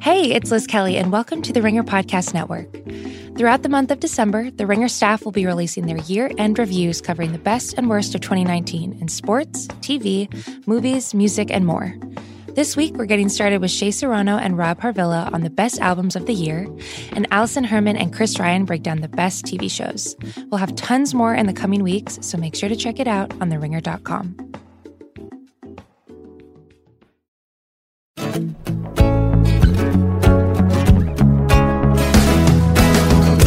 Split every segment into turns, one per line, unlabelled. Hey, it's Liz Kelly, and welcome to the Ringer Podcast Network. Throughout the month of December, the Ringer staff will be releasing their year end reviews covering the best and worst of 2019 in sports, TV, movies, music, and more. This week, we're getting started with Shea Serrano and Rob Harvilla on the best albums of the year, and Allison Herman and Chris Ryan break down the best TV shows. We'll have tons more in the coming weeks, so make sure to check it out on theringer.com.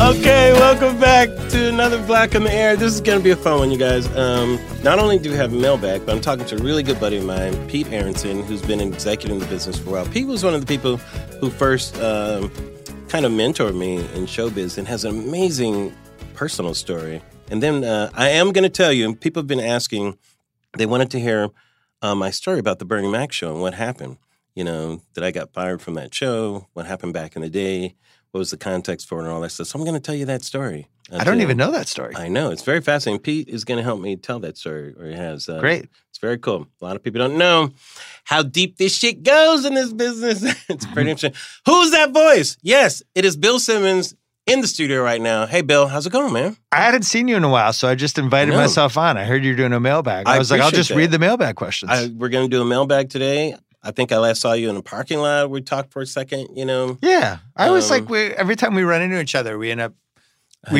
Okay, welcome back to another Black on the Air. This is going to be a fun one, you guys. Um, not only do we have mailbag, but I'm talking to a really good buddy of mine, Pete Aronson, who's been an executive in the business for a while. Pete was one of the people who first um, kind of mentored me in showbiz and has an amazing personal story. And then uh, I am going to tell you, and people have been asking, they wanted to hear uh, my story about the Bernie Mac show and what happened. You know, that I got fired from that show, what happened back in the day what was the context for it and all that stuff. So I'm going to tell you that story.
I don't even know that story.
I know it's very fascinating. Pete is going to help me tell that story, or he has. Uh,
Great.
it's very cool. A lot of people don't know how deep this shit goes in this business. it's
Mm-hmm.
pretty interesting. Who's that voice? Yes, it is Bill Simmons in the studio right now. Hey, Bill, how's it going, man?
I hadn't seen you in a while, so I just invited
I know.
myself on. I heard you're doing a mailbag.
I
I, was like, I'll
appreciate
just
that.
read the mailbag questions.
I, we're going to do a mailbag today. I think I last saw you in a parking lot. We talked for a second. You know,
yeah, I always
Um,
like we every time we run into each other, we end up we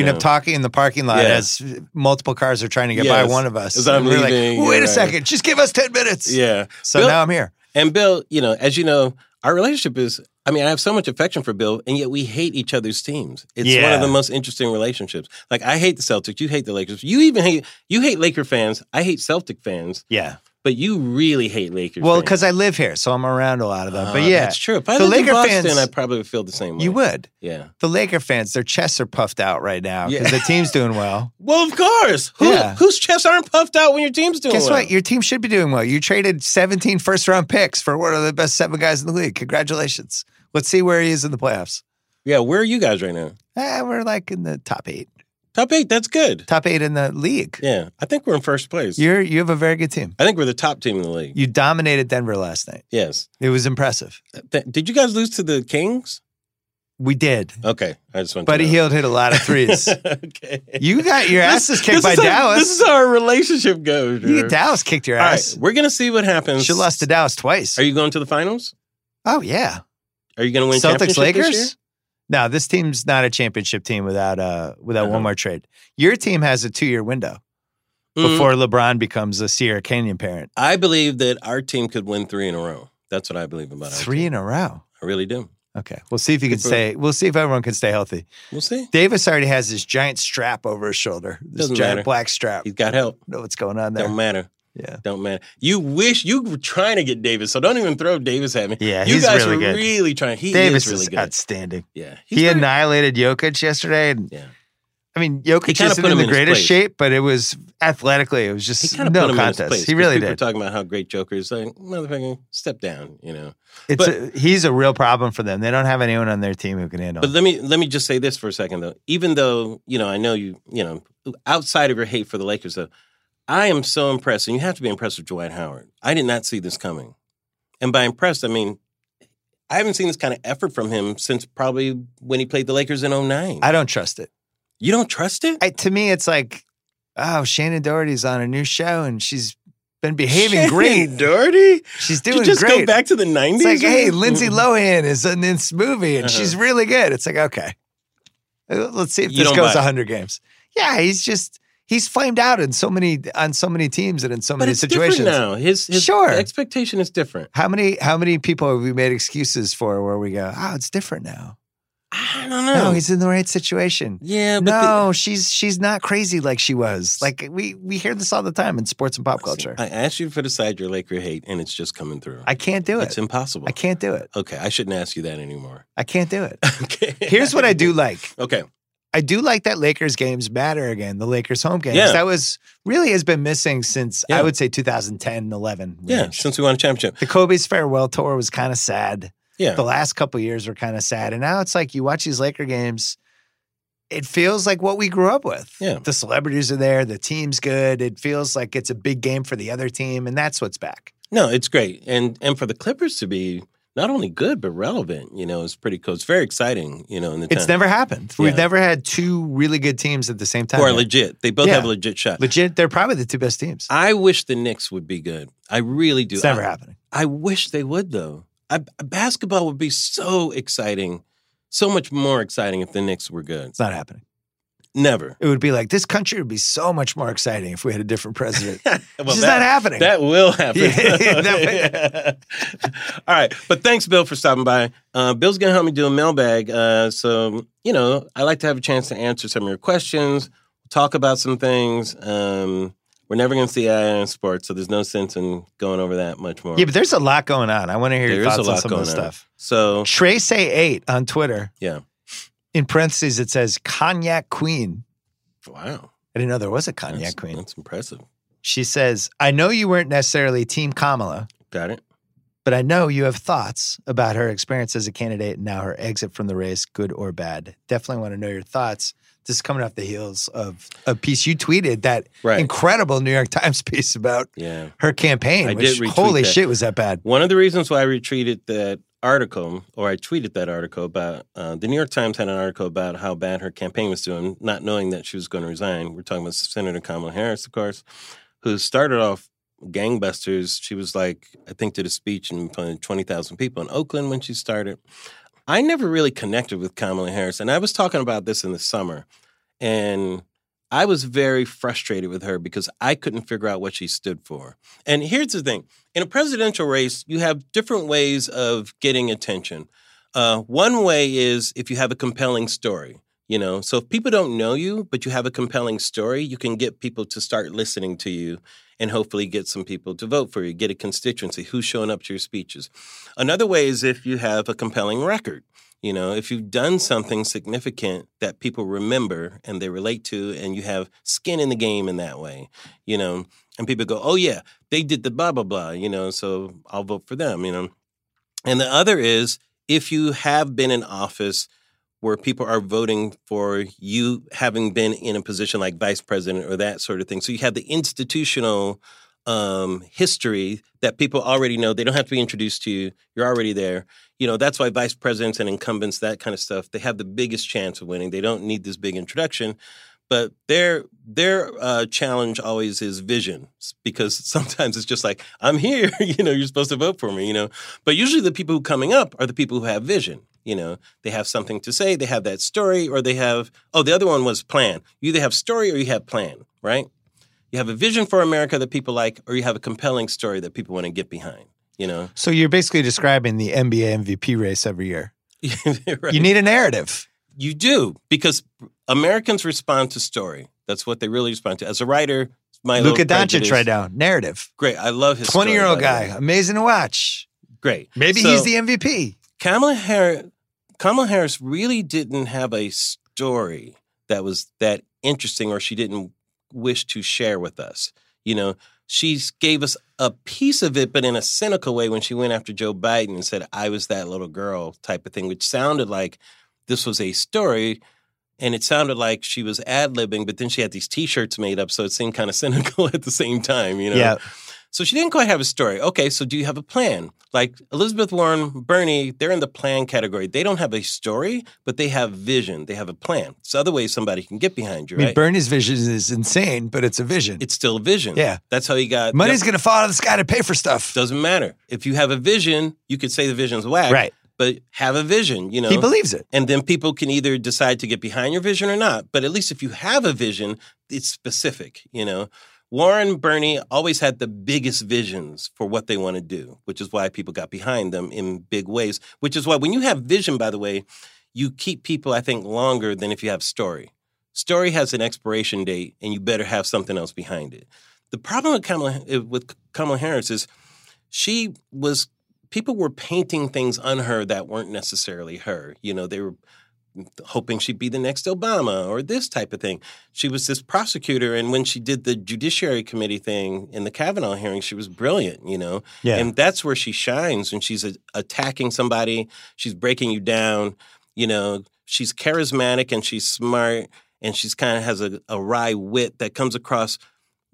I
end up
know.
talking in the parking lot
Yeah.
as multiple cars are trying to get by
Yes.
one of us.
As I'm
And we're
leaving,
like, wait
yeah,
a
right.
second, just give us ten minutes.
yeah.
So
Bill-
now I'm here.
And Bill, you know, as you know, our relationship is I mean, I have so much affection for Bill, and yet we hate each other's teams. It's one
Yeah.
of the most interesting relationships. Like I hate the Celtics, you hate the Lakers. You even hate you hate Laker fans. I hate Celtic fans,
Yeah.
but you really hate Lakers.
Well,
fans.
because I live here, so I'm around a lot of them.
Uh,
but yeah,
that's true. If I
the
lived
Laker
in Boston,
fans-
I probably would feel the same way.
you would.
yeah.
The Laker fans, their chests are puffed out right now because
Yeah.
the team's doing well.
Well, of course. Who,
Yeah.
Whose chests aren't puffed out when your team's doing
Guess
well?
what? Your team should be doing well. You traded 17 first round picks for one of the best seven guys in the league. Congratulations. Let's see where he is in the playoffs.
yeah. Where are you guys right now?
Eh, we're like in the top eight,
Top eight. That's good.
top eight in the league.
Yeah, I think we're in first place.
You're you have a very good team.
I think we're the top team in the league.
You dominated Denver last night.
Yes.
It was impressive.
Th- did you guys lose to the Kings?
We did.
Okay, I just want to
Buddy
know.
Hield hit a lot of threes.
okay,
you got your asses kicked by
is How, this
Dallas.
is how our relationship goes.
You,
Drew.
Dallas kicked your
All right,
ass.
we're gonna see what happens.
She lost to Dallas twice.
Are you going to the finals?
oh yeah.
Are you gonna win championship
Celtics
this year?
Lakers? No, this team's not a championship team without uh without
Uh-huh.
one more trade. Your team has a two year window
Mm,
before LeBron becomes a Sierra Canyon parent.
I believe that our team could win three in a row. That's what I believe about our
Three
team.
in a row.
I really do.
Okay. We'll see if you can
Good for-
stay we'll see if everyone can stay healthy.
We'll see.
Davis already has this giant strap over his shoulder. This
Doesn't
giant
matter.
black strap.
He's got help.
know what's going on Uh, there.
Don't matter.
Yeah.
Don't matter. You wish you were trying to get Davis, so don't even throw Davis at me.
Yeah,
you
he's
guys
really
were
good.
really trying. He
Davis
is really good.
outstanding.
Yeah,
he
very-
annihilated Jokic yesterday and
Yeah.
I mean, Jokic
kinda
isn't
put
in
him
the
in his
greatest
place.
shape, but it was athletically, it was
He
just
kind of
no
put him
contest.
in his place.
he
'cause
really
people
did.
are talking about how great Joker is. Like, motherfucker, step down. You know.
It's a, he's a real problem for them. They don't have anyone on their team who can handle.
But
it.
let me let me just say this for a second though. Even though you know, I know you you know, outside of your hate for the Lakers though, I am so impressed, and you have to be impressed with Dwight Howard. I did not see this coming, and by impressed, I mean I haven't seen this kind of effort from him since probably when he played the Lakers in 09.
I don't trust it.
you don't trust it?
I, to me, it's like, oh, Shannon Doherty's on a new show and she's been behaving great.
dirty.
She's
Did you
doing
just go
great.
back to the nineties? Mm-hmm.
it's like, hey, Lindsay Lohan is in this movie and
Uh-huh.
she's really good. It's like, okay, Uh, let's see if
You
this
don't
goes
buy it.
100 games. Yeah, he's just he's flamed out in so many on so many teams and in so
But
many
it's
situations.
different now. His, his
Sure.
expectation is different.
How many how many people have we made excuses for where we go, oh, it's different now?
I don't know.
No, he's in the right situation.
yeah, but the-
no, she's she's not crazy like she was. Like we we hear this all the time in sports and pop culture. I,
I asked you for the side your Laker hate, and it's just coming through.
can't do
It's
it.
impossible.
I can't do it.
Okay, I shouldn't ask you that anymore.
I can't do it.
okay.
Here's what I do like.
Okay.
I do like that Lakers games matter again. The Lakers home games.
Yeah.
That was really has been missing since
Yeah.
I would say 2010, 11.
Yeah,
range.
since we won a championship.
The Kobe's farewell tour was kind of sad.
Yeah.
The last couple years were kind of sad, and now it's like you watch these Laker games. It feels like what we grew up with.
Yeah.
The celebrities are there. The team's good. It feels like it's a big game for the other team, and that's what's back.
No, it's great. And and for the Clippers to be not only good but relevant. You know, it's pretty cool. It's very exciting. You know, in the
It's
time.
never happened. We've
Yeah.
never had two really good teams at the same time.
who are
yet.
legit. They both
Yeah.
have a legit shot.
Legit, they're probably the two best teams.
I wish the Knicks would be good. I really do.
it's never
I,
happening.
I wish they would though. I, basketball would be so exciting, so much more exciting if the Knicks were good.
It's not happening.
Never.
It would be like this country would be so much more exciting if we had a different president.
well,
it's just
that-
not happening.
That will happen.
Yeah,
All right. But thanks, Bill, for stopping by. Uh, Bill's going to help me do a mailbag. Uh, so, you know, I like to have a chance to answer some of your questions, talk about some things. Um, we're never going to see eye in sports, so there's no sense in going over that much more.
yeah, but there's a lot going on. I want to hear
There
your
is
thoughts
a
on
lot
some of this
going on.
stuff.
so,
Trey say eight on Twitter.
Yeah.
In parentheses, it says cognac queen.
wow.
I didn't know there was a
That's,
cognac queen.
That's impressive.
She says, "I know you weren't necessarily Team Kamala,
Got it.
but I know you have thoughts about her experience as a candidate and now her exit from the race, good or bad. Definitely want to know your thoughts." This is coming off the heels of a piece you tweeted that
Right.
incredible New York Times piece about
yeah.
her campaign.
I
which,
did retweet
holy
that.
shit, was that bad?
One of the reasons why I retweeted that article, or I tweeted that article about uh, the New York Times had an article about how bad her campaign was doing, not knowing that she was going to resign. We're talking about Senator Kamala Harris, of course, who started off gangbusters. She was like, I think, did a speech in front of 20,000 people in Oakland when she started. I never really connected with Kamala Harris. And I was talking about this in the summer. And I was very frustrated with her because I couldn't figure out what she stood for. And here's the thing in a presidential race, you have different ways of getting attention. Uh, one way is if you have a compelling story, you know. So if people don't know you, but you have a compelling story, you can get people to start listening to you and hopefully get some people to vote for you, get a constituency who's showing up to your speeches. Another way is if you have a compelling record. You know, if you've done something significant that people remember and they relate to, and you have skin in the game in that way, you know, and people go, oh, yeah, they did the blah blah blah, you know, so I'll vote for them, you know. And the other is if you have been in office where people are voting for you having been in a position like vice president or that sort of thing. So you have the institutional um, history that people already know. They don't have to be introduced to you. You're already there. You know, that's why vice presidents and incumbents, that kind of stuff, they have the biggest chance of winning. They don't need this big introduction but their their uh, challenge always is vision because sometimes it's just like I'm here, you know, you're supposed to vote for me, you know. But usually the people who coming up are the people who have vision, you know. They have something to say, they have that story, or they have oh the other one was plan. You either have story or you have plan, right? You have a vision for America that people like, or you have a compelling story that people want to get behind, you know.
So you're basically describing the NBA MVP race every year.
Right.
You need a narrative.
You do because Americans respond to story. That's what they really respond to. As a writer, my little
Luka Doncic
prejudice-
right now, narrative.
Great. I love his story,
20 year old
by the
guy,
way.
amazing to watch.
Great.
Maybe
So,
he's the MVP.
Kamala Harris. Kamala Harris really didn't have a story that was that interesting, or she didn't wish to share with us. You know, she gave us a piece of it, but in a cynical way when she went after Joe Biden and said, "I was that little girl" type of thing, which sounded like this was a story. And it sounded like she was ad libbing, but then she had these t shirts made up, so it seemed kind of cynical at the same time, you know?
yeah.
So she didn't quite have a story. Okay, so do you have a plan? Like Elizabeth Warren, Bernie, they're in the plan category. They don't have a story, but they have vision. They have a plan. It's the other way somebody can get behind you,
I mean,
right?
Bernie's vision is insane, but it's a vision.
it's still a vision.
Yeah.
That's how you got
Money's going to fall out of the sky to pay for stuff.
doesn't matter. If you have a vision, you could say the vision's whack,
Right.
but have a vision, you know.
He believes it.
and then people can either decide to get behind your vision or not. But at least if you have a vision, it's specific, you know. Warren Bernie always had the biggest visions for what they want to do, which is why people got behind them in big ways, which is why when you have vision, by the way, you keep people, I think, longer than if you have story. Story has an expiration date, and you better have something else behind it. The problem with Kamala, eh, with Kamala Harris is she was people were painting things on her that weren't necessarily her. You know, they were hoping she'd be the next Obama or this type of thing. She was this prosecutor, and when she did the Judiciary Committee thing in the Kavanaugh hearing, she was brilliant. You know,
Yeah.
and that's where she shines when she's a- attacking somebody, she's breaking you down. You know, she's charismatic and she's smart and she's kind of has a, a wry wit that comes across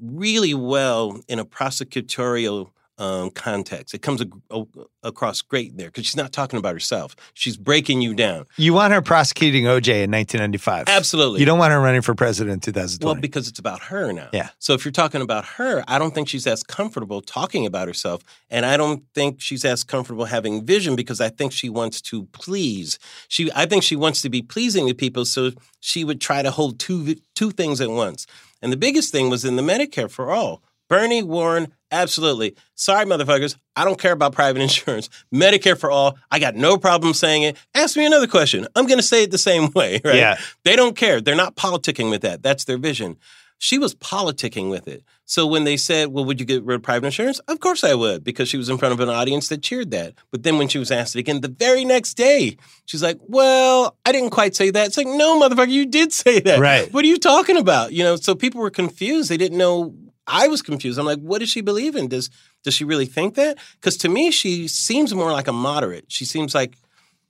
really well in a prosecutorial um, context. It comes ag- o- across great there because she's not talking about herself. She's breaking you down.
You want her prosecuting OJ in 1995.
Absolutely.
You don't want her running for president in
Well,
2020.
because it's about her now.
Yeah.
So if you're talking about her, I don't think she's as comfortable talking about herself. And I don't think she's as comfortable having vision because I think she wants to please. She I think she wants to be pleasing to people, so she would try to hold two vi- two things at once. And the biggest thing was in the Medicare for all. Bernie Warren, absolutely. Sorry, motherfuckers. I don't care about private insurance. Medicare for all. I got no problem saying it. Ask me another question. I'm going to say it the same way, right?
Yeah.
They don't care. They're not politicking with that. That's their vision. She was politicking with it. So when they said, Well, would you get rid of private insurance? Of course I would, because she was in front of an audience that cheered that. But then when she was asked it again the very next day, she's like, Well, I didn't quite say that. It's like, No, motherfucker, you did say that.
Right.
What are you talking about? You know, so people were confused. They didn't know. I was confused. I'm like, what does she believe in? Does does she really think that? Because to me, she seems more like a moderate. She seems like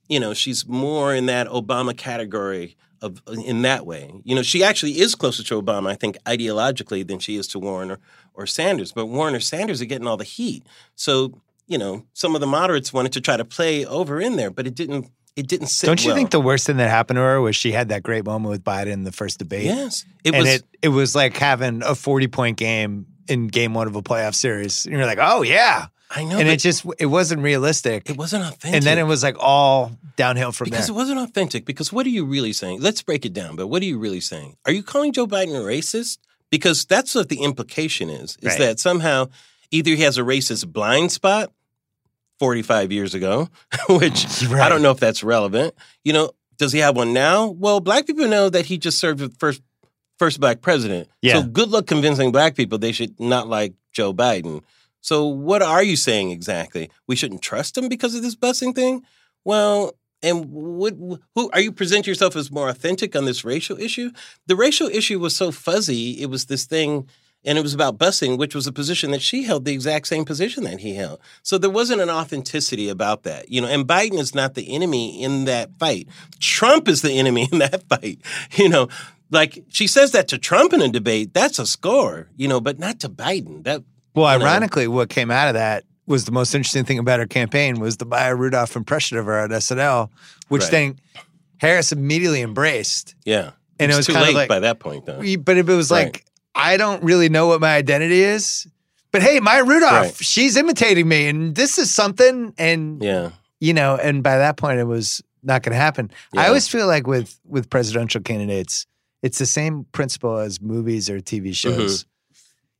you know, she's more in that Obama category of in that way. You know, she actually is closer to Obama, I think, ideologically than she is to Warren or, or Sanders. But Warren or Sanders are getting all the heat. So, you know, some of the moderates wanted to try to play over in there, but it didn't it didn't sit
Don't you
well.
think the worst thing that happened to her was she had that great moment with Biden in the first debate?
Yes. It
and
was
it it was like having a 40 point game in game one of a playoff series. And you're like, oh yeah.
I know but
and it just it wasn't realistic.
it wasn't authentic.
and then it was like all downhill from
Because
there.
it wasn't authentic. Because what are you really saying? Let's break it down. But what are you really saying? Are you calling Joe Biden a racist? Because that's what the implication is: is
Right.
that somehow either he has a racist blind spot, forty-five years ago, which I
Right.
don't know if that's relevant. You know, does he have one now? Well, black people know that he just served the first first black president.
Yeah.
So good luck convincing black people they should not like Joe Biden. So what are you saying exactly? We shouldn't trust him because of this busing thing? Well, and what who are you presenting yourself as more authentic on this racial issue? The racial issue was so fuzzy, it was this thing and it was about busing, which was a position that she held, the exact same position that he held. So there wasn't an authenticity about that, you know. And Biden is not the enemy in that fight. Trump is the enemy in that fight, you know. Like she says that to Trump in a debate, that's a score, you know, but not to Biden. That
Well,
you know.
ironically, what came out of that was the most interesting thing about her campaign was the Maya Rudolph impression of her at SNL, which
Right.
then Harris immediately embraced.
yeah,
And it was
too
kind of
late
like-
by that point, though.
We- But if it was
Right.
like, I don't really know what my identity is. But hey, Maya Rudolph,
Right.
she's imitating me, and this is something. And
Yeah,
you know, and by that point, it was not going to happen. I
Yeah.
always feel like with with presidential candidates, it's the same principle as movies or TV
Mm-hmm.
shows.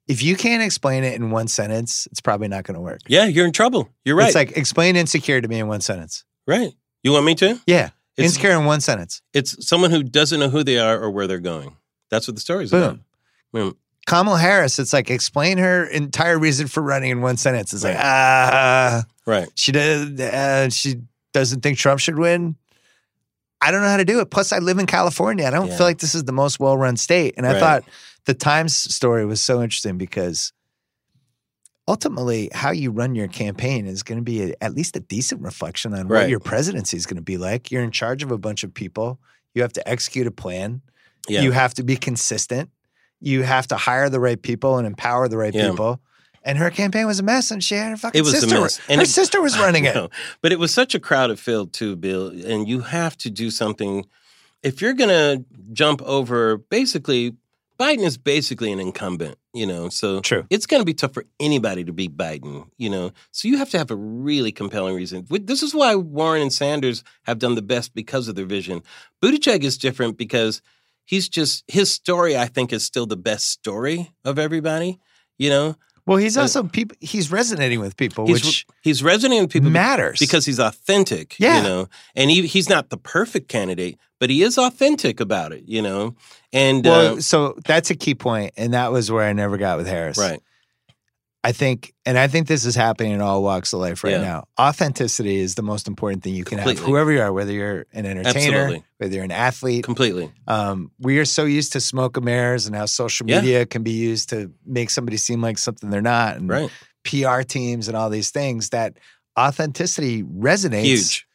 If you can't explain it in one sentence, it's probably not going to work.
yeah, you're in trouble. You're right.
It's like explain insecure to me in one sentence.
right. You want me to?
Yeah.
It's-
insecure in one sentence.
It's someone who doesn't know who they are or where they're going. That's what the story's about.
Boom.
Boom.
Kamala Harris, it's like explain her entire reason for running in one sentence. It's like,
Right.
ah,
Right.
she does, uh, she doesn't think Trump should win. I don't know how to do it. Plus, I live in California. I don't
Yeah.
feel like this is the most well-run state. And I
Right.
thought the Times story was so interesting because ultimately, how you run your campaign is going to be a, at least a decent reflection on what
Right.
your presidency is going to be like. You're in charge of a bunch of people. You have to execute a plan.
Yeah.
You have to be consistent. You have to hire the right people and empower the right
Yeah.
people. And her campaign was a mess, and she had her fucking
It was a
sister.
mess. And
her
it-
sister was running
I
it.
know. But it was such a crowded field too, Bill. And you have to do something. If you're gonna jump over, basically, Biden is basically an incumbent. You know, so
True.
it's going to be tough for anybody to beat Biden, you know. So you have to have a really compelling reason. Wh- This is why Warren and Sanders have done the best because of their vision. Buttigieg is different because he's just his story. I think is still the best story of everybody. You know,
Well, he's
Uh,
also people. He's resonating with people,
he's
which
he's resonating with people be-
matters
because he's authentic.
Yeah.
you know, and he he's not the perfect candidate, but he is authentic about it. You know, and
Well,
uh,
so that's a key point, and that was where I never got with Harris.
right,
I think, and I think this is happening in all walks of life right
Yeah.
now. Authenticity is the most important thing you can have,
Completely.
whoever you are, whether you're an entertainer,
Absolutely.
whether you're an athlete.
completely.
Um, we are so used to smoke and mirrors and how social
Yeah.
media can be used to make somebody seem like something they're not, and
Right,
PR teams and all these things that authenticity resonates
huge.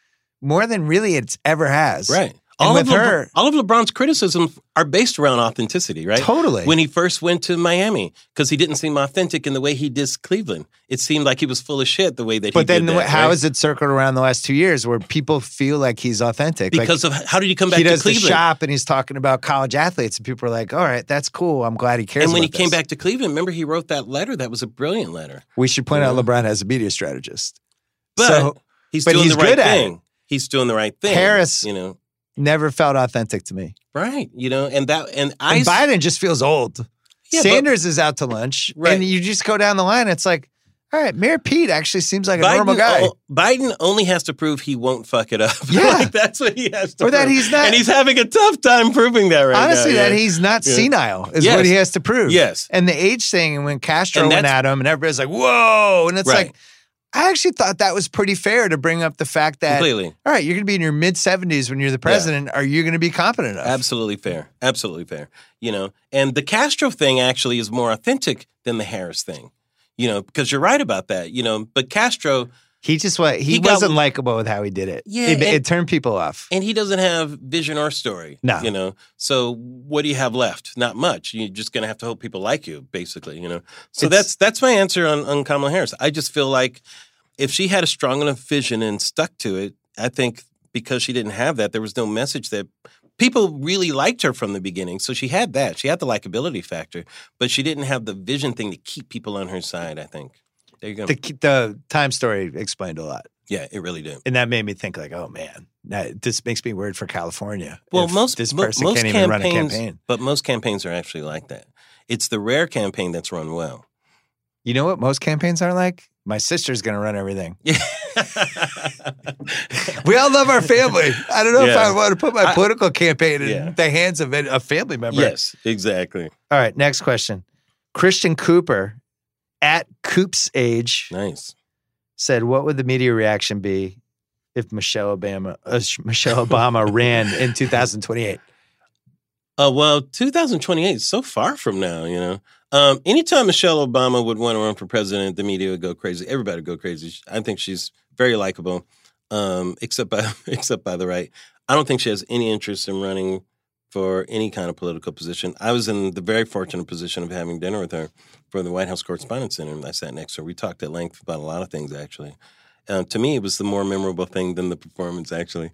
more than really it's ever has.
Right. all
with
of LeBron-
her-
all of LeBron's criticisms are based around authenticity, right?
Totally.
When he first went to Miami, because he didn't seem authentic in the way he did Cleveland. It seemed like he was full of shit the way that he
but then
did
how
that,
is
right?
it circled around the last two years where people feel like he's authentic? Like,
Because of how did he come back
he
to
does the
Cleveland?
shop and he's talking about college athletes, and people are like, "All right, that's cool. I'm glad he cares."
and when he
about
came
this."
back to Cleveland, remember he wrote that letter that was a brilliant letter.
we should point out
Yeah.
LeBron has a media strategist.
But
so
he's
but
doing
he's
the right
good at it.
thing. He's doing the right thing.
Harris-
you know,
never felt authentic to me.
right? You know, and that and I
And Biden just feels old.
Yeah, but-
Sanders is out to lunch,
Right.
and you just go down the line. It's like, all right, Mayor Pete actually seems like a normal
Biden
guy,
o- Biden only has to prove he won't fuck it up.
Yeah.
like that's what he has to
or that
prove.
he's not.
and he's having a tough time proving that right
honestly
now.
that he's not
Yeah.
senile is
Yes.
what he has to prove.
Yes.
And the age thing, and when Castro
And
went
that's-
at him, and everybody's like, "Whoa!" And it's
Right.
like, I actually thought that was pretty fair to bring up the fact that
Completely.
all right, you're going to be in your mid 70s when you're the president. Are you going to be competent enough?
Absolutely fair. Absolutely fair. You know, and the Castro thing actually is more authentic than the Harris thing. You know, because you're right about that. You know, but Castro
He just wa he,
He got-
wasn't likable with how he did it.
Yeah,
it,
and-
it turned people off.
and he doesn't have vision or story.
No.
you know. So what do you have left? Not much. You're just gonna have to hope people like you, basically. You know. So
It's-
that's that's my answer on, on Kamala Harris. I just feel like if she had a strong enough vision and stuck to it, I think because she didn't have that, there was no message that people really liked her from the beginning. So she had that. She had the likability factor, but she didn't have the vision thing to keep people on her side. I think. There you go.
The, the time story explained a lot,
yeah, it really did.
and that made me think like, oh man, that, this makes me worried for California.
Well,
if
most
this
mo-
person
most
can't even run a
campaigns-
campaign.
But most campaigns are actually like that. It's the rare campaign that's run well.
You know what? Most campaigns aren't like. My sister's going to run everything.
Yeah.
We all love our family. I don't know if
Yeah.
I want to put my
I-
political campaign in
Yeah.
the hands of a a family member.
yes, exactly.
All right. Next question. Christian Cooper at Coop's age.
Nice.
said, "What would the media reaction be if Michelle Obama uh, sh- Michelle Obama ran in 2028?"
Uh, well, 2028 is so far from now, you know. Um, anytime Michelle Obama would want to run for president, the media would go crazy. Everybody would go crazy. She- I think she's very likable, um, except by except by the right. I don't think she has any interest in running for any kind of political position. I was in the very fortunate position of having dinner with her for the White House Correspondents' Center, and I sat next to her. We talked at length about a lot of things, actually. Um, to me, it was the more memorable thing than the performance, actually.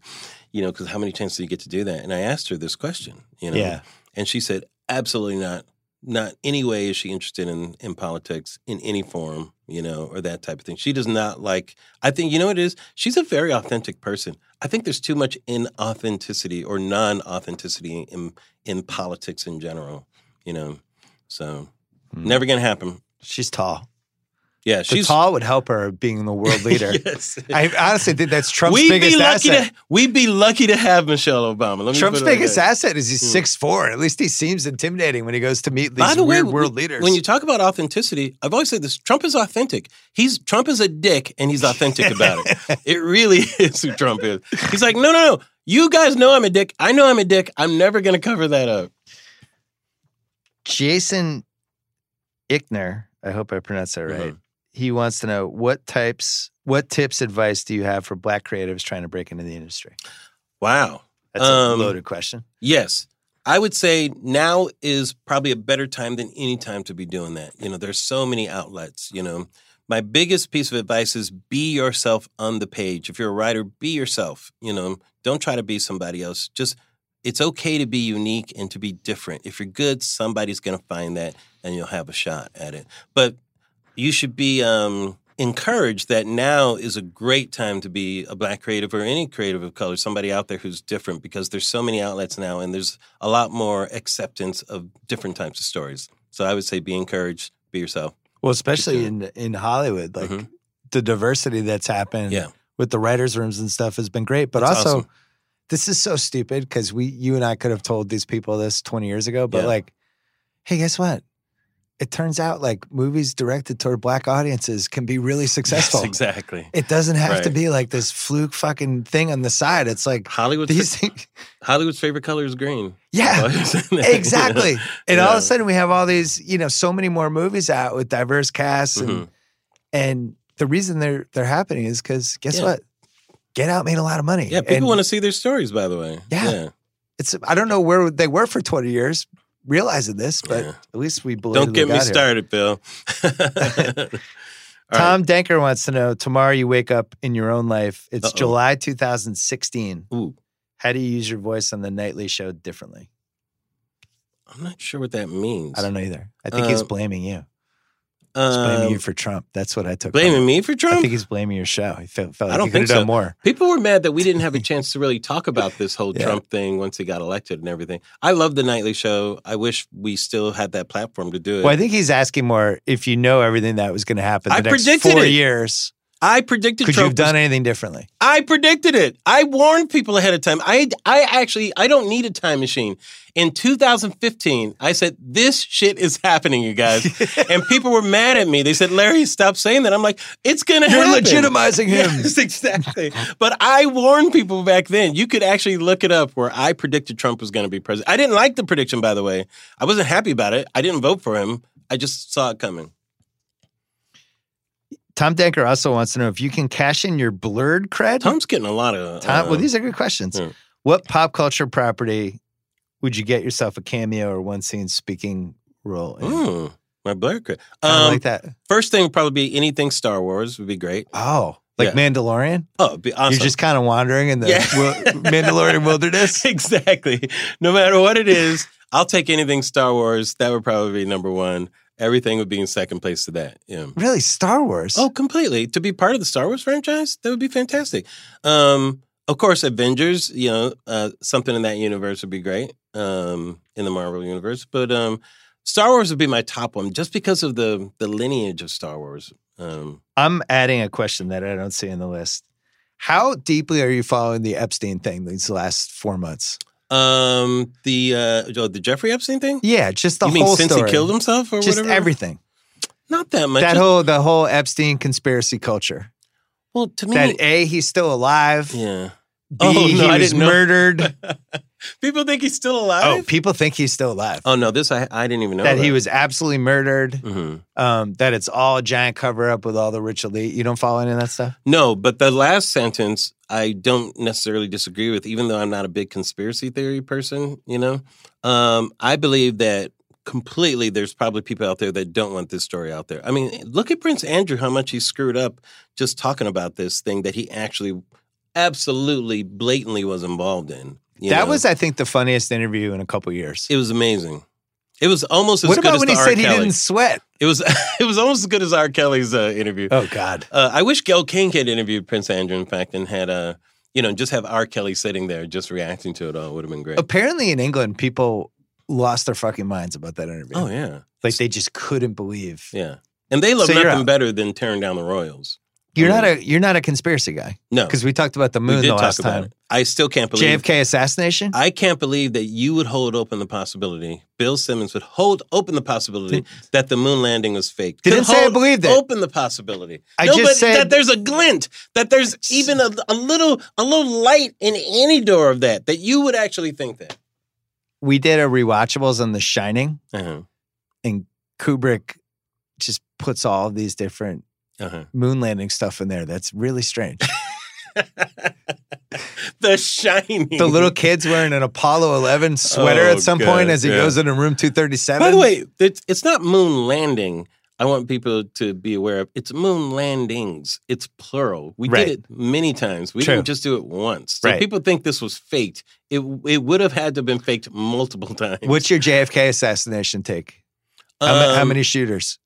You know, because how many chances do you get to do that? And I asked her this question. You know,
Yeah.
and she said, absolutely not. Not any way is she interested in, in politics in any form, you know, or that type of thing. She does not like, I think, you know what it is? She's a very authentic person. I think there's too much inauthenticity or non authenticity in, in politics in general, you know. So never going to happen.
She's tall.
Yeah,
Hmm. The
she's
tall would help her being the world leader.
yes.
I honestly think that's Trump's
we'd
biggest
be lucky
asset.
to we'd be lucky to have Michelle Obama. Let me
Trump's
put it like
biggest
that.
asset is he's
Mm.
six four. At least he seems intimidating when he goes to meet these
By the way,
weird world
w-
leaders.
When you talk about authenticity, I've always said this: Trump is authentic. He's Trump is a dick, and he's authentic about it. It really is who Trump is. He's like, no, no, no. You guys know I'm a dick. I know I'm a dick. I'm never going to cover that up.
Jason Ickner, I hope I pronounced that right.
Mhm.
He wants to know what types, what tips, advice do you have for black creatives trying to break into the industry?
Wow.
That's a
Um,
loaded question.
Yes. I would say now is probably a better time than any time to be doing that. You know, there's so many outlets, you know. My biggest piece of advice is be yourself on the page. If you're a writer, be yourself, you know. Don't try to be somebody else. Just it's okay to be unique and to be different. If you're good, somebody's going to find that and you'll have a shot at it. But you should be um, encouraged that now is a great time to be a black creative or any creative of color, somebody out there who's different, because there's so many outlets now and there's a lot more acceptance of different types of stories. So I would say be encouraged, be yourself.
Well, especially
Just
in in Hollywood, like
Mhm.
the diversity that's happened
Yeah.
with the writers' rooms and stuff has been great. But
That's
also,
awesome.
this is so stupid because we, you and I, could have told these people this twenty years ago. But
Yeah.
like, hey, guess what? It turns out like movies directed toward black audiences can be really successful.
Yes, exactly.
It doesn't have to
Right.
be like this fluke fucking thing on the side. It's like
Hollywood's,
these things.
Hollywood's favorite color is green.
Yeah. Exactly. And all of
Yeah.
a sudden we have all these, you know, so many more movies out with diverse casts and
Mhm.
And the reason they're they're happening is because guess
Yeah.
what? Get out made a lot of money.
Yeah, people
And
want to see their stories, by the way.
Yeah. It's I don't know where they were for 20 years realizing this, but
Yeah.
at least we believe.
Don't get me
started.
started, Bill. All
Tom Danker wants to know tomorrow you wake up in your own life. It's
Uh-oh.
July 2016.
Ooh,
How do you use your voice on the nightly show differently?
I'm not sure what that means.
I don't know either. I think he's
Um,
blaming you.
Um,
He's blaming you for Trump. That's what I took. from
blaming
it.
me for
I
Trump.
think he's blaming your show. He felt, felt
I
like
don't
he could
think
have done
so.
more.
People were mad that we didn't have a chance to really talk about this whole
Yeah.
Trump thing once he got elected and everything. I love the nightly show. I wish we still had that platform to do it.
Well, I think he's asking more if you know everything that was going to happen the
I
next
predicted
four
it.
years.
I predicted
Could you
Trump
have
was
done anything differently?
I predicted it. I warned people ahead of time. I I actually I don't need a time machine. In 2015, I said this shit is happening, you guys, and people were mad at me. They said, "Larry, stop saying that." I'm like, "It's gonna
You're
happen."
legitimizing him.
Yes, exactly. But I warned people back then. You could actually look it up where I predicted Trump was going to be president. I didn't like the prediction, by the way. I wasn't happy about it. I didn't vote for him. I just saw it coming.
Tom Danker also wants to know if you can cash in your blurred cred.
Tom's getting a lot of.
Tom-
uh,
well, these are good questions.
yeah.
What pop culture property would you get yourself a cameo or one scene speaking role in?
mm, my blur. cra-
I
Um,
like that.
First thing would probably be anything Star Wars would be great.
Oh, like
yeah.
Mandalorian?
Oh, it'd be awesome.
You're just kind of wandering in the
Yeah.
wil- Mandalorian wilderness.
exactly. No matter what it is, I'll take anything Star Wars. That would probably be number one. Everything would be in second place to that. Yeah.
Really, Star Wars?
Oh, completely. To be part of the Star Wars franchise, that would be fantastic. Um, of course, Avengers. You know, uh, something in that universe would be great. Um, in the Marvel universe, but um, Star Wars would be my top one just because of the the lineage of Star Wars. Um,
I'm adding a question that I don't see in the list. How deeply are you following the Epstein thing these last four months?
um, the uh, oh, the Jeffrey Epstein thing.
Yeah, just the
you mean
whole
since
story.
he killed himself or
just
whatever?
everything.
Not that much.
that whole the whole Epstein conspiracy culture.
well, to me,
That a he's still alive.
yeah.
B
Oh, no,
he
I
was
didn't know.
murdered.
People think he's still
oh,
alive.
people think he's still alive.
Oh, no, this I I didn't even know
that he was absolutely murdered.
hmm
Um, that it's all a giant cover up with all the rich elite. You don't follow any of that stuff.
No, but the last sentence I don't necessarily disagree with, even though I'm not a big conspiracy theory person, you know. Um, I believe that completely there's probably people out there that don't want this story out there. I mean, look at Prince Andrew, how much he screwed up just talking about this thing that he actually absolutely blatantly was involved in. you know?
that was, I think, the funniest interview in a couple years.
it was amazing. It was almost as
What
good
about
as
when
the
he
R.
said
Kelly.
he didn't sweat?
It was it was almost as good as R. Kelly's uh, interview.
Oh God.
Uh, I wish Gail King had interviewed Prince Andrew, in fact, and had uh, you know, just have R. Kelly sitting there just reacting to it all would have been
Oh,
great.
Apparently, in England, people lost their fucking minds about that interview.
Oh yeah,
Like they just couldn't believe.
yeah. And they love
So you're
nothing
out.
better than tearing down the Royals.
You're not a you're not a conspiracy guy
No,
because we talked about the
Oh. we
moon
did
the last
talk about
time.
it. I still can't believe
JFK assassination.
I can't believe that you would hold open the possibility. Bill Simmons would hold open the possibility that the moon landing was fake.
Didn't
Could
say I
hold
believed it.
Open the possibility.
I
Oh, no,
just
but
said-
that there's a glint, that there's even a, a little a little light in any door of that. That you would actually think that.
we did a rewatchables on The Shining,
Uh-huh.
and Kubrick just puts all these different
Uh-huh.
moon landing stuff in there. That's really strange.
the shining.
the little kid's wearing an Apollo 11 sweater
Oh,
at some point
God,
as he
yeah.
goes into room 237.
By the way, it's, it's not moon landing. I want people to be aware of it's moon landings. It's plural. We
Right.
did it many times. We
True.
didn't just do it once. So
Right.
people think this was faked. It it would have had to have been faked multiple times.
what's your JFK assassination take? How, ma- how
Um,
many shooters?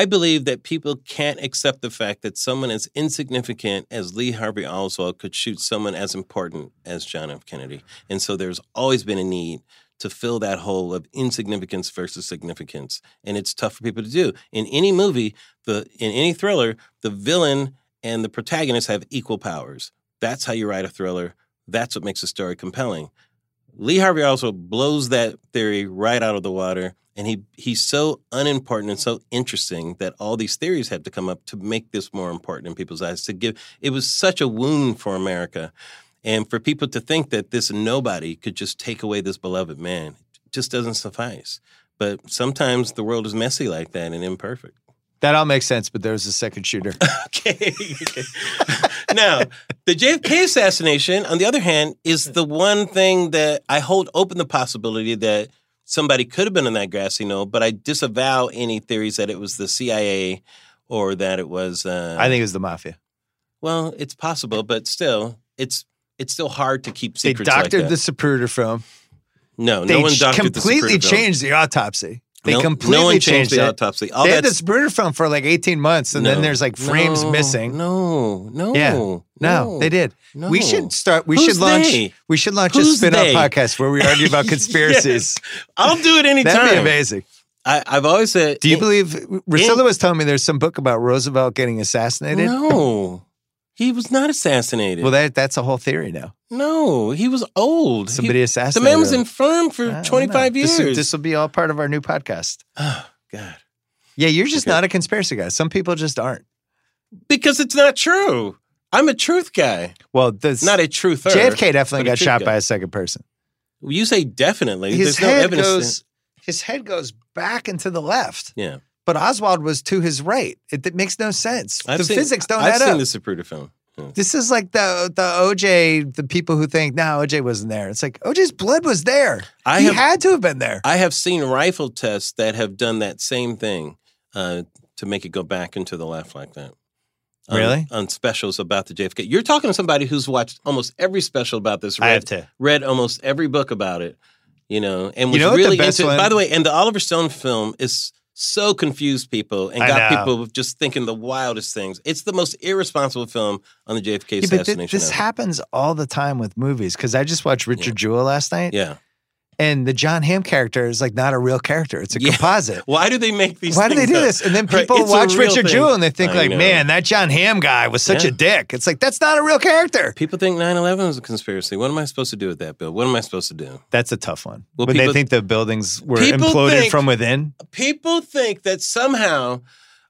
I believe that people can't accept the fact that someone as insignificant as Lee Harvey Oswald could shoot someone as important as John F. Kennedy. And so there's always been a need to fill that hole of insignificance versus significance. And it's tough for people to do. In any movie, the in any thriller, the villain and the protagonist have equal powers. That's how you write a thriller. That's what makes a story compelling. Lee Harvey Oswald blows that theory right out of the water, and he he's so unimportant and so interesting that all these theories have to come up to make this more important in people's eyes. To give it was such a wound for America, and for people to think that this nobody could just take away this beloved man just doesn't suffice. But sometimes the world is messy like that and imperfect.
That all makes sense, but there was a second shooter.
okay. okay. now, the JFK assassination, on the other hand, is the one thing that I hold open the possibility that somebody could have been in that grassy knoll, but I disavow any theories that it was the CIA or that it was. Uh,
I think it was the mafia.
Well, it's possible, but still, it's it's still hard to keep
They
secrets.
doctored
like
the
that.
Zapruder film.
No,
they
no one
ch-
doctored
completely
the Zapruder film.
changed the autopsy. They
No-
completely
no one
changed,
changed,
it.
the autopsy. All
they had
that's
this Zapruder film for like 18 months, and then
No.
there's like frames
No,
missing.
No, no,
Yeah.
no,
No, they did.
no.
We should start. We
Who's
should launch.
they?
We should launch a
Who's
spin-off
they?
podcast where we argue about
Yes.
conspiracies.
I'll do it
That'd be
anytime.
amazing.
I, I've always said.
Do you
it-
believe Priscilla was telling me there's some book about Roosevelt getting assassinated?
No, he was not assassinated.
Well, that that's a whole theory now.
no, he was old. He-
Somebody
the
assassinated.
man was
him.
infirm
I
for
don't know.
25
This-
years.
This will be all part of our new podcast.
oh, God.
Yeah, you're just
Okay.
not a conspiracy guy. Some people just aren't.
Because it's not true. I'm a truth guy,
Well, this,
not a truther.
JFK definitely
but a
got
truth
shot
guy.
by a second person.
You say definitely.
His
There's no
head
evidence.
goes. His head goes back and to the left.
Yeah.
But Oswald was to his right. It, it makes no sense.
I've
the
seen-
physics don't
I've
add
seen
up.
the Zapruder film. Yeah.
This is like the the OJ, the people who think, no, OJ wasn't there. It's like OJ's blood was there.
I
he
have
had to have been there.
I have seen rifle tests that have done that same thing uh, to make it go back into the left like that. On-
Really?
On specials about the JFK. You're talking to somebody who's watched almost every special about this, read,
to.
read almost every book about it, you know, and was
You know what the
really
best
into
one-
By the way, and the Oliver Stone film is so confused people and
I
got
know.
people just thinking the wildest things. It's the most irresponsible film on the JFK
Yeah, but thi-
assassination.
this
ever.
happens all the time with movies because I just watched Richard Jewell last night,
yeah.
and the John Hamm character is like not a real character; it's a
Yeah.
composite.
Why do they make these
Why do they
things
do
up?
this? And then
Right,
people
it's a
watch
real
Richard
thing.
Jewell and they think
I
like,
know.
"Man, that John Hamm guy was such
Yeah.
a dick." It's like that's not a real character.
People think 9 11 was a conspiracy. What am I supposed to do with that, Bill? What am I supposed to do?
That's a tough one.
Well,
when they
people-
think the buildings were
People
imploded
think-
from within,
People think that somehow,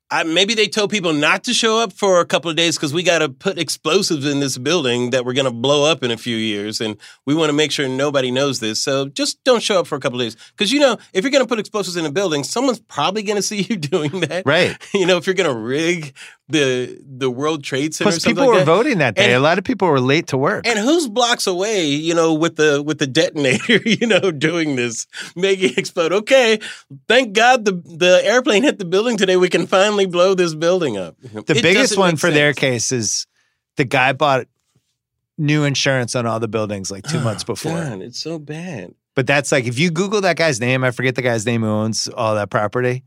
I, maybe they told people not to show up for a couple of days because we got to put explosives in this building that we're going to blow up in a few years. And we want to make sure nobody knows this. So just don't show up for a couple of days. Because, you know, if you're going to put explosives in a building, someone's probably going to see you doing that.
right?
You know, if you're going to rig the the World Trade Center or
Plus,
something
people
like
were
that.
voting that day.
And-
a lot of people were late to work.
And who's blocks away, you know, with the with the detonator, you know, doing this, making it explode. Okay, thank God the the airplane hit the building today. We can finally blow this building up.
the
It
biggest
doesn't
one
make
for their
sense.
case is the guy bought new insurance on all the buildings like two months
Oh,
before.
God, it's so bad.
But that's like if you Google that guy's name, I forget the guy's name who owns all that property.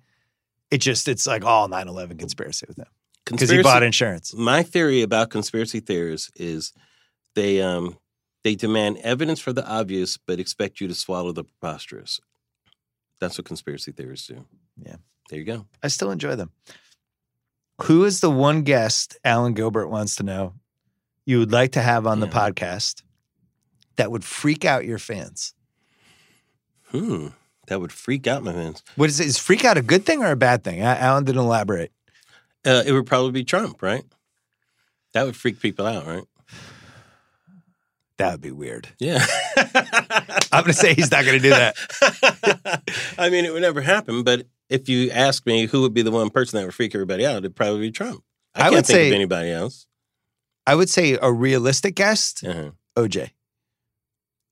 It just it's like all 9-11 conspiracy with him because he
Conspiracy-
bought insurance.
My theory about conspiracy theorists is they um they demand evidence for the obvious, but expect you to swallow the preposterous. That's what conspiracy theorists do.
Yeah.
there you go.
I still enjoy them. Who is the one guest Alan Gilbert wants to know you would like to have on the
Yeah.
podcast that would freak out your fans?
Hmm, that would freak out my fans.
What is it? Is freak out a good thing or a bad thing? A- Alan didn't elaborate.
Uh, it would probably be Trump, right? That would freak people out, right?
That would be weird.
Yeah.
I'm going to say he's not going to do that.
I mean, it would never happen, but if you ask me who would be the one person that would freak everybody out, it'd probably be Trump.
I
I, can't
would
think
say-
of anybody else.
I would say a realistic guest,
Uh-huh.
OJ.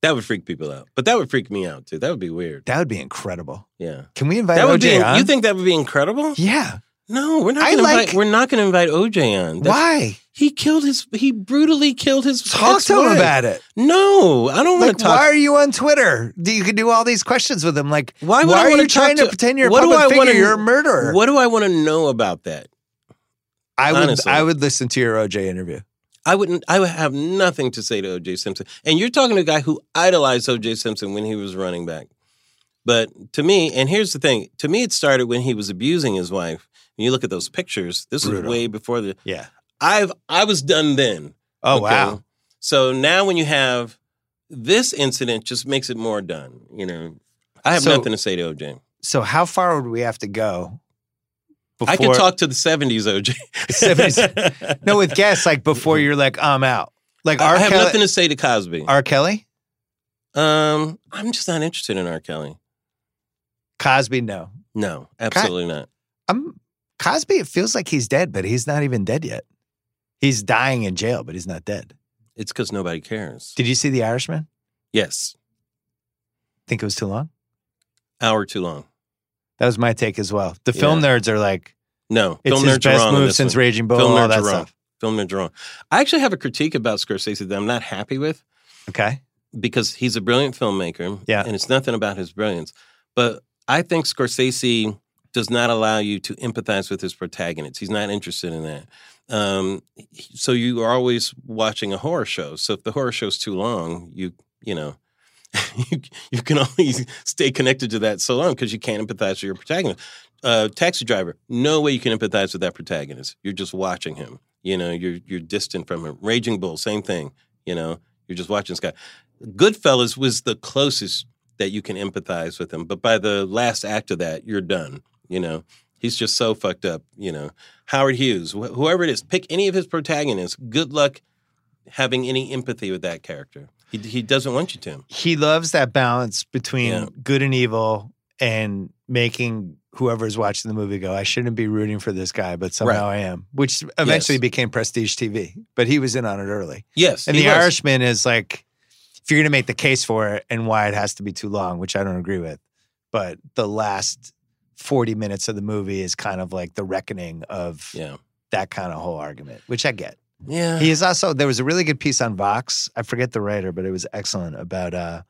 That would freak people out, but that would freak me out too. That would be weird.
That would be incredible.
Yeah,
Can we invite
that would
OJ
be.
on?
You think that would be incredible?
yeah.
No, we're not.
I
Gonna
like-
invite, we're not going to invite OJ on. That's-
Why?
He killed his. He brutally killed his.
Talk to him
ex-wife.
about it.
No, I don't want
Like,
to talk.
why are you on Twitter? Do- You can do all these questions with him. Like,
Why would I
why are
wanna
you
talk
trying to,
to-
pretend you're a
What do
public
I
figure?
wanna-
You're a murderer.
What do I want to know about that?
I would.
Honestly.
I would listen to your OJ interview.
I wouldn't. I would have nothing to say to O.J. Simpson. And you're talking to a guy who idolized O.J. Simpson when he was running back. But to me, and here's the thing: to me, it started when he was abusing his wife. When you look at those pictures, this
Brutal.
was way before the.
Yeah.
I've I was done then.
Oh
Okay?
wow.
So now when you have this incident, just makes it more done. You know, I have
So-
nothing to say to O.J.
So how far would we have to go? Before,
I could talk to the '70s O.J.
70s. No, with guests like before you're like I'm out. Like R.
I have
Kelly.
nothing to say to Cosby.
R. Kelly,
Um, I'm just not interested in R. Kelly.
Cosby. No,
No, absolutely not.
I'm Cosby, it feels like he's dead, but he's not even dead yet. He's dying in jail, but he's not dead.
It's because nobody cares.
Did you see The Irishman?
Yes,
Think it was too long?
hour too long.
That was my take as well. The film nerds are like,
No,
it's
film nerds
his
are
best
wrong on
move
this
since
one.
Raging Bull
Film
and all
nerds
that
are wrong.
stuff.
Film nerds are wrong. I actually have a critique about Scorsese that I'm not happy with
Okay.
because he's a brilliant filmmaker.
Yeah.
and it's nothing about his brilliance, but I think Scorsese does not allow you to empathize with his protagonist. He's not interested in that. Um, he- so you are always watching a horror show. So if the horror show's too long, you you know. You, you can only stay connected to that so long because you can't empathize with your protagonist uh, taxi driver. No way you can empathize with that protagonist. You're just watching him. You know, you're you're distant from him. Raging Bull, same thing. You know, you're just watching this guy. Goodfellas was the closest that you can empathize with him, but by the last act of that, you're done. You know, he's just so fucked up. You know, Howard Hughes, wh- whoever it is, pick any of his protagonists. Good luck having any empathy with that character. He he doesn't want you to.
He loves that balance between
Yeah.
good and evil and making whoever's watching the movie go, I shouldn't be rooting for this guy, but somehow I am, which eventually
Yes.
became prestige TV. But he was in on it early.
Yes,
And
he
The
was.
Irishman is like, if you're going to make the case for it and why it has to be too long, which I don't agree with, but the last 40 minutes of the movie is kind of like the reckoning of
Yeah,
that kind of whole argument, which I get.
yeah.
He is also, there was a really good piece on Vox. I forget the writer, but it was excellent about uh,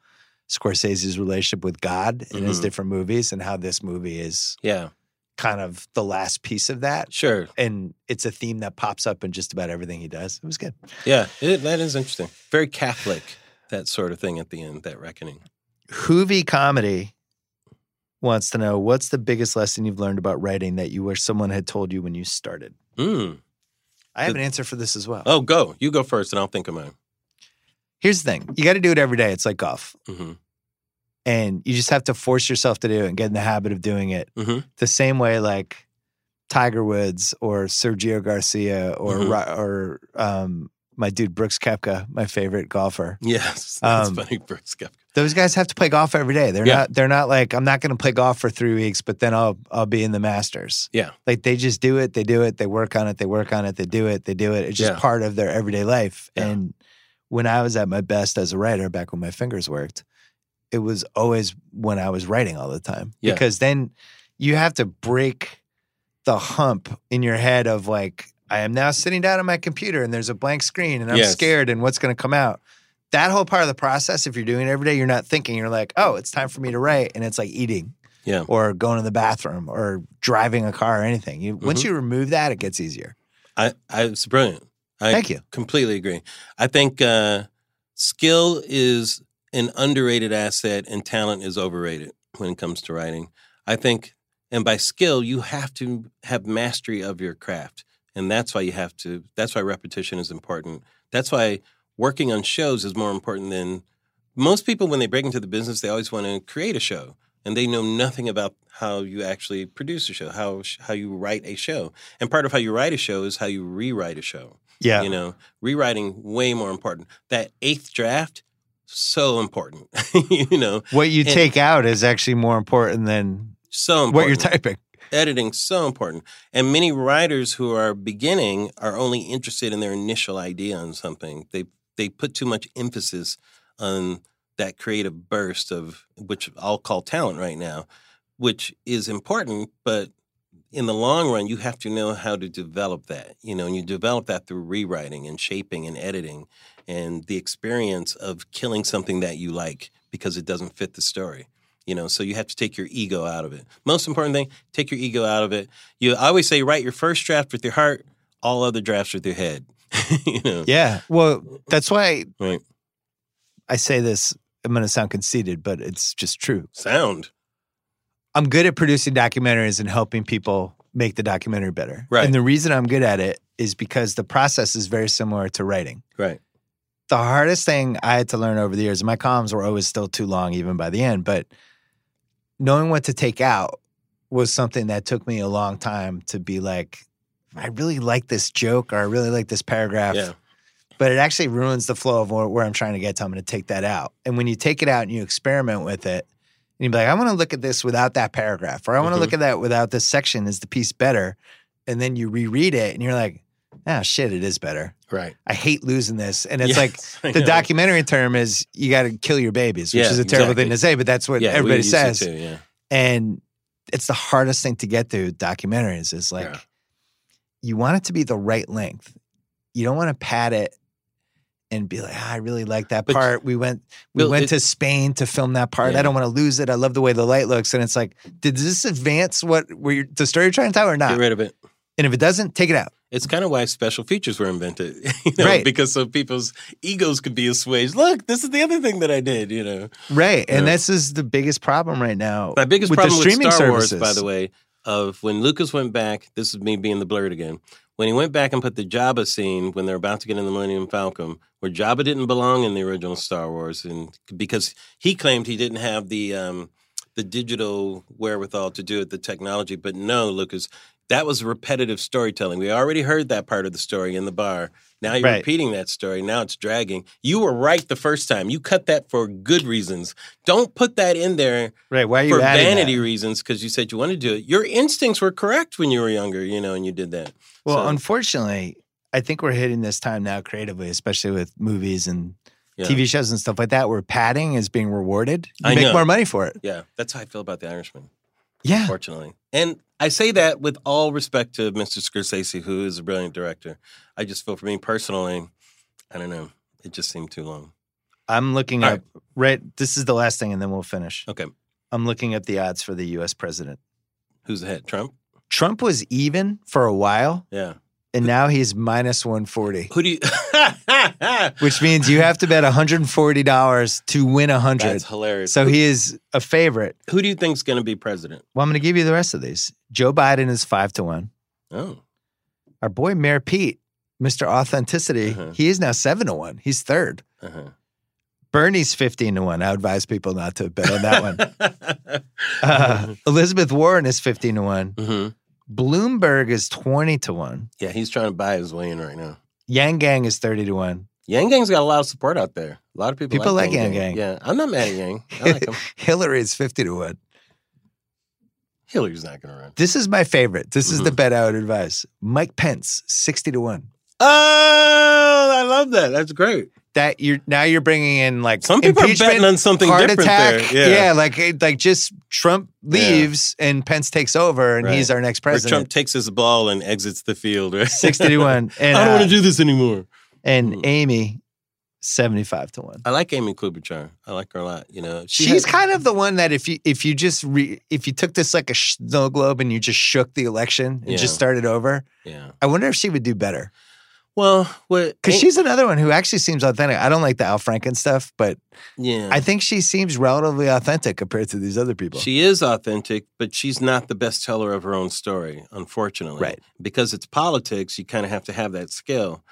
Scorsese's relationship with God in his
Mhm.
different movies and how this movie is
yeah,
kind of the last piece of that.
sure.
And it's a theme that pops up in just about everything he does. It was good.
Yeah, it, that is interesting. Very Catholic, that sort of thing at the end, that reckoning.
Hoovy Comedy wants to know what's the biggest lesson you've learned about writing that you wish someone had told you when you started?
Mm.
I have
The-
an answer for this as well.
Oh, go. You go first, and I'll think of mine.
Here's the thing you got to do it every day. It's like golf.
hmm
And you just have to force yourself to do it and get in the habit of doing it
Mhm.
the same way, like Tiger Woods or Sergio Garcia or,
Mhm.
Ro- or um, my dude Brooks Kepka, my favorite golfer.
Yes, that's
Um,
funny, Brooks. Koepka.
Those guys have to play golf every day. They're
Yeah.
not. They're not like I'm not going to play golf for three weeks, but then I'll I'll be in the Masters.
Yeah.
like they just do it. They do it. They work on it. They work on it. They do it. They do it. It's just
Yeah.
part of their everyday life.
Yeah.
And when I was at my best as a writer, back when my fingers worked, it was always when I was writing all the time
Yeah.
because then you have to break the hump in your head of like I am now sitting down at my computer and there's a blank screen and I'm
Yes.
scared and what's going to come out. That whole part of the process, if you're doing it every day, you're not thinking. You're like, oh, it's time for me to write, and it's like eating,
Yeah.
or going to the bathroom, or driving a car, or anything. You once
Mm-hmm.
you remove that, it gets easier.
I, I, it's brilliant. I
Thank you.
completely agree. I think uh, skill is an underrated asset, and talent is overrated when it comes to writing. I think, and by skill, you have to have mastery of your craft, and that's why you have to. That's why repetition is important. That's why working on shows is more important than most people. When they break into the business, they always want to create a show, and they know nothing about how you actually produce a show, how how you write a show. And part of how you write a show is how you rewrite a show.
Yeah,
You know, rewriting way more important. That eighth draft, so important. you know,
what you
and-
take out is actually more important than
so important.
what you're typing.
Editing so important. And many writers who are beginning are only interested in their initial idea on something. They they put too much emphasis on that creative burst of which I'll call talent right now, which is important, but in the long run, you have to know how to develop that, you know, and you develop that through rewriting and shaping and editing and the experience of killing something that you like because it doesn't fit the story, you know, so you have to take your ego out of it. Most important thing, take your ego out of it. You I always say, write your first draft with your heart, all other drafts with your head, you know.
Yeah. Well, that's why
Right.
I say this. I'm going to sound conceited, but it's just true.
Sound.
I'm good at producing documentaries and helping people make the documentary better.
Right.
And the reason I'm good at it is because the process is very similar to writing.
Right.
The hardest thing I had to learn over the years, my columns were always still too long, even by the end, but knowing what to take out was something that took me a long time to be like, I really like this joke or I really like this paragraph
Yeah.
but it actually ruins the flow of where, where I'm trying to get to. I'm going to take that out. And when you take it out and you experiment with it, And you'd be like, I want to look at this without that paragraph, or I want to
Mhm.
look at that without this section. Is the piece better? And then you reread it and you're like, ah, shit, it is better.
Right.
I hate losing this. And it's like
Yes, I
the
know.
documentary term is you got to kill your babies, which
Yeah,
is a terrible
exactly.
thing to say, but that's what
Yeah, we
everybody
used to
says.
too, yeah.
And it's the hardest thing to get through with documentaries is like
Yeah.
you want it to be the right length. You don't want to pad it and be like, "Ah, I really like that
But-
part. We went we
Well,
went
it-
to Spain to film that part.
Yeah.
I don't want to lose it. I love the way the light looks. And it's like, did this advance what were you, the story you're trying to tell or
Get
not?
rid of it.
And if it doesn't, take it out.
It's kind of why special features were invented, you know,
Right.
because so people's egos could be assuaged. Look, this is the other thing that I did, you know.
Right. And
Yeah.
this is the biggest problem right now.
My biggest
with the
problem
streaming
with Star
services.
Wars, by the way, of when Lucas went back, this is me being the blurred again. When he went back and put the Jabba scene when they're about to get in the Millennium Falcon, where Jabba didn't belong in the original Star Wars, and because he claimed he didn't have the um, the digital wherewithal to do it, the technology. But no, Lucas, that was repetitive storytelling. We already heard that part of the story in the bar. Now you're
Right.
repeating that story. Now it's dragging. You were right the first time. You cut that for good reasons. Don't put that in there
Right. Why are you
for
adding that?
vanity reasons because you said you wanted to do it. Your instincts were correct when you were younger, you know, and you did that.
Well,
So-
unfortunately, I think we're hitting this time now creatively, especially with movies and
Yeah.
TV shows and stuff like that, where padding is being rewarded. You
I
make
know.
more money for it.
Yeah, that's how I feel about The Irishman,
Yeah.
fortunately. And I say that with all respect to Mr. Scorsese, who is a brilliant director. I just feel for me personally, I don't know, it just seemed too long.
I'm looking
All
up right. This is the last thing and then we'll finish.
Okay,
I'm looking up the odds for the US president.
who's ahead? Trump?
Trump was even for a while,
Yeah.
and now he's minus 140.
Who do you.
Which means you have to bet $140 to win 100.
That's hilarious.
So he is a favorite.
who do you think's going to be president?
Well, I'm going to give you the rest of these. Joe Biden is five to one.
Oh,
Our boy Mayor Pete, Mr. Authenticity,
Uh-huh.
he is now seven to one. He's third.
uh-huh.
Bernie's 15 to one. I advise people not to bet on that one.
Uh,
Uh, Elizabeth Warren is 15 to one.
mhm.
Bloomberg is 20 to one.
Yeah, he's trying to buy his way in right now.
Yang Gang is 30 to one.
Yang Gang's got a lot of support out there. A lot of people,
People
like,
like Yang Gang.
Yeah, I'm not mad at Yang. I like him.
Hillary's 50 to one.
Hillary's not going to run.
This is my favorite. This is the
Mhm.
bet I would advise. Mike Pence, 60 to one.
Oh, I love that. That's great.
That you're now you're bringing in like
Some people are
impeachment,
betting on something
heart
different
attack.
there. Yeah.
like like just Trump leaves and Pence takes over and
Right.
he's our next
Where
president.
Trump takes his ball and exits the field. Right?
60 to 1
I
and
don't
uh,
want to do this anymore.
and
Mm.
Amy 75 to 1.
I like Amy Klobuchar. I like her a lot. You know, she
She's
had-
kind of the one that if you if you just re, if you took this like a snow globe and you just shook the election and
Yeah.
just started over,
yeah.
I wonder if she would do better.
Well, what?
Cuz
Amy-
she's another one who actually seems authentic. I don't like the Al Franken stuff, but
yeah.
I think she seems relatively authentic compared to these other people.
Mm. She is authentic, but she's not the best teller of her own story, unfortunately.
Right.
Because it's politics, you kind of have to have that skill.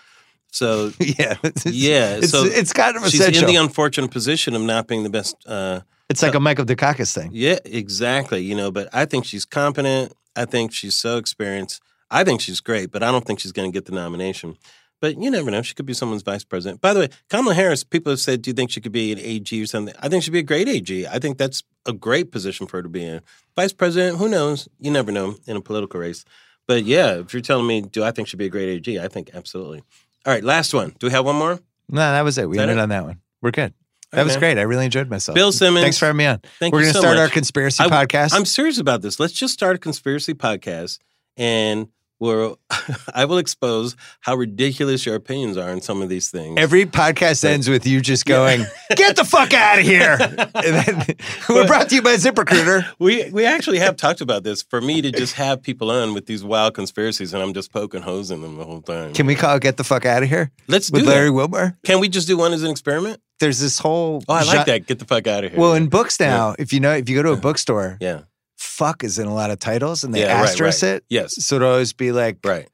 So
yeah. It's,
yeah,
It's,
so
it's kind of
she's
essential.
in the unfortunate position of not being the best. Uh,
it's like a Michael Dukakis thing.
yeah, exactly. You know, but I think she's competent. I think she's so experienced. I think she's great, but I don't think she's going to get the nomination. But you never know; she could be someone's vice president. By the way, Kamala Harris. People have said, "Do you think she could be an AG or something?" I think she'd be a great AG. I think that's a great position for her to be in. Vice president, who knows? You never know in a political race. But yeah, if you're telling me, do I think she'd be a great AG? I think absolutely. All right, last one. Do we have one more?
No, that was it. We
That
ended
it?
on that one. We're good.
right,
That was
man.
great. I really enjoyed myself.
Bill Simmons.
Thanks for having me on.
Thank
We're
you
going to
so
start our
much.
conspiracy
I-
podcast.
I'm serious about this. Let's just start a conspiracy podcast and we'll I will expose how ridiculous your opinions are on some of these things.
Every podcast ends with you just going, "Get the fuck out of here!" And then, we're brought to you by ZipRecruiter.
we we actually have talked about this. For me to just have people on with these wild conspiracies and I'm just poking holes in them the whole time.
Can we call "Get the fuck out of here"
Let's do
with Larry
that.
Wilbur?
Can we just do one as an experiment?
There's this whole.
Oh, I
gen-
like that. Get the fuck out of here.
Well, in books now, if you know, if you go to a bookstore,
yeah.
"fuck" is in a lot of titles, and they
Yeah, right,
asterisk it,
Yes.
so it'll always be like
Right.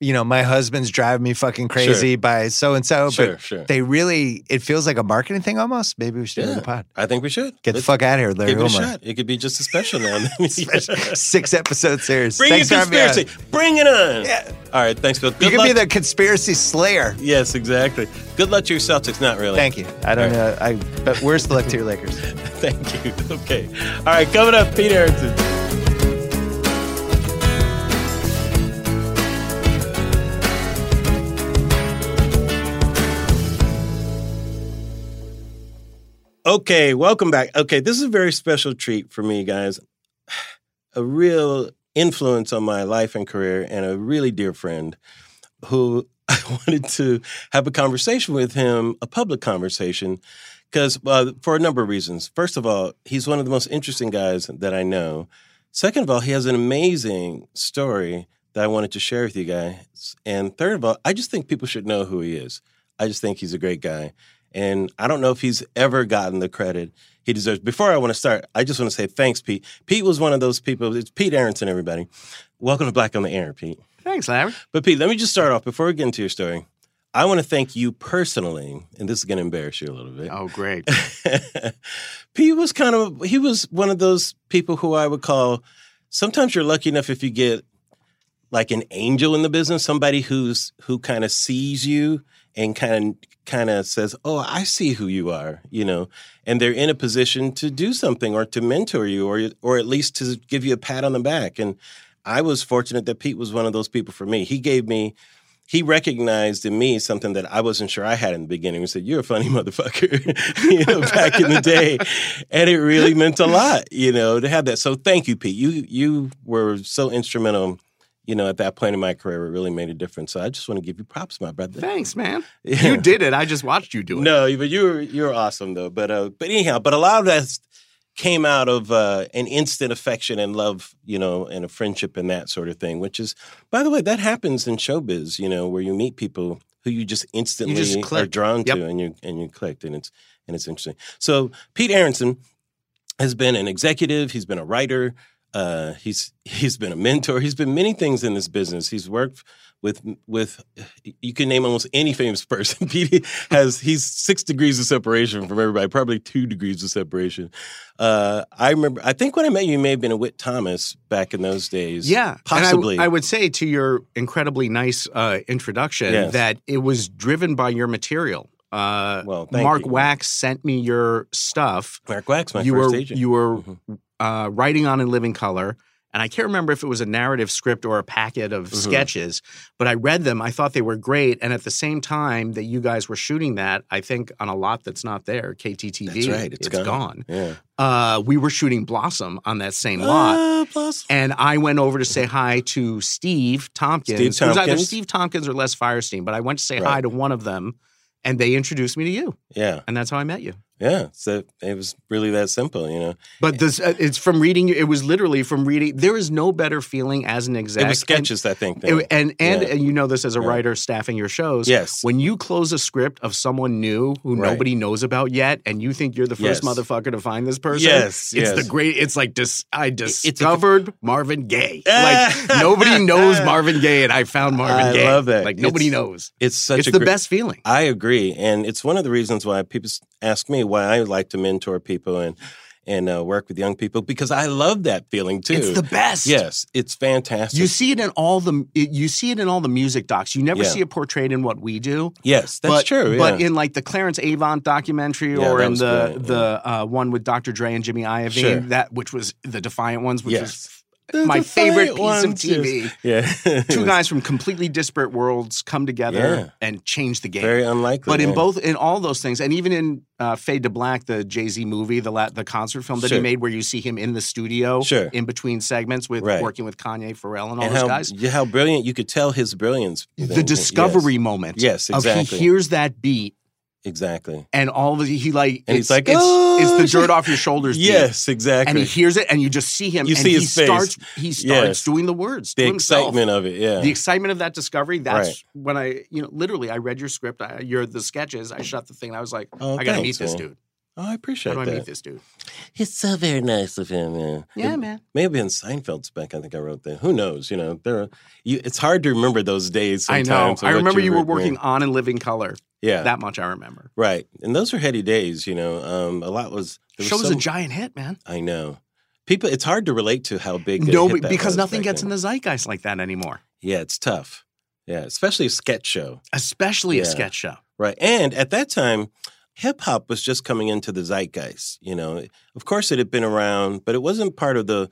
you know, my husband's driving me fucking crazy by so and so.
sure,
Oh, But
sure.
they really, it feels like a marketing thing almost. Maybe we should do it in
Yeah.
the pod.
I think we should
Get the
Let's
fuck out of here, Larry
Give it a
Wilmore.
shot. It could be just a special now. and then.
Six episode series.
Bring
Thanks
your
for having me on.
conspiracy. Bring it on.
Yeah.
All right. Thanks, Bill.
You
Good
could
luck.
be the conspiracy slayer.
yes, exactly. Good luck to your Celtics. Not really.
Thank you. I don't
All
know. I but where's the luck to your Lakers?
Thank you. Okay. All right. Coming up, Pete Aronson. Okay, welcome back. Okay, this is a very special treat for me, guys. A real influence on my life and career, and a really dear friend who I wanted to have a conversation with him, a public conversation, because uh, for a number of reasons. First of all, he's one of the most interesting guys that I know. Second of all, he has an amazing story that I wanted to share with you guys. And third of all, I just think people should know who he is. I just think he's a great guy. And I don't know if he's ever gotten the credit he deserves. Before I want to start, I just want to say thanks, Pete. Pete was one of those people. It's Pete Aronson, everybody. Welcome to Black on the Air, Pete.
Thanks, Larry.
But Pete, let me just start off before we get into your story. I want to thank you personally, and this is going to embarrass you a little bit.
Oh, great.
Pete was kind of he was one of those people who I would call sometimes you're lucky enough if you get like an angel in the business, somebody who's who kind of sees you and kind of kind of says, "Oh, I see who you are," you know, and they're in a position to do something or to mentor you or or at least to give you a pat on the back. And I was fortunate that Pete was one of those people for me. He gave me he recognized in me something that I wasn't sure I had in the beginning. He said, "You're a funny motherfucker," you know, back in the day, and it really meant a lot, you know, to have that. So thank you, Pete. You you were so instrumental, you know, at that point in my career. It really made a difference. So I just want to give you props, my brother.
Thanks, man.
Yeah.
You did it. I just watched you do it.
No, but you're you're awesome though. But uh, but anyhow, but a lot of that came out of uh, an instant affection and love, you know, and a friendship and that sort of thing. Which is, by the way, that happens in showbiz, you know, where you meet people who you just instantly are
click.
drawn
Yep.
to, and you and you clicked, and it's and it's interesting. So Pete Aronson has been an executive. He's been a writer. Uh, he's he's been a mentor. He's been many things in this business. He's worked with with you can name almost any famous person. Pete has he's six degrees of separation from everybody, probably two degrees of separation. Uh, I remember. I think when I met you, you may have been a Whit Thomas back in those days.
Yeah, and I w-
possibly.
I, would say to your incredibly nice uh, introduction
Yes.
that it was driven by your material. Uh,
well, thank
Mark
you.
Wax sent me your stuff.
Mark Wax, my
you
first
were
agent.
you were
Mhm.
uh, writing on in living color, and I can't remember if it was a narrative script or a packet of
Mhm.
sketches. But I read them. I thought they were great, and at the same time that you guys were shooting that, I think on a lot that's not there, KTTV.
That's right, it's
it's
gone.
gone.
yeah.
Uh, we were shooting Blossom on that same lot.
Ah, plus.
And I went over to say hi to Steve Tompkins.
Steve
It was either
Tompkins.
Steve Tompkins or Les Firestein, but I went to say
Right.
hi to one of them and they introduced me to you.
Yeah,
And that's how I met you.
yeah. So it was really that simple, you know.
But this, uh, it's from reading, it was literally from reading. There is no better feeling as an exec.
It was
and-
sketches, I think.
it-
Then.
And and,
Yeah.
and you know this as a
Yeah.
writer staffing your shows.
yes.
When you close a script of someone new who
Right.
nobody knows about yet, and you think you're the first
Yes.
motherfucker to find this person,
Yes,
it's
yes.
the great. It's like dis, I
it's a-
discovered Marvin Gaye. like nobody knows Marvin Gaye, and I found Marvin
I
Gaye.
love that.
Like nobody
It's
knows.
It's such
it's
a
the
great-
best feeling.
I agree, and it's one of the reasons why people s- ask me why I like to mentor people and and uh, work with young people because I love that feeling too.
It's the best.
yes, it's fantastic.
You see it in all the it- you see it in all the music docs. You never
Yeah.
see it portrayed in what we do.
yes, that's
but,
true.
But
yeah.
in like the Clarence Avant documentary,
Yeah,
or
that
in
was
the
great,
the uh, one with Dr. Dre and Jimmy Iovine,
Sure.
that which was the Defiant ones, which
Yes. The-
was my
the
favorite
funny
piece of
ones, yes.
TV.
Yeah,
Two guys from completely disparate worlds come together
Yeah.
and change the game.
very unlikely.
but in
yeah.
both, in all those things, and even in uh, Fade to Black, the Jay Z movie, the la- the concert film that
Sure.
he made, where you see him in the studio,
Sure.
in between segments with
Right.
working with Kanye, Pharrell, and all
and
those
how
guys,
yeah, how brilliant you could tell his brilliance.
the
Yes.
discovery moment
Yes,
of he
exactly.
hears that beat
exactly.
and all of a he like
And he's
it's,
like,
it's,
"Oh,
it's the
shit."
dirt off your shoulders beat.
Yes, exactly.
and he hears it and you just see him
You
and
see
he
his face.
starts he starts
Yes.
doing the words
the
to himself.
excitement of it. Yeah.
the excitement of that discovery that's
Right.
when i you know literally i read your script I, your the sketches i shut the thing and i was like
Oh,
i gotta
thanks,
meet this
man.
dude
Oh, I appreciate
How do I
that.
meet this dude?
It's so very nice of him. Yeah, It
man.
May have been Seinfeld's back. I think I wrote that. Who knows? You know, there. Are, you, it's hard to remember those days.
I
Sometimes
know.
and
I
what
remember you were working
doing.
on and living color.
Yeah,
That much I remember.
right. And those were heady days. You know, um, a lot was.
The
There
show was
some-
a giant hit, man.
I know. People, it's hard to relate to how big. a
No,
hit that
because
was
nothing
back
gets
then.
in the zeitgeist like that anymore,
Yeah, it's tough. Yeah, especially a sketch show.
especially
Yeah.
a sketch show.
Right. And at that time, hip hop was just coming into the zeitgeist. You know, of course it had been around, but it wasn't part of the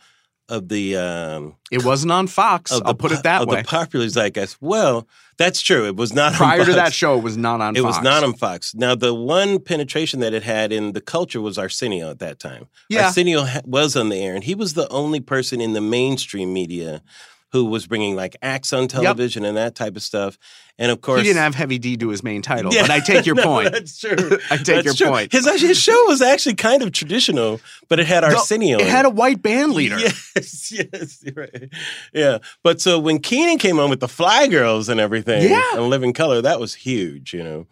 of the um
It wasn't on Fox.
of the
I'll put
po-
it that
of
way.
the popular zeitgeist. Well, that's true. It was not on
Prior to
Fox.
that show, it was not on
It
Fox.
was not on Fox. Now, the one penetration that it had in the culture was Arsenio at that time.
Yeah.
Arsenio ha- was on the air, and he was the only person in the mainstream media who was bringing like acts on television and that type of stuff. And of course,
He didn't have Heavy D do his main title,
Yeah.
but I take your
No,
point.
That's true.
I take
That's
your
true.
point.
His, actually, his show was actually kind of traditional, but it had
The-
Arsenio.
It
in
had a white band leader.
Oh. Yes, yes, you're right. Yeah. But so when Keenan came on with the Fly Girls and everything
Yeah.
and Living Color, that was huge, you know.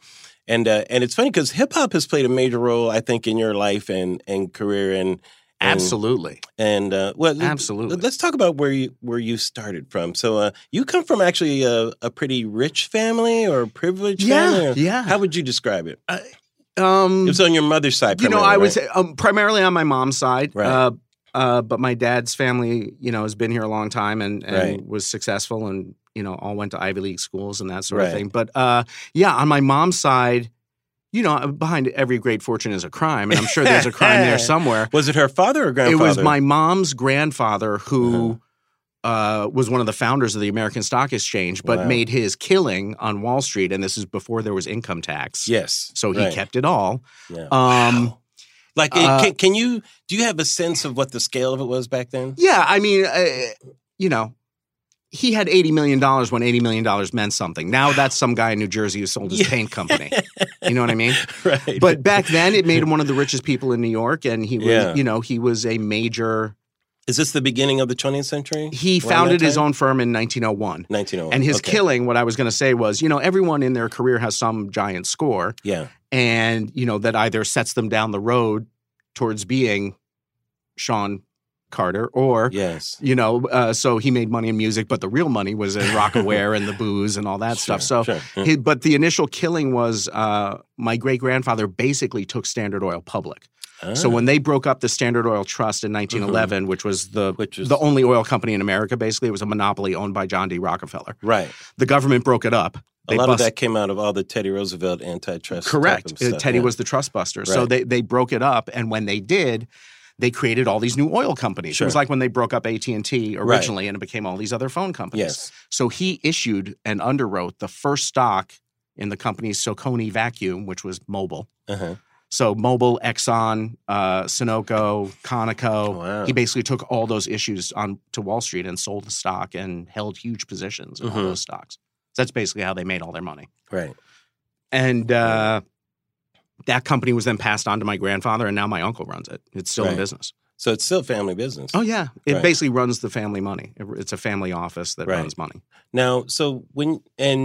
And uh, and it's funny because hip hop has played a major role, I think, in your life and and career and and-
Absolutely.
and uh, well
Absolutely.
Let's talk about where you where you started from. So uh, you come from actually a, a pretty rich family or a privileged family.
Yeah.
or-
Yeah.
How would you describe it? It
um,
was on your mother's side.
you know,
primarily,
I was
right?
um, primarily on my mom's side.
Right.
Uh, uh, but my dad's family, you know, has been here a long time and, and
Right.
was successful and, you know, all went to Ivy League schools and that sort
Right.
of thing. But uh, yeah, on my mom's side, you know, behind every great fortune is a crime. And I'm sure there's a crime there somewhere.
Was it her father or
It
grandfather?
was my mom's grandfather who uh was one of the founders of the American Stock Exchange, but
Uh-huh. Wow.
made his killing on Wall Street. And this is before there was income tax.
Yes.
So he
right.
kept it all.
Yeah.
Um,
Wow. like,
uh,
can, can you do you have a sense of what the scale of it was back then?
Yeah, I mean, uh, you know, he had $80 million when $80 million meant something. Now that's some guy in New Jersey who sold his
Yeah.
paint company. You know what I mean?
right.
But back then, it made him one of the richest people in New York. And he was,
Yeah.
you know, he was a major.
is this the beginning of the 20th century?
He
Around
founded
that
his
time?
own firm in 1901.
1901.
And his
Oh, Okay.
killing, what I was going to say was, you know, everyone in their career has some giant score,
Yeah.
and, you know, that either sets them down the road towards being Sean Carter or
Yes.
you know uh, so he made money in music but the real money was in rock aware and the booze and all that stuff so
Sure, sure. Mm.
he- but the initial killing was uh, my great grandfather basically took standard oil public so
Ah, Mm-hmm.
when they broke up the standard oil trust in 1911 which was the
which is
the only oil company in america basically it was a monopoly owned by john d rockefeller
right.
the government broke it up
A lot
bust-
of that came out of all the Teddy Roosevelt antitrust. type
Correct.
of stuff,
Uh, Teddy
yeah.
was the trust buster. So
Right.
they, they broke it up. And when they did, they created all these new oil companies. It was
Sure.
like when they broke up AT&T
Right.
originally and it became all these other phone companies.
Yes.
So he issued and underwrote the first stock in the company's Soconi Vacuum, which was Mobil.
Uh-huh.
So Mobil, Exxon, uh, Sunoco, Conoco.
Oh, Wow.
He basically took all those issues on to Wall Street and sold the stock and held huge positions in all
Mhm.
those stocks. So that's basically how they made all their money
Right.
and uh, that company was then passed on to my grandfather, and now my uncle runs it. It's still
Right.
in business.
So it's still family business.
Oh yeah, it
Right.
basically runs the family money. It- it's a family office that
Right.
runs money.
Now, so when and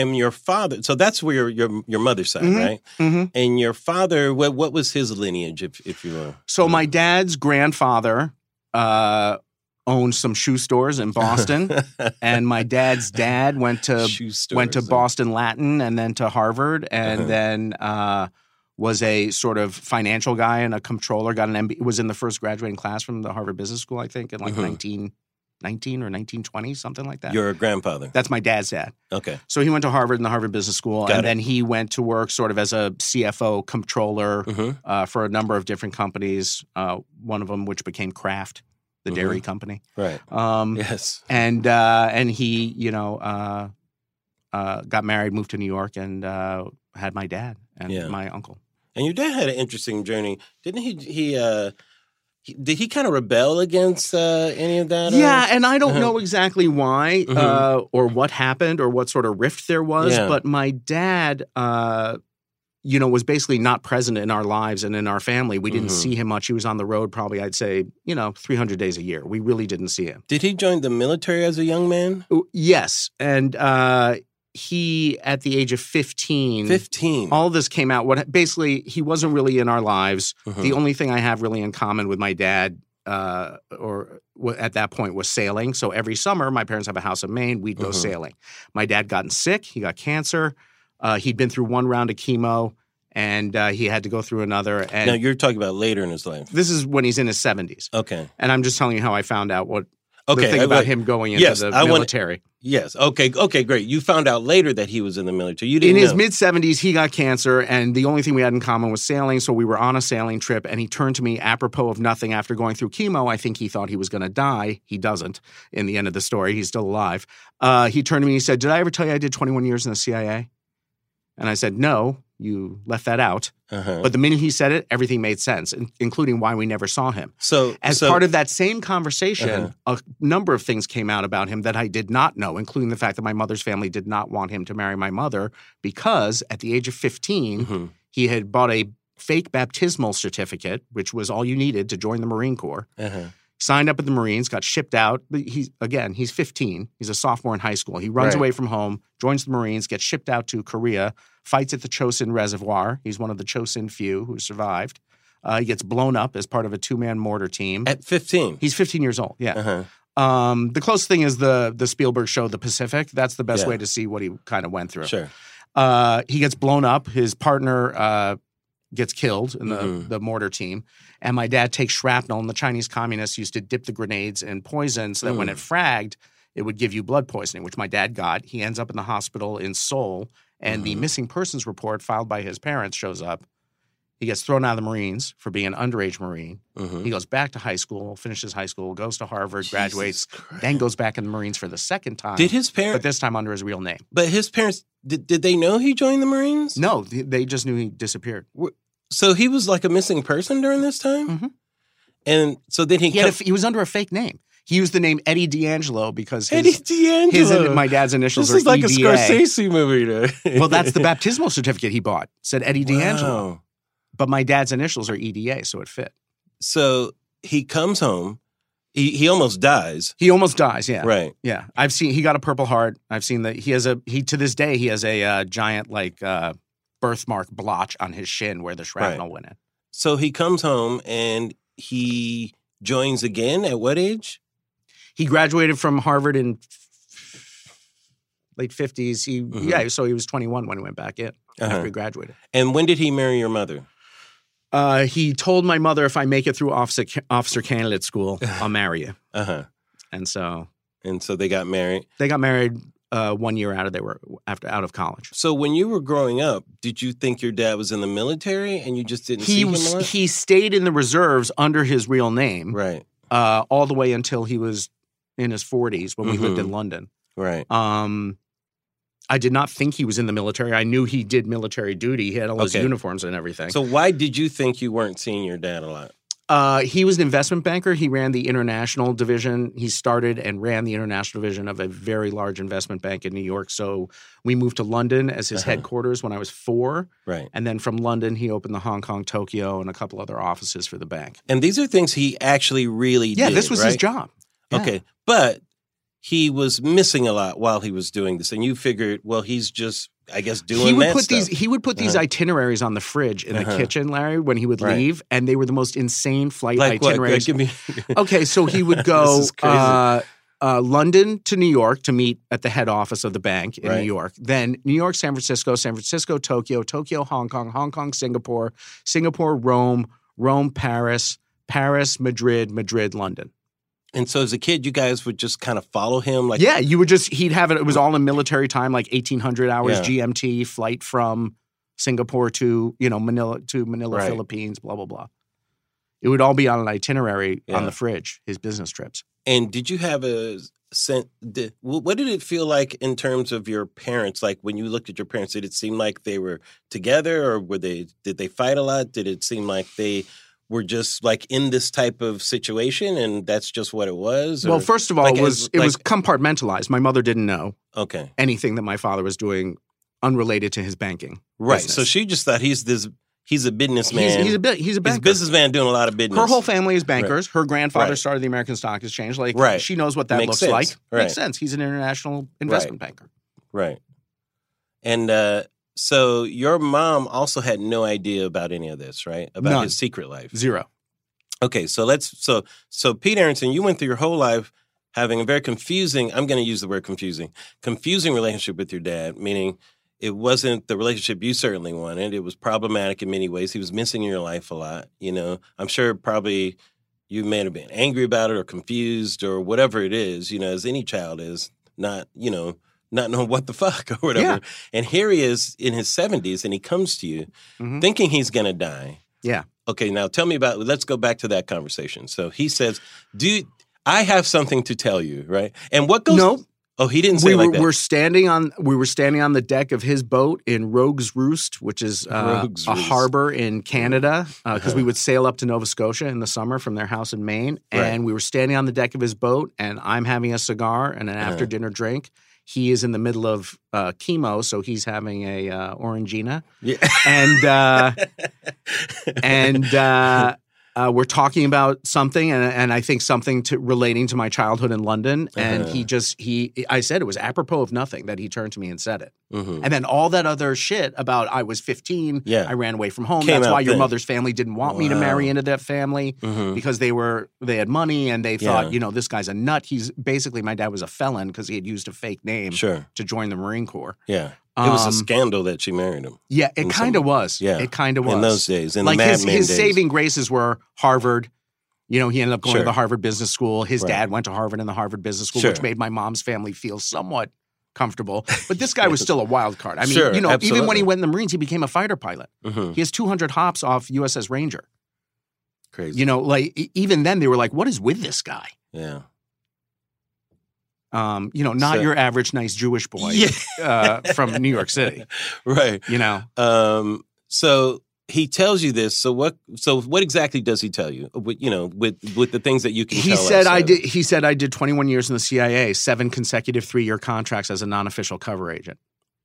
and your father, so that's where your your, your mother's side,
Mhm.
right? And your father, what what was his lineage, if if you will?
So my dad's grandfather uh, owned some shoe stores in Boston, and my dad's dad went to
Shoe
went to
stores.
Boston Latin and then to Harvard, and
Uh-huh.
then. Uh, was a sort of financial guy and a controller. Got an MBA. Was in the first graduating class from the Harvard Business School, I think, in like
Mhm.
nineteen nineteen 19, or nineteen twenty, something like that.
Your grandfather.
That's my dad's dad.
Okay.
So he went to Harvard and the Harvard Business School,
Got
and
it.
then he went to work sort of as a CFO controller
hmm
uh, for a number of different companies. Uh, one of them, which became Kraft, the
Mhm.
dairy company.
Right.
Um,
Yes.
and uh, and he, you know, uh, uh, got married, moved to New York, and uh, had my dad and
Yeah.
my uncle.
And your dad had an interesting journey, didn't he? He uh, he- did he kind of rebel against uh, any of that? or-
Yeah, and I don't
Uh-huh.
know exactly why
Mhm.
uh, or what happened or what sort of rift there was,
Yeah.
but my dad, uh, you know, was basically not present in our lives and in our family. We didn't
Mhm.
see him much. He was on the road probably, I'd say, you know, 300 days a year. We really didn't see him.
Did he join the military as a young man?
Yes, and uh, he, at the age of 15,
15.
all this came out. What basically he wasn't really in our lives.
Mhm.
The only thing I have really in common with my dad, uh, or w- at that point, was sailing. So every summer, my parents have a house in Maine. We'd go
Mhm.
sailing. My dad gotten sick. He got cancer. Uh, he'd been through one round of chemo, and uh, he had to go through another. And
now you're talking about later in his life.
this is when he's in his seventies.
Okay.
And I'm just telling you how I found out what
Okay.
the thing about
wait.
him going into
Yes,
the
I wanna-
military.
Yes. Okay. Okay. Great. You found out later that he was in the military. You
In
didn't.
his
know.
mid 70s, he got cancer, and the only thing we had in common was sailing. So we were on a sailing trip, and he turned to me apropos of nothing after going through chemo. I think he thought he was going to die. He doesn't. In the end of the story, he's still alive. Uh, he turned to me and he said, Did I ever tell you I did 21 years in the CIA? And I said, No, you left that out.
Uh-huh.
But the minute he said it, everything made sense, in- including why we never saw him.
so
As
so,
part of that same conversation, a number of things came out about him that I did not know, including the fact that my mother's family did not want him to marry my mother because at the age of 15,
Mhm.
he had bought a fake baptismal certificate, which was all you needed to join the Marine Corps.
Uh-huh.
Signed up at the Marines, got shipped out. But He's again, he's 15. He's a sophomore in high school. He runs
Right.
away from home, joins the Marines, gets shipped out to Korea, fights at the Chosin Reservoir. He's one of the Chosin few who survived. Uh, he gets blown up as part of a two-man mortar team.
At 15.
He's 15 years old. Yeah.
Uh-huh.
Um, the closest thing is the the Spielberg show, The Pacific. That's the best
Yeah.
way to see what he kind of went through.
Sure.
Uh, he gets blown up. His partner uh, gets killed in the,
Mhm.
the mortar team. And my dad takes shrapnel, and the Chinese communists used to dip the grenades in poison so that when
Mm.
it fragged, it would give you blood poisoning, which my dad got. He ends up in the hospital in Seoul, and the
Mhm.
missing persons report filed by his parents shows up. He gets thrown out of the Marines for being an underage Marine.
Mm-hmm.
He goes back to high school, finishes high school, goes to Harvard, graduates, then goes back in the Marines for the second time.
Did his
but
parents? But,
this time under his real name.
his parents did, did they know he joined the Marines?
No, th- they just knew he disappeared.
So he was like a missing person during this time.
Mhm.
And so then he,
He, had a
come-
f he was under a fake name. He used the name Eddie D'Angelo because
Eddie
his,
D'Angelo.
his and my dad's initials
this is
are
like
EDA.
a Scorsese movie. Though.
well, that's the baptismal certificate he bought. Said Eddie D'Angelo,
Wow.
but my dad's initials are EDA, so it fit.
So he comes home. He he almost dies.
He almost dies. Yeah,
Right.
yeah. I've seen he got a Purple Heart. I've seen that he has a he to this day he has a uh, giant like uh, birthmark blotch on his shin where the shrapnel went in.
So he comes home and he joins again at what age?
he graduated from Harvard in late 50s. He
Mhm.
yeah, so he was 21 when he went back in after
Uh-huh.
he graduated.
And when did he marry your mother?
Uh, he told my mother if I make it through officer officer candidate school, I'll marry you.
Uh huh.
And so
And so they got married.
they got married uh, one year out of they were after out of college.
So when you were growing up, did you think your dad was in the military and you just didn't see
He
him a
was,
lot?
he stayed in the reserves under his real name
right.
uh, all the way until he was in his 40s when we lived
Mhm.
in London.
Right.
Um, I did not think he was in the military. I knew he did military duty. He had all his
Okay.
uniforms and everything.
So why did you think you weren't seeing your dad a lot?
uh, he was an investment banker. He ran the international division. He started and ran the international division of a very large investment bank in New York. So we moved to London as his
Uh-huh.
headquarters when I was four.
Right.
And then from London, he opened the Hong Kong, Tokyo, and a couple other offices for the bank.
And these are things he actually really
Yeah,
did.
this was his
right?
job. Yeah.
Okay. But he was missing a lot while he was doing this. And you figured, well, he's just, I guess, doing
he would
that
put
stuff.
these he would put these
Uh-huh.
itineraries on the fridge in
Uh-huh.
the kitchen, Larry, when he would
Right.
leave, and they were the most insane flight
like what?
itineraries.
Give me.
Okay, so he would
This
go
is crazy.
uh, uh, London to New York to meet at the head office of the bank in
Right.
New York. Then New York, San Francisco, San Francisco, Tokyo, Tokyo, Hong Kong, Hong Kong, Singapore, Singapore, Rome, Rome, Paris, Paris, Madrid, Madrid, London.
And so as a kid, you guys would just kind of follow him, like
yeah, you would just he'd have it. It was all in military time, like eighteen hundred hours
Yeah.
GMT flight from Singapore to you know Manila to Manila,
Right.
Philippines, blah blah blah. It would all be on an itinerary
Yeah.
on the fridge, his business trips.
And did you have a sense? Did, wh- what did it feel like in terms of your parents? Like when you looked at your parents, did it seem like they were together, or were they? Did they fight a lot? Did it seem like they were just like in this type of situation, and that's just what it was?
Well,
or-
first of all,
like,
it was
as-
it was
like-
compartmentalized. My mother didn't know
okay,
anything that my father was doing unrelated to his banking.
right. So
business.
she just thought he's this. He's a businessman.
He's, he's a bit he's a
he's
banker.
businessman doing a lot of business.
Her whole family is bankers. Her grandfather
Right.
started the American Stock Exchange. Like
Right.
she knows what that
Makes
looks
sense.
like.
Right.
Makes sense. He's an international investment banker.
right. And uh, so your mom also had no idea about any of this, right? About
None.
his secret life.
Zero.
Okay, so let's so so Pete Aronson, you went through your whole life having a very confusing, I'm gonna use the word confusing, confusing relationship with your dad, meaning it wasn't the relationship you certainly wanted. It was problematic in many ways. He was missing in your life a lot, you know. I'm sure probably you may have been angry about it or confused or whatever it is, you know, as any child is, not, you know, not knowing what the fuck or whatever.
Yeah.
And here he is in his 70s and he comes to you
Mhm.
thinking he's going to die.
Yeah.
Okay, now tell me about let's go back to that conversation. So he says, "Do I have something to tell you, right?" And what goes
Nope.
Oh, he didn't say
we
it
were,
like that.
we're standing on we were standing on the deck of his boat in Rogue's Roost, which is uh,
Rogue's
a
Roost.
harbor in Canada, because
Uh-huh.
we would sail up to Nova Scotia in the summer from their house in Maine.
Right.
And we were standing on the deck of his boat, and I'm having a cigar and an
Uh-huh.
after dinner drink. He is in the middle of uh, chemo, so he's having a uh, orangina,
yeah.
and uh, and uh, uh, we're talking about something, and, and I think something to, relating to my childhood in London. And
Uh-huh.
he just he, I said it was apropos of nothing that he turned to me and said it.
Mhm.
And then all that other shit about I was fifteen,
Yeah.
I ran away from home.
Came
That's
out
why your
then.
mother's family didn't want me to
Wow.
marry into that family
Mhm.
because they were they had money and they
Yeah.
thought you know this guy's a nut. He's basically my dad was a felon because he had used a fake name
Sure.
to join the Marine Corps.
Yeah. It was a
Um,
scandal that she married him
Yeah,
in
it
some-
kind of was.
yeah,
it kind of was
in those days, in
like
the Mad
his,
Men
his
days.
saving graces were Harvard. You know, he ended up going
Sure.
to the Harvard Business School. His
Right.
dad went to Harvard and the Harvard Business School,
Sure.
which made my mom's family feel somewhat comfortable. But this guy was still a wild card. I mean,
Sure,
you know, even when
absolutely.
he went in the Marines, he became a fighter pilot.
Mhm.
He has 200 hops off USS Ranger.
Crazy.
You know, like e- even then they were like, "What is with this guy?"
yeah.
Um, you know, not
So-
your average nice Jewish boy
Yeah.
uh, from New York City.
Right.
You know,
Um, so he tells you this. So what? So what exactly does he tell you? With, you know, with with the things that you can.
He
tell
said
us,
I
uh,
did. He said I did 21 years in the CIA, seven consecutive three-year contracts as a non-official cover agent.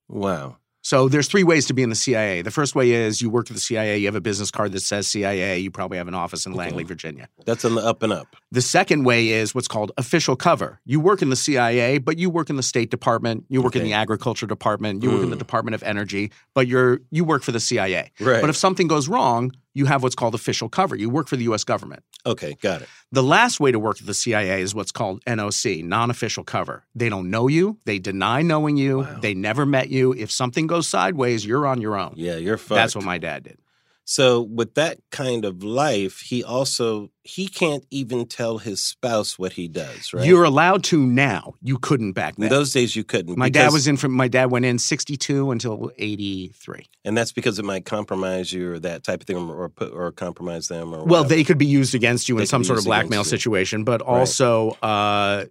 Wow.
So there's three ways to be in the CIA. The first way is you work for the CIA, you have a business card that says CIA, you probably have an office in Langley, Virginia.
That's on the up and up.
The second way is what's called official cover. You work in the CIA, but you work in the State Department, you work in
Okay.
the Agriculture Department, you work in the
Mm.
Department of Energy, but you're you work for the CIA.
Right.
But if something goes wrong, you have what's called official cover. You work for the US government.
okay. Got it.
The last way to work at the CIA is what's called NOC, non official cover. They don't know you. They deny knowing you.
Wow.
They never met you. If something goes sideways, you're on your own.
Yeah. You're fucked.
That's what my dad did.
So with that kind of life, he also he can't even tell his spouse what he does, right?
You're allowed to now. You couldn't back
in
then.
those days you couldn't.
my dad
because-
was in from my dad went in 62 until 83.
and that's because it might compromise you or that type of thing, or put or compromise them, or
Well,
whatever.
they could be used against you
Oh, They
in
could
some
be
sort of
used against
blackmail
you.
situation, but
Right.
also uh,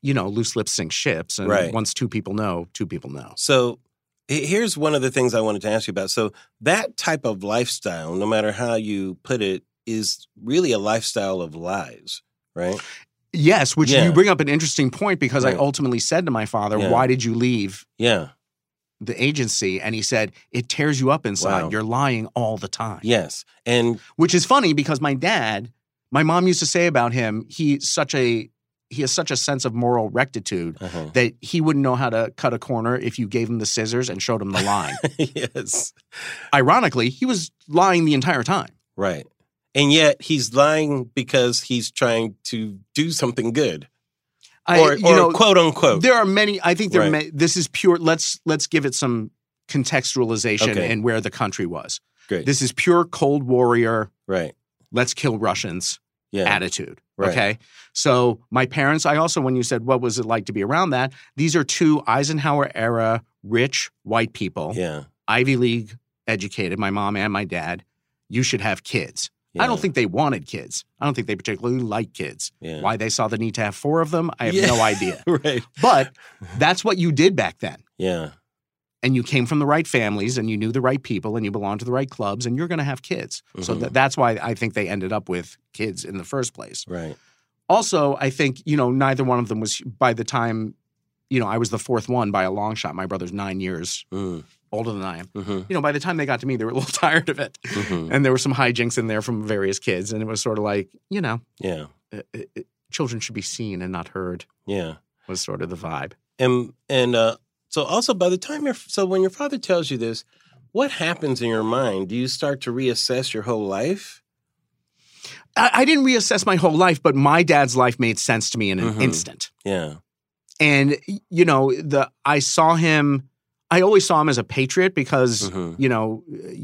you know, loose lips sink ships and
Right.
once two people know, two people know.
So he- here's one of the things I wanted to ask you about. So that type of lifestyle, no matter how you put it, is really a lifestyle of lies, right?
Yes, which
Yeah.
you bring up an interesting point because
Right.
I ultimately said to my father,
Yeah.
"Why did you leave
Yeah.
the agency and he said it tears you up inside
Wow.
you're lying all the time
Yes. And
which is funny because my dad my mom used to say about him he's such a he has such a sense of moral rectitude
uh
that he wouldn't know how to cut a corner if you gave him the scissors and showed him the line
yes.
ironically he was lying the entire time
Right. And yet he's lying because he's trying to do something good.
I-
or,
you
or
know,
quote unquote.
there are many i think there are
Right.
many this is pure let's let's give it some contextualization
Okay.
and where the country was
Great.
this is pure cold warrior
right.
let's kill russians
Yeah.
attitude.
Right.
Okay. So my parents, I also, when you said what was it like to be around that, these are two Eisenhower era rich white people,
Yeah.
Ivy League educated, my mom and my dad. You should have kids. I don't
yeah,
think they wanted kids. I don't think they particularly liked kids.
yeah.
Why they saw the need to have four of them, I have
Yeah.
no idea.
Right.
But that's what you did back then.
Yeah.
And you came from the right families and you knew the right people and you belonged to the right clubs and you're going to have kids. So
Mhm.
th- that's why I think they ended up with kids in the first place
Right.
also i think you know neither one of them was by the time you know i was the fourth one by a long shot my brother's nine years
Mm.
older than i am
hmm
you know by the time they got to me they were a little tired of it
hmm
and there were some hijinks in there from various kids and it was sort of like you know
Yeah.
uh, uh, uh, children should be seen and not heard
Yeah.
was sort of the vibe
And and uh, So also by the time your so when your father tells you this, what happens in your mind? Do you start to reassess your whole life?
I, I didn't reassess my whole life, but my dad's life made sense to me in an
Mhm.
instant.
Yeah.
And you know, the I saw him. I always saw him as a patriot because
Mhm.
you know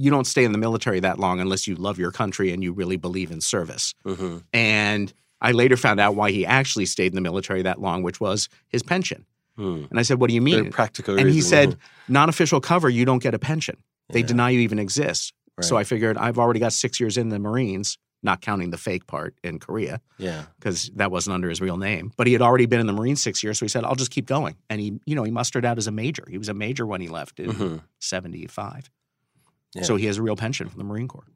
you don't stay in the military that long unless you love your country and you really believe in service.
Mm-hmm.
And I later found out why he actually stayed in the military that long, which was his pension. And I said, "What do you mean?"
Mm-hmm. practical
and he
reason. Mm-hmm.
said, "Non-official cover, you don't get a pension. They
Yeah.
deny you even exist." So I
Right.
figured I've already got six years in the Marines, not counting the fake part in Korea
Yeah.
because that wasn't under his real name. But he had already been in the Marines six years, so he said, "I'll just keep going." And he, you know, he mustered out as a major. He was a major when he left in
Mm-hmm.
'75,
Yeah.
so he has a real pension from the Marine Corps.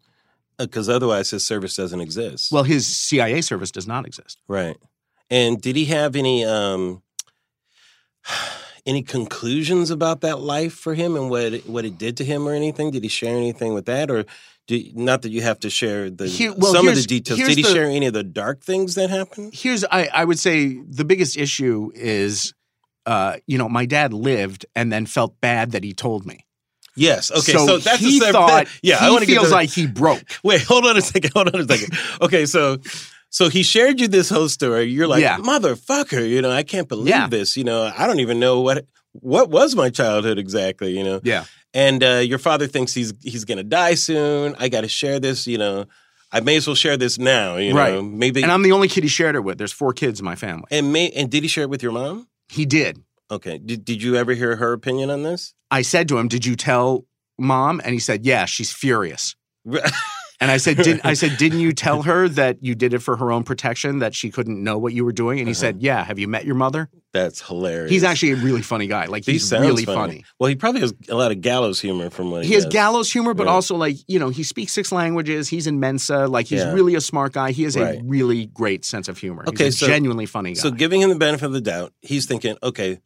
Because Uh, otherwise his service doesn't exist.
Well, his CIA service does not exist.
Right. And did he have any um any conclusions about that life for him and what it, what it did to him or anything? Did he share anything with that or do, not that you have to share the
He- well,
some of the
here's-
details.
here's
Did he
the-
share any of the dark things that happened?
Here's, I, I would say, the biggest issue is, uh, you know, my dad lived and then felt bad that he told me.
Yes. Okay. So,
so,
that's
he
a separate,
thought.
that- yeah,
he
I want to get
feels
to-
like he broke.
Wait, hold on a second. Hold on a second. Okay, so so he shared you this whole story. You're like,
Yeah.
motherfucker, you know, I can't believe
Yeah.
this. You know, I don't even know what what was my childhood exactly, you know.
Yeah.
And uh, your father thinks he's he's gonna die soon. I gotta share this, you know. I may as well share this now, you know.
Right.
Maybe
And
and,
I'm the only kid he shared it with. There's four kids in my family.
may and did he share it with your mom?
He did.
Okay. Did did you ever hear her opinion on this?
I said to him, "Did you tell mom?" And he said, "Yeah, she's furious." And I said, did, I said, didn't you tell her that you did it for her own protection, that she couldn't know what you were doing? And he
Uh-huh.
said, yeah. Have you met your mother?
That's hilarious.
He's actually a really funny guy. Like
he
he's
sounds
really
funny.
funny.
Well, he probably has a lot of gallows humor from what he,
He has
does.
gallows humor, but
Yeah.
also like you know, he speaks six languages. He's in Mensa. Like he's
Yeah.
really a smart guy. He has
Right.
a really great sense of humor.
Okay,
he's a
so-
genuinely funny guy.
So giving him the benefit of the doubt, he's thinking, okay,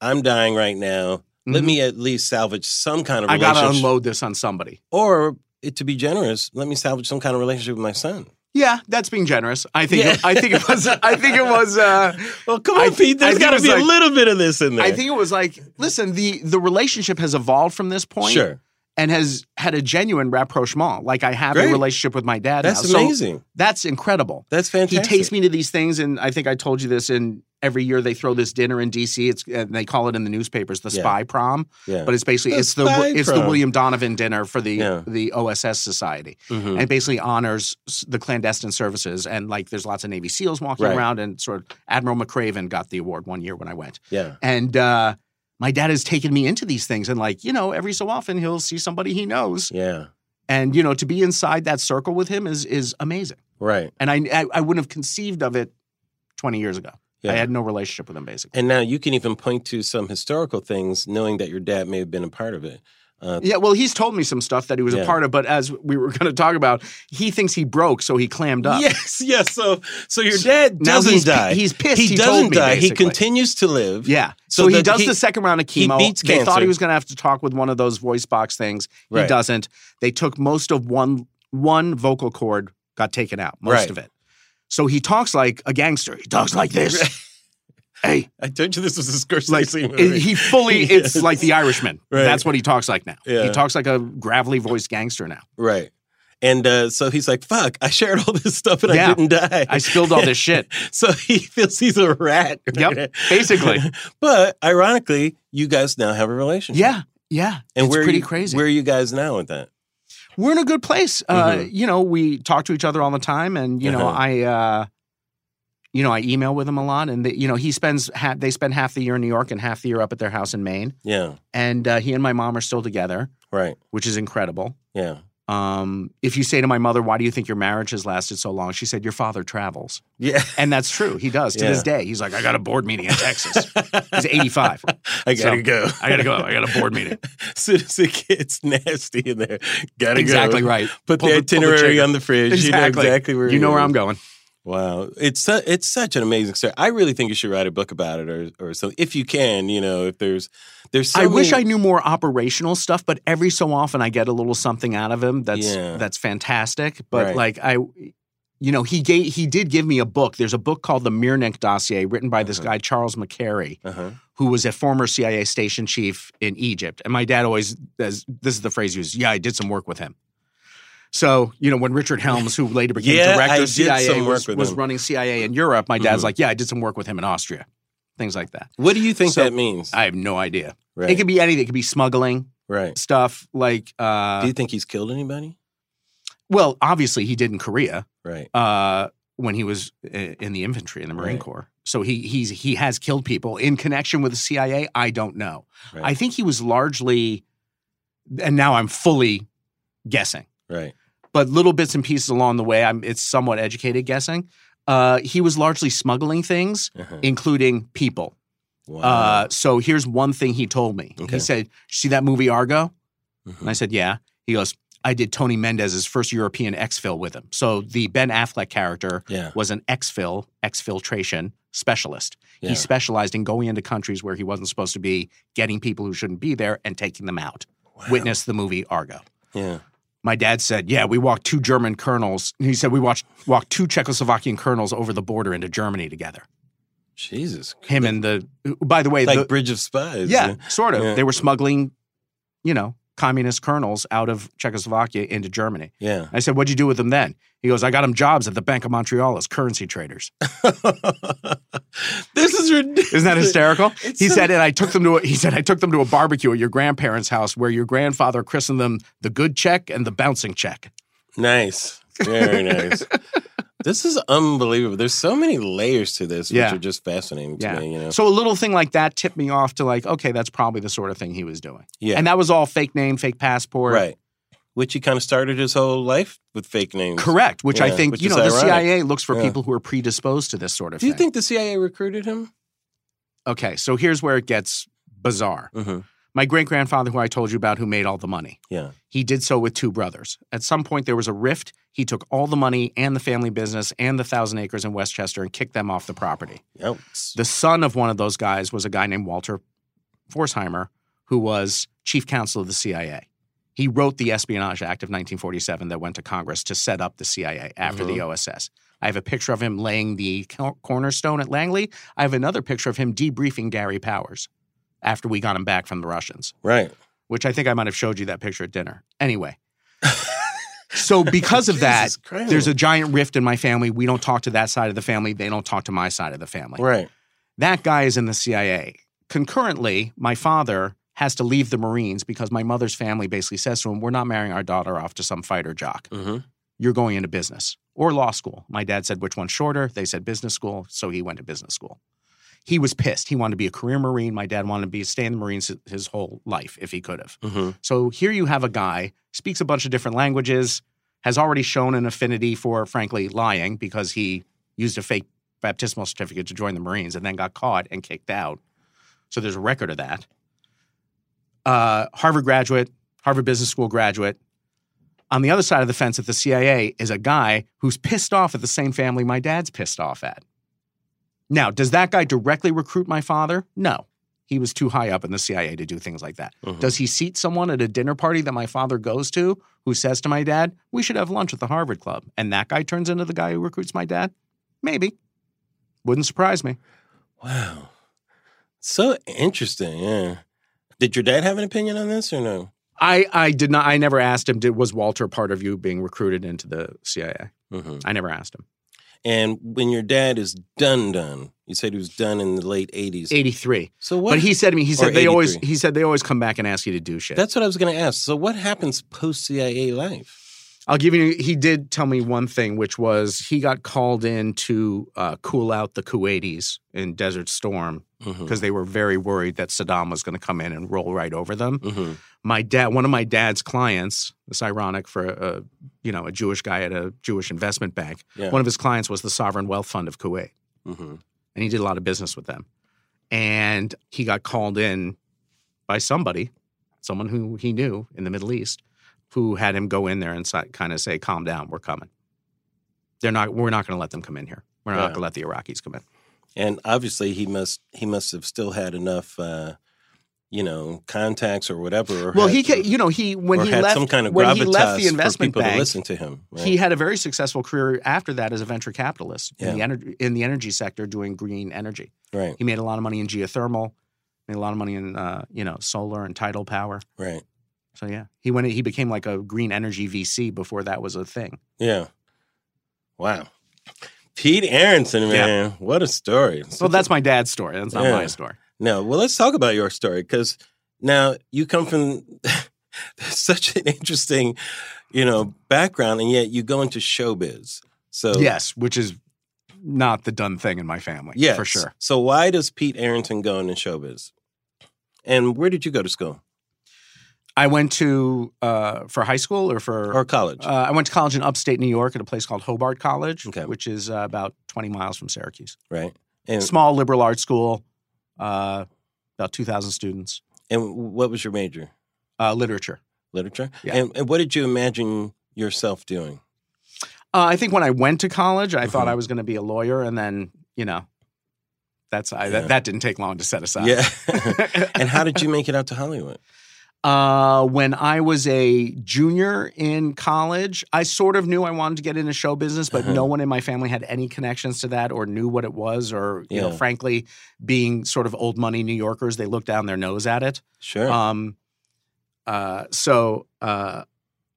I'm dying right now. Let
Mhm.
me at least salvage some kind of
I
relationship.
gotta unload this on somebody.
Or eh, to be generous, let me salvage some kind of relationship with my son.
Yeah, that's being generous. I think.
Yeah.
It, I think it was. I think it was. Uh,
Well, come on,
I th-
Pete.
I
There's
think
got
it
to
was
be
like-
a little bit of this in there.
I think it was like. Listen, the the relationship has evolved from this point.
sure.
and has had a genuine rapprochement. Like I have
Great.
a relationship with my dad.
That's
now. So
amazing.
that's incredible.
That's fantastic.
He takes me to these things, and I think I told you this. And every year they throw this dinner in D.C. It's and they call it in the newspapers the
Yeah.
Spy Prom,
Yeah.
but it's basically
The
it's the
Spy
it's the
Prom.
William Donovan dinner for the
Yeah.
the OSS Society,
Mhm.
and it basically honors s- the clandestine services. And like there's lots of Navy SEALs walking
Right.
around, and sort of Admiral McCraven got the award one year when I went
yeah.
and uh, my dad has taken me into these things and like you know every so often he'll see somebody he knows
Yeah.
and you know to be inside that circle with him is is amazing
Right.
and i i, I wouldn't have conceived of it 20 years ago
Yeah.
i had no relationship with him basically
and now you can even point to some historical things, knowing that your dad may have been a part of it. Uh,
yeah well he's told me some stuff that he was
Yeah.
a part of but as we were going to talk about he thinks he broke so he clammed up
yes. Yes. So, so your dad
now
doesn't
he's, pi-
die.
he's pissed
he,
he, told
doesn't
me,
die. He
basically.
continues to live.
yeah
So
so, he
that
does
he-
the second round of
he
chemo
beats
they
cancer.
thought he was going to have to talk with one of those voice box things He
Right.
doesn't. They took most of one one vocal cord got taken out, most
Right.
of it. So he talks like a gangster. He talks like this. hey,
I told you this was a Scorsese
like
movie.
he fully
Yes.
it's like the Irishman.
Right.
That's what he talks like now.
Yeah.
He talks like a gravelly voiced gangster now.
right. And uh, so he's like, "Fuck! I shared all this stuff and I
Yeah.
didn't die."
I spilled all this shit.
so he feels he's a rat.
Yep, basically.
but ironically, you guys now have a relationship.
Yeah. Yeah.
and
it's
where are
pretty
you,
crazy.
Where are you guys now with that?
we're in a good place. Uh,
Mhm.
You know, we talk to each other all the time, and you know,
Uh-huh.
I, uh, you know, I email with him a lot, and the, you know, he spends ha- they spend half the year in New York and half the year up at their house in Maine,
Yeah,
and uh, he and my mom are still together,
right.
which is incredible.
Yeah,
Um, if you say to my mother, "Why do you think your marriage has lasted so long?" She said, "Your father travels,"
yeah.
and that's true. He does to
Yeah.
this day. He's like, "I got a board meeting in Texas." He's 85.
I gotta
So,
go.
I gotta go. I got a board meeting.
As soon as it gets nasty in there, gotta
exactly
go.
right.
Put
Pull
the
the- pull the
itinerary
trigger.
on the fridge. You
Exactly.
know exactly where
You know where
it
I'm
is.
going.
Wow, it's su- it's such an amazing story. I really think you should write a book about it, or or something if you can. You know, if there's there's. So
I wish I
many-
knew more operational stuff, but every so often I get a little something out of him that's
Yeah.
that's fantastic. But
Right.
like I, you know, he gave he did give me a book. There's a book called The Mirnick Dossier, written by this
Uh-huh.
guy Charles McCary,
Uh-huh.
who was a former CIA station chief in Egypt. And my dad always, this is the phrase he used, yeah, I did some work with him. So, you know, when Richard Helms, who later became
Yeah, I
director
did
of CIA,
some work
was,
with
was
him.
running CIA in Europe, my dad's
Mhm.
like, yeah, I did some work with him in Austria. Things like that.
What do you think
So-
that means?
I have no idea.
right.
It could be anything. It could be smuggling
right.
stuff. Like, uh,
do you think he's killed anybody?
well, obviously he did in Korea.
Right.
uh, when he was uh, in the infantry in the Marine
Right.
Corps. So he he's he has killed people in connection with the CIA. I don't know.
Right.
I think he was largely, and now I'm fully guessing,
Right.
but little bits and pieces along the way. I'm it's somewhat educated guessing. Uh, he was largely smuggling things,
Uh-huh.
including people.
Wow.
Uh, so here's one thing he told me.
Okay.
He said, "See that movie Argo?" And
Mhm.
I said, "Yeah." He goes, "I did Tony Mendez's first European exfil with him." So the Ben Affleck character
Yeah.
was an exfil, exfiltration specialist.
yeah.
He specialized in going into countries where he wasn't supposed to be, getting people who shouldn't be there and taking them out.
Wow.
Witness the movie Argo.
Yeah.
My dad said, "Yeah, we walked two German colonels." He said we watched walked two Czechoslovakian colonels over the border into Germany together.
Jesus.
Him and the by the way,
Like
the,
Bridge of Spies.
yeah, sort of.
Yeah.
They were smuggling, you know, communist colonels out of Czechoslovakia into Germany.
Yeah.
I said, "What'd you do with them then?" He goes, "I got them jobs at the Bank of Montreal as currency traders."
this is ridiculous.
Isn't that hysterical?
It's
he
so-
said, and I took them to. A, he said, I took them to a barbecue at your grandparents' house where your grandfather christened them the good check and the bouncing check.
Nice. Very nice. this is unbelievable. There's so many layers to this,
Yeah.
which are just fascinating to
Yeah.
me, you know?
So a little thing like that tipped me off to like, okay, that's probably the sort of thing he was doing.
Yeah.
And that was all fake name, fake passport.
right. Which he kind of started his whole life with fake names.
Correct. Which I
Yeah,
think
which
you
is
know the
ironic.
CIA looks for
Yeah.
people who are predisposed to this sort of
Do you
thing.
think the CIA recruited him?
Okay, so here's where it gets bizarre.
Mm-hmm.
My great grandfather, who I told you about, who made all the money.
Yeah.
He did so with two brothers. At some point, there was a rift. He took all the money and the family business and the thousand acres in Westchester and kicked them off the property.
Yikes.
The son of one of those guys was a guy named Walter Forsheimer, who was chief counsel of the CIA. He wrote the Espionage Act of 1947 that went to Congress to set up the CIA after the OSS. I have a picture of him laying the co- cornerstone at Langley. I have another picture of him debriefing Gary Powers after we got him back from the Russians
Right.
which I think I might have showed you that picture at dinner. Anyway. so because of that,
Jesus Christ.
there's a giant rift in my family. We don't talk to that side of the family. They don't talk to my side of the family.
Right.
That guy is in the CIA. Concurrently, my father has to leave the Marines because my mother's family basically says to him, We're not marrying our daughter off to some fighter jock.
Mm-hmm.
You're going into business or law school. My dad said, Which one's shorter? They said business school. So he went to business school. He was pissed. He wanted to be a career Marine. My dad wanted to be stay in the Marines his- his whole life if he could have.
Mm-hmm.
So here you have a guy speaks a bunch of different languages, has already shown an affinity for, frankly, lying because he used a fake baptismal certificate to join the Marines and then got caught and kicked out. So there's a record of that. Uh, Harvard graduate, Harvard Business School graduate. On the other side of the fence at the CIA is a guy who's pissed off at the same family my dad's pissed off at. Now, does that guy directly recruit my father? No. He was too high up in the CIA to do things like that.
Mhm.
Does he seat someone at a dinner party that my father goes to who says to my dad, We should have lunch at the Harvard Club? And that guy turns into the guy who recruits my dad? Maybe. Wouldn't surprise me.
Wow. So interesting. Yeah. Did your dad have an opinion on this or no?
I, I did not I never asked him, did was Walter part of you being recruited into the CIA?
Mm-hmm.
I never asked him.
And when your dad is done, done, you said he was done in the late 80s.
Eighty three.
So what?
But he said to me, he
Or
said they always
83.
he said they always come back and ask you to do shit.
That's what I was going to ask. So what happens post CIA life?
I'll give you. He did tell me one thing, which was he got called in to uh, cool out the Kuwaitis in Desert Storm
Mm-hmm.
because they were very worried that Saddam was going to come in and roll right over them.
mm-hmm,
My dad, one of my dad's clients, it's ironic for a, a you know a Jewish guy at a Jewish investment bank.
Yeah.
One of his clients was the Sovereign Wealth Fund of Kuwait,
Mm-hmm.
and he did a lot of business with them. And he got called in by somebody, someone who he knew in the Middle East, who had him go in there and kind of say, "Calm down, we're coming. They're not. We're not going to let them come in here. We're not
Yeah.
going to let the Iraqis come in."
And obviously, he must he must have still had enough, uh, you know, contacts or whatever. Or
well,
had,
he, ca- you know, he when
or
he
had
left
some kind of
when he
gravitas
left the investment
for people to
bank,
listen to him. Right?
he had a very successful career after that as a venture capitalist in,
Yeah.
the energy, in the energy sector doing green energy.
right.
He made a lot of money in geothermal. Made a lot of money in uh, you know solar and tidal power.
Right.
So yeah, he went. He became like a green energy VC before that was a thing.
Yeah. Wow. Pete Aronson, man. What a story.
Well, that's my dad's story. That's not
Yeah.
my story.
No, well, let's talk about your story because now you come from such an interesting, you know, background, and yet you go into showbiz. So
Yes, which is not the done thing in my family.
yes.
for sure.
So why does Pete Arrington go into showbiz? And where did you go to school
I went to uh, for high school or for
or college?
Uh, I went to college in upstate New York at a place called Hobart College,
Okay.
which is uh, about 20 miles from Syracuse.
right. And
Small liberal arts school, uh, about 2,000 students.
and what was your major?
Uh, literature.
Literature.
Yeah.
And, and what did you imagine yourself doing?
Uh, I think when I went to college, I thought
Mhm.
I was going to be a lawyer, and then you know, that's I,
Yeah.
that, that didn't take long to set aside.
Yeah. and how did you make it out to Hollywood?
Uh, when I was a junior in college, I sort of knew I wanted to get into show business, but
Uh-huh.
no one in my family had any connections to that or knew what it was. Or, you know,
Yeah.
frankly, being sort of old money New Yorkers, they looked down their nose at it.
Sure.
Um, uh, so uh,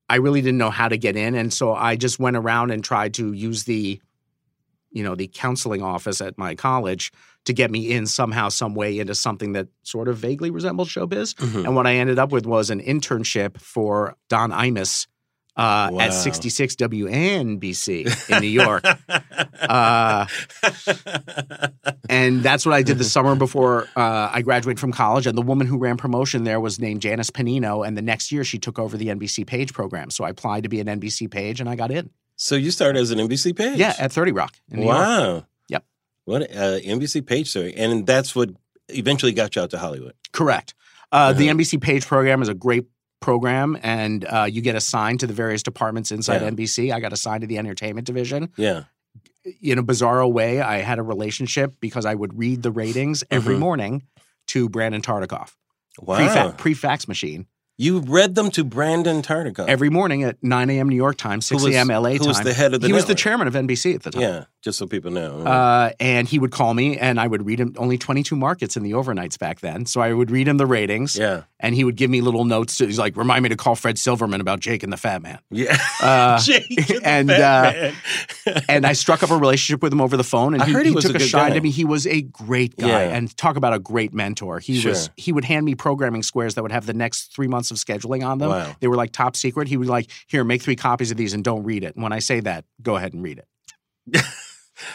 I really didn't know how to get in, and so I just went around and tried to use the, you know, the counseling office at my college to get me in somehow, some way into something that sort of vaguely resembled showbiz.
Mhm.
And what I ended up with was an internship for Don Imus uh,
Wow.
at 66 WNBC in New York. uh, and that's what I did the summer before uh, I graduated from college. And the woman who ran promotion there was named Janice Panino. And the next year, she took over the NBC Page program. So I applied to be an NBC Page, and I got in.
so you started as an NBC page.
Yeah, at 30 Rock in New York.
wow.
Yep.
What uh, NBC page story, and that's what eventually got you out to Hollywood.
Correct. Uh, The
Uh-huh.
NBC Page program is a great program, and uh, you get assigned to the various departments inside
Yeah.
NBC. I got assigned to the entertainment division.
Yeah.
in a bizarro way, I had a relationship because I would read the ratings every
Mhm.
morning to Brandon Tartikoff,
Wow.
pre fax machine,
you read them to Brandon Tartikoff.
every morning at 9 a.m. New York time, 6
was-
a.m. LA
who
time.
was the head of the
he was the
network.
chairman of NBC at the time.
yeah, just so people know.
Uh, and he would call me, and I would read him only 22 markets in the overnights back then. So I would read him the ratings,
yeah.
and he would give me little notes. To, he's like, remind me to call Fred Silverman about Jake and the Fat Man.
Yeah.
Uh,
Jake
and, uh,
the Fat Man.
and I struck up a relationship with him over the phone. And
I
he,
heard he was
took
a
a,
good
shine
guy.
to me. He was a great guy,
Yeah.
and talk about a great mentor. He was.
Sure.
He would hand me programming squares that would have the next three months of scheduling on them.
Wow.
They were like top secret. He would like, here, make three copies of these and don't read it. And when I say that, go ahead and read it.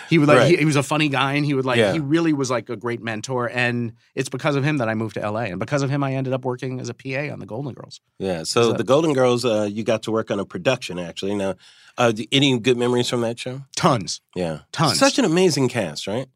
he would like.
Right.
He, he was a funny guy, and he would like.
Yeah.
He really was like a great mentor, and it's because of him that I moved to L.A. And because of him, I ended up working as a PA on the Golden Girls.
yeah. So
So-
the Golden Girls, uh, you got to work on a production actually. Now, uh, do- any good memories from that show?
Tons,
Yeah.
tons.
Such an amazing cast, right?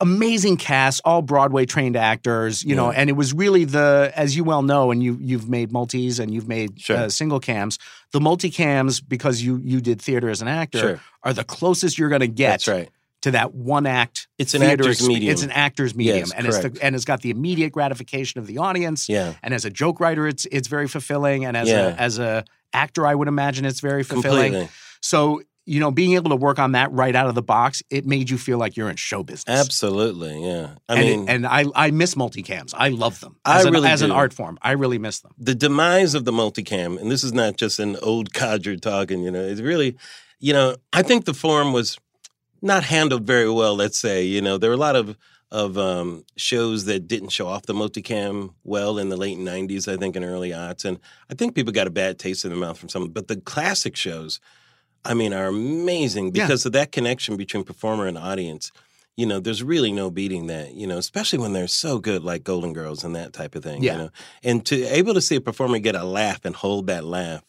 amazing cast, all Broadway trained actors, you know,
Yeah.
and it was really the, as you well know, and you you've made multis and you've made
Sure.
uh, single cams. The multicams, because you you did theater as an actor, are the closest you're going to get
That's right.
to that one act.
It's an
theater
actor's
expe-
medium.
It's an actor's medium,
Yes,
and it's the,
correct.
and it's got the immediate gratification of the audience.
yeah.
And as a joke writer, it's it's very fulfilling, and as
Yeah.
a, as a actor, I would imagine it's very fulfilling.
Completely.
So you know, being able to work on that right out of the box, it made you feel like you're in show business.
Absolutely. Yeah. I
and,
mean,
it- and I, I miss multicams. I love them.
I
As an,
really
as an
do.
art form, I really miss them.
the demise of the multicam, and this is not just an old codger talking, you know, it's really, you know, I think the forum was not handled very well, let's say. You know, there were a lot of of um, shows that didn't show off the multicam well in the late 90s, I think, and early aughts. And I think people got a bad taste in their mouth from some, of- but the classic shows, I mean, are amazing
Yeah.
because of that connection between performer and audience. You know, there's really no beating that, you know, especially when they're so good like Golden Girls and that type of thing,
Yeah.
you know. And to able to see a performer get a laugh and hold that laugh,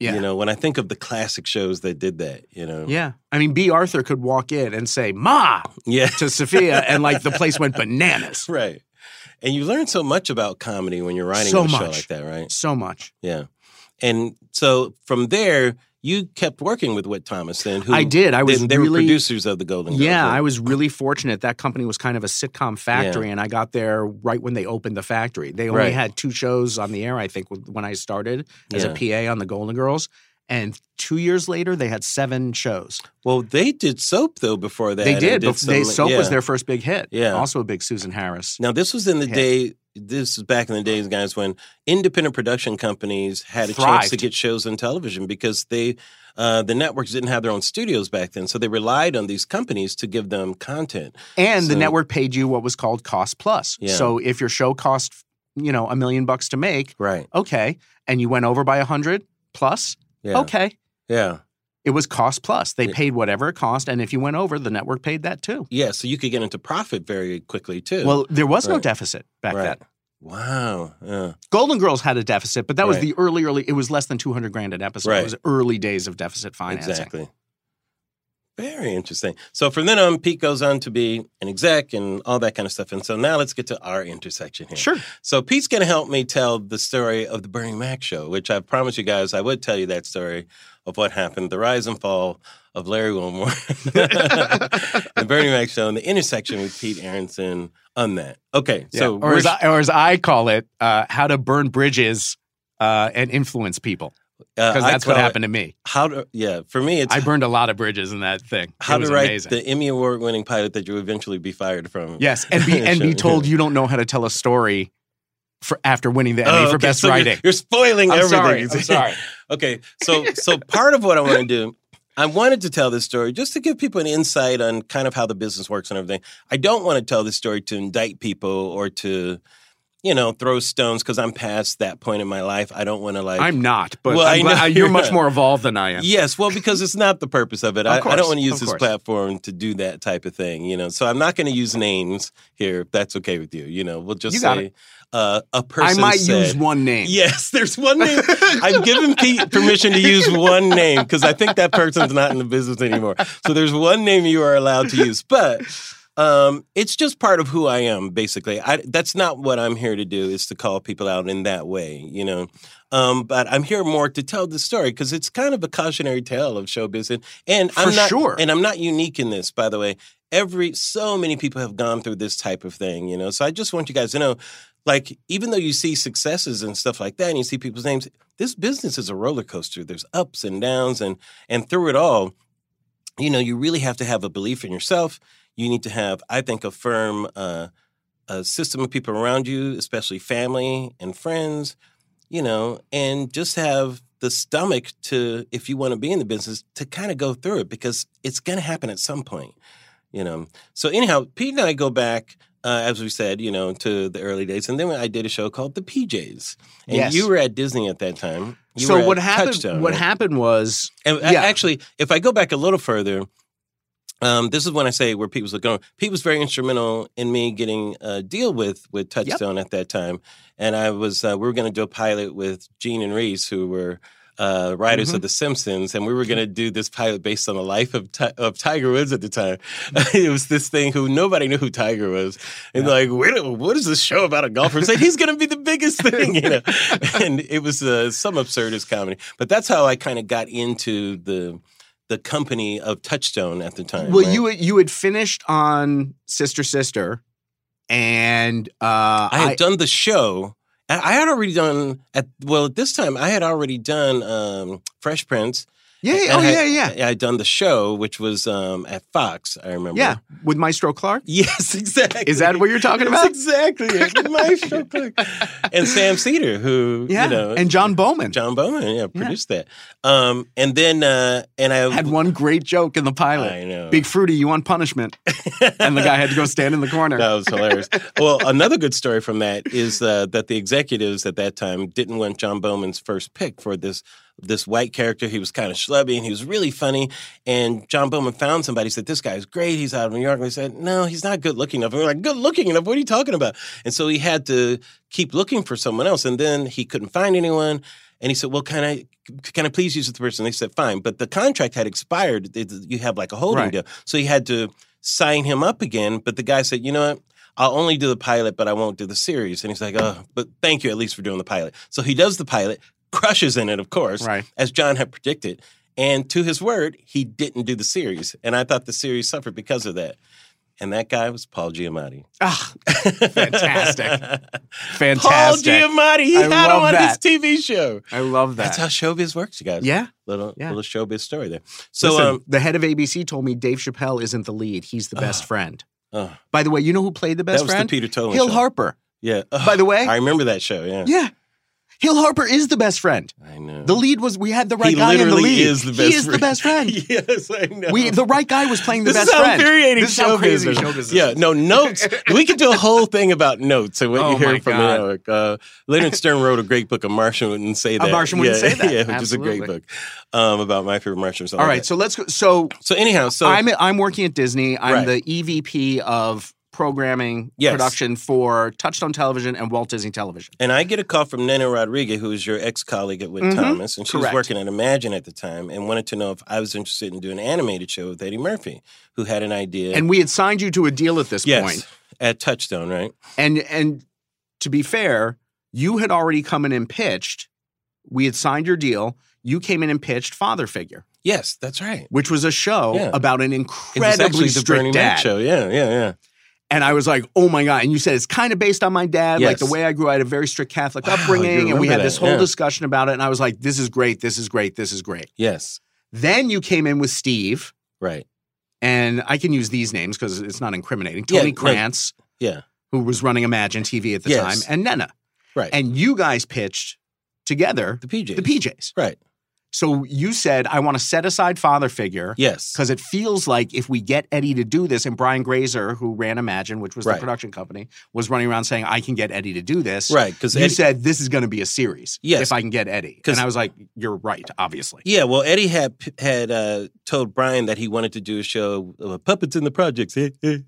Yeah.
you know, when I think of the classic shows that did that, you know.
Yeah. I mean, B. Arthur could walk in and say, Ma,
Yeah.
to Sophia, and like the place went bananas.
right. And you learn so much about comedy when you're writing
So
a show
much.
like that, right?
So much.
Yeah. And so from there, you kept working with Whit Thomas then, who
I did. I was
then they were
really.
producers of the Golden Girls.
yeah, I
right?
was really fortunate. That company was kind of a sitcom factory, and I got there right when they opened the factory. They only
Right.
had two shows on the air, I think, when I started as a PA on the Golden Girls. And two years later, they had seven shows.
Well, they did soap though before that.
They
and
did. bef- they,
some-
soap was
yeah.
their first big hit.
Yeah.
Also a big Susan Harris.
Now this was in the
hit.
day this is back in the days, guys, when independent production companies had a chance
Thrived.
to get shows on television because they, uh, the networks didn't have their own studios back then, so they relied on these companies to give them content.
And the
So-
network paid you what was called cost plus.
Yeah.
So if your show cost, you know, a million bucks to make,
Right.
okay, and you went over by a hundred plus,
Yeah.
okay.
Yeah.
It was cost plus. They
Yeah.
paid whatever it cost, and if you went over, the network paid that too.
Yeah. So you could get into profit very quickly too.
Well, there was no
Right.
deficit back
Right.
then.
wow. Uh, Yeah.
Golden Girls had a deficit, but that was
Right.
the early, early. It was less than two hundred grand an episode.
Right.
It was early days of deficit financing.
Exactly. Very interesting. So from then on, Pete goes on to be an exec and all that kind of stuff. And so now let's get to our intersection here.
Sure.
So Pete's going to help me tell the story of the Bernie Mac show, which I promised you guys I would tell you that story of what happened, the rise and fall of Larry Wilmore, the Bernie Mac show, and the intersection with Pete Aronson on that. Okay, so
or,
we're-
as I, or as I call it, uh, how to burn bridges uh, and influence people.
uh,
Because
I
that's what
call it
happened to me.
How to? Yeah, for me, it's
I burned a lot of bridges in that thing.
how
it was
to write
amazing.
the Emmy award-winning pilot that you would eventually be fired from.
yes, and be and be
Sure.
told you don't know how to tell a story for after winning the Emmy
Oh,
for
okay,
best
so you're-
writing.
You're, spoiling
I'm
everything.
sorry. I'm sorry.
Okay, so so part of what I want to do, I wanted to tell this story just to give people an insight on kind of how the business works and everything. I don't want to tell this story to indict people or to, you know, throw stones because I'm past that point in my life. I don't want to like.
I'm not, but
Well,
I'm
I
glad-
know
you're
you're
much
not.
more evolved than I am.
Yes, well, because it's not the purpose of it.
Of
I, I
course,
don't want to
of
use this
course.
platform to do that type of thing, you know. So I'm not going to use names here. If that's okay with you, you know, we'll just
You got
say uh, a
I
person.
might
said-
use one name.
Yes, there's one name. I've given Pete permission to use one name because I think that person's not in the business anymore. So there's one name you are allowed to use, but um, it's just part of who I am. Basically, I, that's not what I'm here to do. Is to call people out in that way, you know. Um, but I'm here more to tell the story because it's kind of a cautionary tale of show business, and
For
I'm not
sure.
and I'm not unique in this, by the way. Every so many people have gone through this type of thing, you know. So I just want you guys to know like even though you see successes and stuff like that and you see people's names this business is a roller coaster there's ups and downs and and through it all you know you really have to have a belief in yourself you need to have i think a firm uh, a system of people around you especially family and friends you know and just have the stomach to if you want to be in the business to kind of go through it because it's going to happen at some point you know so anyhow pete and i go back uh, as we said, you know, to the early days, and then I did a show called The PJs, and
Yes.
you were at Disney at that time. You were
so
at
what happened?
Touchstone,
what
right?
happened was
And a-
Yeah.
actually, if I go back a little further, um, this is when I say where Pete was going. Pete was very instrumental in me getting a deal with with Touchstone at that time, and I was uh, we were going to do a pilot with Gene and Reese, who were. Uh, writers of The Simpsons, and we were going to do this pilot based on the life of Ti- of Tiger Woods at the time. it was this thing who nobody knew who Tiger was, and like, Wait, what is this show about a golfer? It's like, he's going to be the biggest thing, you know. and it was uh, some absurdist comedy, but that's how I kind of got into the the company of Touchstone at the time.
well,
right?
you had- you had finished on Sister Sister, and uh,
I had done the show. I I had already done at well at this time. I had already done um, Fresh Prince.
yeah, yeah,
and
oh
I-
yeah, yeah,
I had done the show, which was um, at Fox. I remember.
yeah, with Maestro Clark.
Yes, exactly.
Is that what you're talking
That's
about?
exactly it. My show click. And Sam Cedar, who
Yeah,
you know,
and John Bowman
John Bowman, yeah, produced that. Um, and then uh, and I
had one great joke in the pilot.
I know.
Big Fruity, you want punishment? and the guy had to go stand in the corner.
That was hilarious. well, another good story from that is uh, that the executives at that time didn't want John Bowman's first pick for this this white character. He was kind of schlubby and he was really funny. And John Bowman found somebody said, "This guy is great. He's out of New York." And they said, "No, he's not good looking enough." And we we're like, "Good looking enough? What are you talking about?" And so he had to keep looking for someone else. And then he couldn't find anyone. And he said, "Well, can I can I please use this person?" They said, "Fine," but the contract had expired. It- You have like a holding
Right.
deal, so he had to sign him up again. But the guy said, "You know what? I'll only do the pilot, but I won't do the series." And he's like, "Oh, but thank you at least for doing the pilot." So he does the pilot, crushes in it, of course,
Right.
as John had predicted. And to his word, he didn't do the series, and I thought the series suffered because of that. And that guy was Paul Giamatti.
Ah, fantastic.
Paul
Fantastic.
Giamatti. He
I
had him
love
on
that.
his TV show.
I love that.
That's how showbiz works, you guys.
yeah.
Little
Yeah.
little showbiz story there. So
Listen,
um
the head of ABC told me Dave Chappelle isn't the lead. He's the best friend.
oh,
uh, By the way, you know who played the
that
best
was
friend?
the Peter Tolan
Hill
show.
Harper.
Yeah. Ugh,
By the way,
I remember that show. Yeah.
yeah, Hill Harper is the best friend.
I know.
The lead was we had the right
he
guy in the
literally
lead.
is the best.
he is the best friend.
yes, I know.
We the right guy was playing the
this
best
is how
friend.
infuriating
This is
show
how crazy
business.
show business
Yeah,
is.
no notes. we could do a whole thing about notes and what
Oh
you hear
my
from
God.
Eric. Uh, Leonard Stern wrote a great book. A Martian wouldn't say that.
Martian wouldn't
Yeah,
say that.
Yeah, which is a great
Absolutely.
book um, about my favorite Martians.
All right, so let's go. So,
So anyhow, so
I'm I'm working at Disney. I'm
Right.
the EVP of programming
Yes.
production for Touchstone Television and Walt Disney Television.
And I get a call from Nana Rodriguez, who is your ex colleague at Witt
Mhm.
Thomas, and she
Correct.
was working at Imagine at the time and wanted to know if I was interested in doing an animated show with Eddie Murphy, who had an idea.
And we had signed you to a deal at this
yes,
point.
at Touchstone, right?
And and to be fair, you had already come in and pitched. We had signed your deal. You came in and pitched Father Figure,
Yes, that's right.
which was a show
Yeah.
about an
It was
incredibly
actually the Bernie
strict
Mac
dad.
show. Yeah, yeah, yeah.
And I was like, "Oh my god!" And you said it's kind of based on my dad, like
Yes.
the way I grew. I had a very strict Catholic
Wow, you
upbringing, and we
remember
had
that,
this whole
yeah.
discussion about it. And I was like, "This is great. This is great. This is great."
Yes,
Then you came in with Steve,
right.
and I can use these names because it's not incriminating. Tony
Yeah, no.
Krantz,
Yeah,
who was running Imagine TV at the
Yes.
time, and Nena.
right.
And you guys pitched together
the PJ.
the PJs.
Right.
So you said, I want to set aside father figure
Yes.
because it feels like if we get Eddie to do this, and Brian Grazer, who ran Imagine, which was
Right.
the production company, was running around saying, I can get Eddie to do this.
Right. Because
You said, this is going to be a series
Yes.
if I can get Eddie.
'Cause-
And I was like, you're right, obviously.
Yeah, well, Eddie had had uh, told Brian that he wanted to do a show uh, puppets in the projects.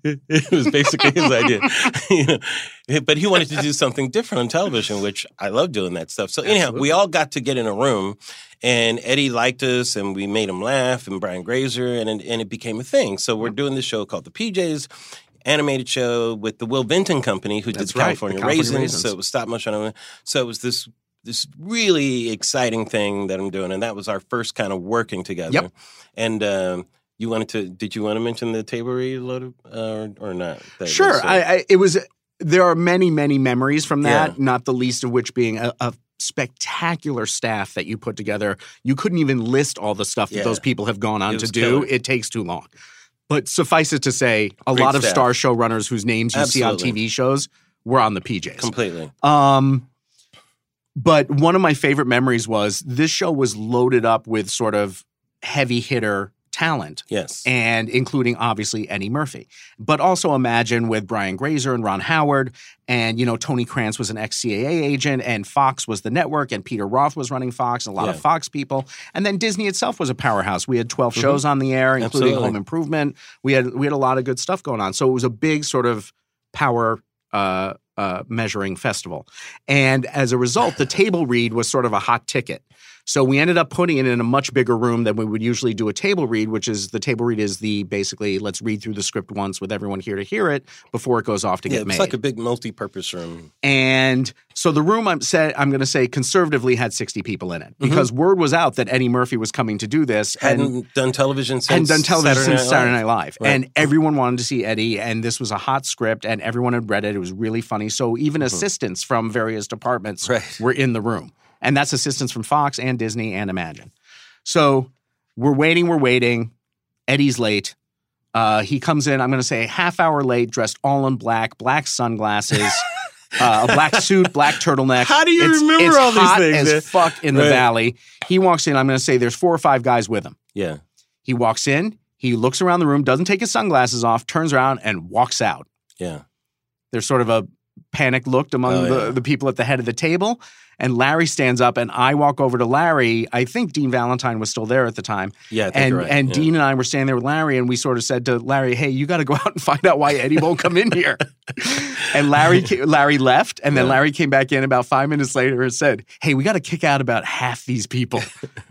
it was basically his idea, you know. But he wanted to do something different on television, which I love doing that stuff. So anyhow, we
Absolutely.
all got to get in a room, and Eddie liked us, and we made him laugh, and Brian Grazer, and and it became a thing. So we're doing this show called The PJs. Animated show with the Will Benton Company, who did
That's
the
right, the
California,
California
Raisins,
Raisins.
So it was stop motion. animation. So it was this this really exciting thing that I'm doing, and that was our first kind of working together.
Yep.
And um, you wanted to? Did you want to mention the table reload uh, or, or not? That
Sure.
was, uh,
I, I, it was. There are many, many memories from that.
Yeah.
Not the least of which being a, a spectacular staff that you put together. You couldn't even list all the stuff that
Yeah.
those people have gone on
It
to
was
do.
killer.
It takes too long. But suffice it to say, a
Great
lot of
staff.
star showrunners whose names you see on
Absolutely.
TV shows were on the PJs.
completely.
Um, but one of my favorite memories was this show was loaded up with sort of heavy hitter talent
Yes.
and including obviously Eddie Murphy. But also imagine with Brian Grazer and Ron Howard, and you know Tony Krantz was an ex CAA agent, and Fox was the network, and Peter Roth was running Fox, and a lot
Yeah.
of Fox people, and then Disney itself was a powerhouse. We had 12
Mhm.
shows on the air, including
Absolutely.
Home Improvement. We had we had a lot of good stuff going on, so it was a big sort of power. Uh, uh, measuring festival. And as a result, the table read was sort of a hot ticket. So we ended up putting it in a much bigger room than we would usually do a table read, which is the table read is the basically let's read through the script once with everyone here to hear it before it goes off to
yeah,
get
it's
made.
like a big multi-purpose room.
and so the room I'm said I'm going to say conservatively had 60 people in it because word was out that Eddie Murphy was coming to do this and
Mm-hmm. Hadn't done television since.
hadn't done television
Saturday
since
Night
Saturday
Live.
Night Live.
Right.
And everyone wanted to see Eddie, and this was a hot script, and everyone had read it. It was really funny. So even assistants from various departments
Mm-hmm. Right.
were in the room. And that's assistants from Fox and Disney and Imagine. So we're waiting, we're waiting. Eddie's late. Uh, he comes in, I'm going to say, half hour late, dressed all in black, black sunglasses, uh, a black suit, black turtleneck.
How do you remember
it's
all these
hot
things,
As
man?
fuck in the
Right.
valley. He walks in, I'm going to say, there's four or five guys with him.
Yeah.
He walks in, he looks around the room, doesn't take his sunglasses off, turns around and walks out.
Yeah.
There's sort of a panic looked among
Oh,
the,
yeah.
the people at the head of the table. And Larry stands up, and I walk over to Larry. I think Dean Valentine was still there at the time.
Yeah. I think
And,
you're right.
and
yeah.
Dean and I were standing there with Larry, and we sort of said to Larry, Hey, you got to go out and find out why Eddie won't come in here. and Larry, ca- Larry left, and then
Yeah.
Larry came back in about five minutes later and said, Hey, we got to kick out about half these people.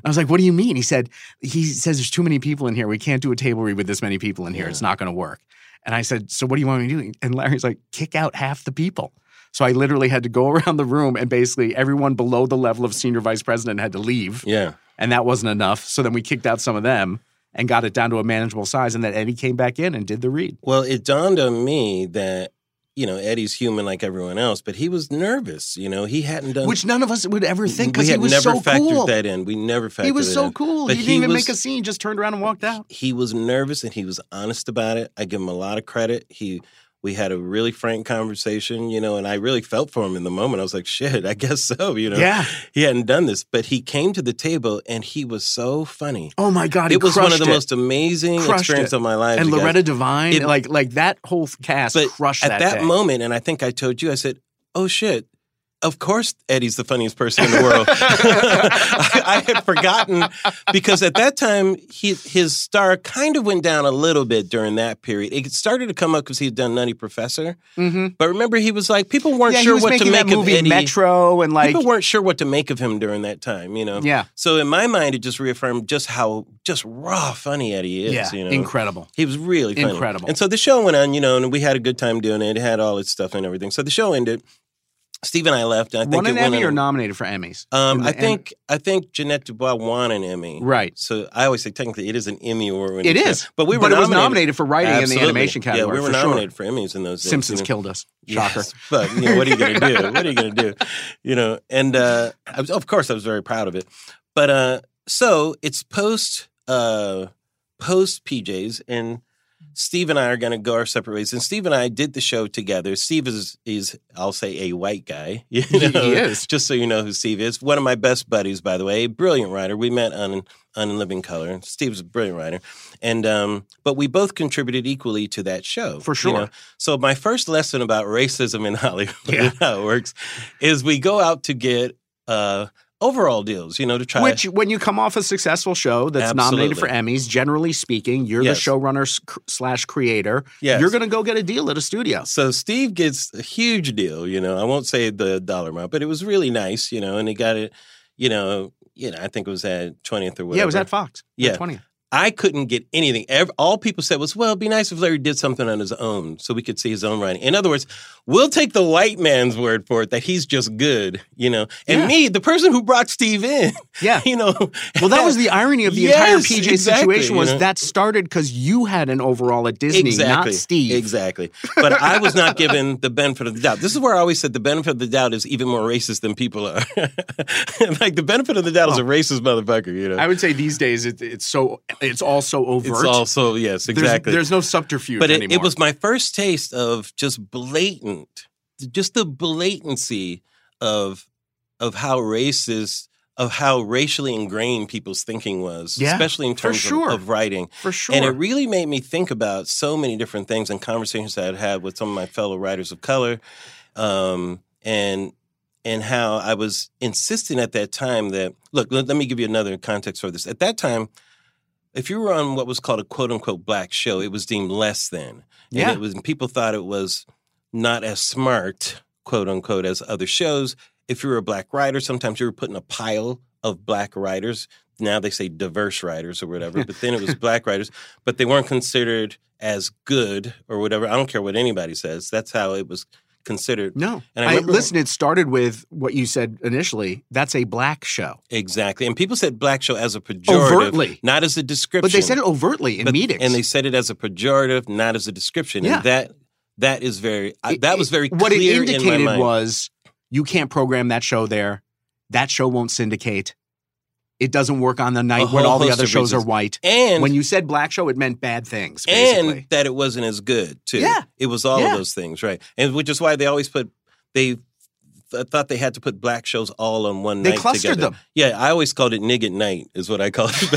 I was like, What do you mean? He said, He says there's too many people in here. We can't do a table read with this many people in here.
Yeah.
It's not going to work. And I said, So what do you want me to do? And Larry's like, Kick out half the people. So I literally had to go around the room, and basically everyone below the level of senior vice president had to leave
Yeah.
and that wasn't enough. So then we kicked out some of them and got it down to a manageable size, and then Eddie came back in and did the read.
Well, it dawned on me that you know Eddie's human like everyone else, but he was nervous. You know, he hadn't done
Which none of us would ever think
we
because he
had
was
never
so
factored
cool.
that in. We never factored
He was
it
so
in.
cool.
But
he didn't
he
even
was-
make a scene; just turned around and walked out.
He was nervous and he was honest about it. I give him a lot of credit. He We had a really frank conversation, you know, and I really felt for him in the moment. I was like, shit, I guess so, you know.
Yeah.
He hadn't done this, but he came to the table and he was so funny.
Oh my God. he
it was one of
crushed
the
it.
most amazing
Crushed
experiences
it.
of my life.
And
you guys.
Loretta Devine,
It-
like like that whole cast
But
crushed
at that
day.
moment, and I think I told you, I said, "Oh shit." Of course, Eddie's the funniest person in the world. I, I had forgotten because at that time, he, his star kind of went down a little bit during that period. It started to come up because he had done Nutty Professor.
Mhm.
But remember, he was like, people weren't
yeah, he
sure
was
what
making
to
that
make of
movie
Eddie.
Metro and like
people weren't sure what to make of him during that time, you know?
yeah,
So in my mind, it just reaffirmed just how just raw funny Eddie is,
yeah,
you know?
incredible.
He was really funny.
Incredible.
And so the show went on, you know, and we had a good time doing it. It had all its stuff and everything. So the show ended. Steve and I left. And I think
Won
it
an
went
Emmy
on-
or nominated for Emmys?
Um,
And-
I
and-
think I think Jeanette Dubois won an Emmy.
right.
So I always say technically it is an Emmy award.
It is,
but we were
but it was
nominated,
nominated for writing in
Absolutely.
the animation category.
Yeah, we were
for
nominated
Sure.
for Emmys in those days,
Simpsons
you know.
killed us. Shocker.
Yes, but you know, what are you going to do? What are you going to do? You know, and uh, I was, of course, I was very proud of it. But uh, so it's post uh, post PJs, and Steve and I are going to go our separate ways. And Steve and I did the show together. Steve is is I'll say a white guy. You
He-
know?
he is.
Just so you know who Steve is, one of my best buddies, by the way, a brilliant writer. We met on on In Living Color. Steve's a brilliant writer, and um, but we both contributed equally to that show
For
you
sure.
know? So my first lesson about racism in Hollywood,
Yeah.
and how it works, is we go out to get uh, overall deals, you know, to try.
Which, when you come off a successful show that's nominated for Emmys, generally speaking, you're
Yes.
the showrunner s- cr- slash creator.
Yes.
You're going to go get a deal at a studio.
so Steve gets a huge deal, you know. I won't say the dollar amount, but it was really nice, you know. And he got it, you know, you know. I think it was at twentieth or whatever.
Yeah, it was at Fox.
Yeah.
twenty.
I couldn't get anything. Ev- All people said was, well, it'd be nice if Larry did something on his own so we could see his own writing. In other words, we'll take the white man's word for it that he's just good, you know. And
Yeah.
me, the person who brought Steve in,
Yeah.
you know.
Well, that was the irony of the
Yes,
entire PJ
exactly,
situation was
you know.
that started because you had an overall at Disney, not Steve.
Exactly. But I was not given the benefit of the doubt. This is where I always said the benefit of the doubt is even more racist than people are. like, the benefit of the doubt is a racist motherfucker, you know.
I would say these days it, it's so it's all so overt.
it's also, yes,
There's-
exactly.
There's, no subterfuge
but it,
anymore.
it was my first taste of just blatant just the blatancy of of how racist of how racially ingrained people's thinking was
Yeah,
especially in
for
terms of-
sure.
of, writing
for sure.
and it really made me think about so many different things and conversations that i'd had with some of my fellow writers of color um, and and how i was insisting at that time that look let, let me give you another context for this at that time if you were on what was called a quote unquote black show, it was deemed less than.
Yeah.
And it was and people thought it was not as smart, quote unquote, as other shows. If you were a black writer, sometimes you were put in a pile of black writers. Now they say diverse writers or whatever, but then it was black writers, but they weren't considered as good or whatever. I don't care what anybody says. That's how it was considered.
no,
And I
I,
remember-
listen. It started with what you said initially. That's a black show,
Exactly. And people said black show as a pejorative,
Overtly.
not as a description.
but they said it overtly in
But-
meetings.
and they said it as a pejorative, not as a description.
Yeah.
And that that is very I, that was very
what it
clear in my
indicated
mind.
was you can't program that show there. That show won't syndicate. It doesn't work on the night when
whole
all the
host
other
of
shows are
reasons.
white.
and
when you said black show, it meant bad things. Basically.
and that it wasn't as good too.
Yeah.
it was all
Yeah.
of those things, right? And which is why they always put they th- thought they had to put black shows all on one
They
night.
clustered
together.
them.
Yeah, I always called it "nig at night" is what I called it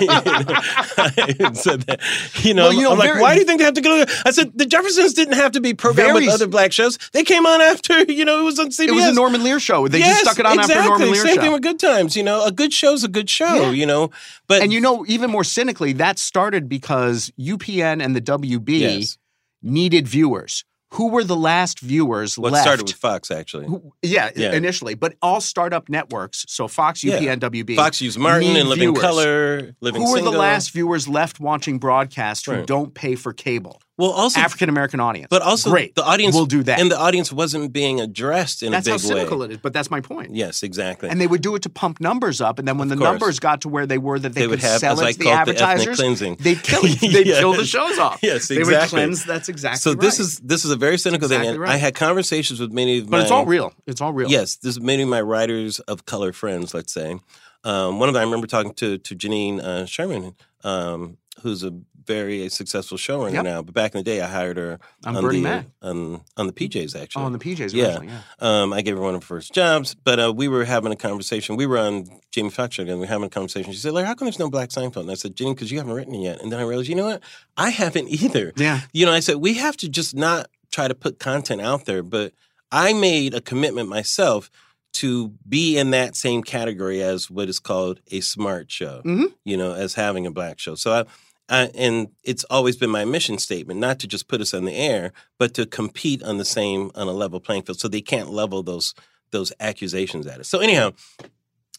back in the day. You know, I said that. You know,
Well, you know,
I'm
very-
like, why do you think they have to go? I said the Jeffersons didn't have to be programmed
Very-
with other black shows. They came on after. You know, it was on CBS.
it was a Norman Lear show. They
yes,
just stuck it on
exactly.
after Norman Lear
Same
show.
thing with Good Times. You know, a good show's a good show.
Yeah.
You know, but
and you know, even more cynically, that started because UPN and the WB
yes,
needed viewers. Who were the last viewers
what
left?
started with Fox actually.
Who- yeah,
Yeah.
initially, but all startup networks. So Fox,
Yeah.
UPN, WB.
Fox used Martin
need
and Living
viewers.
Color, Living
who were
Single.
the last viewers left watching broadcast who
Right.
don't pay for cable?
Well, also,
African American audience.
but also
Great.
the audience
we'll do that.
and the audience wasn't being addressed in
that's
a
how
big
cynical
way.
it is. But that's my point.
Yes, exactly.
And they would do it to pump numbers up, and then when the
Of course.
numbers got to where they were that they,
They
could
would have,
sell
as
it
I
to the
call it, the ethnic
advertisers,
cleansing.
they'd kill it. They'd
Yes.
kill the shows off.
Yes,
They would
exactly.
cleanse. That's exactly.
so this
right.
is this is a very cynical
Exactly
thing. And I
right.
had conversations with many of my
But it's all real. It's all real.
Yes, there's many of my writers of color friends, let's say. Um, one of them I remember talking to to Janine uh, Sherman um, who's a very successful showrunner
Yep.
now. But back in the day, I hired her
I'm
on
Bernie
the
Mac.
on on the PJs actually.
Oh, and the PJs
Yeah.
originally. Yeah.
Um, I gave her one of her first jobs, but uh, we were having a conversation. We were on Jamie Foxx show again. We were having a conversation. She said, Larry, how come there's no Black Seinfeld? And I said, Jenny, because you haven't written it yet. And then I realized, you know what? I haven't either.
Yeah.
You know, I said, we have to just not try to put content out there, but I made a commitment myself to be in that same category as what is called a smart show,
Mhm.
you know, as having a black show. So I, I, and it's always been my mission statement not to just put us on the air, but to compete on the same on a level playing field. So they can't level those those accusations at us. So anyhow,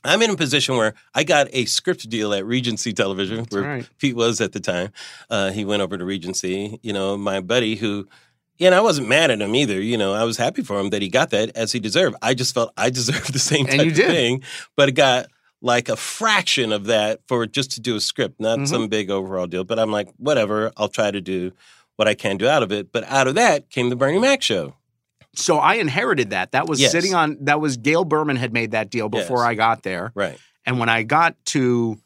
I'm in a position where I got a script deal at Regency Television,
All
where
right.
Pete was at the time. Uh, he went over to Regency. You know, my buddy who, you know, I wasn't mad at him either. You know, I was happy for him that he got that as he deserved. I just felt I deserved the same
And
type
you
of
did.
thing, but it got like a fraction of that for just to do a script, not
Mhm.
some big overall deal. But I'm like, whatever. I'll try to do what I can do out of it. But out of that came the Bernie Mac show.
So I inherited that. That was
Yes.
sitting on that was Gail Berman had made that deal before
Yes.
I got there.
Right.
And when I got to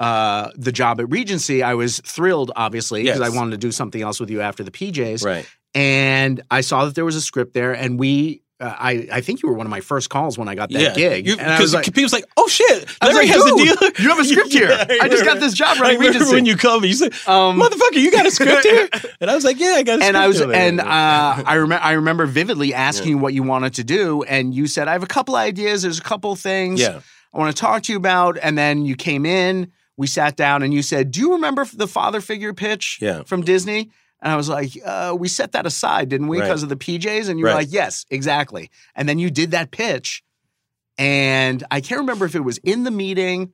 uh, the job at Regency, I was thrilled, obviously, because
Yes.
I wanted to do something else with you after the PJs.
Right.
And I saw that there was a script there, and we. Uh, I, I think you were one of my first calls when I got that gig.
You-
and I was
Because
like,
Pete was like, oh shit,
I was
Larry
like,
has a
"Dude,
deal.
You have a script here.
Yeah,
I, just
remember.
got this job
I
running
remember
Regency.
when you called me, you said,
um,
motherfucker, you got a script here? And I was like, yeah, I got a script
and I was
here.
and uh, I remember I remember vividly asking you what you wanted to do, and you said I have a couple ideas. There's a couple things
yeah,
I want to talk to you about, and then you came in. We sat down, and you said, "Do you remember the father figure pitch
Yeah.
from Disney?" And I was like, uh, "We set that aside, didn't we,
Right.
because of the PJs?" And you were
Right.
like, "Yes, exactly." And then you did that pitch, and I can't remember if it was in the meeting.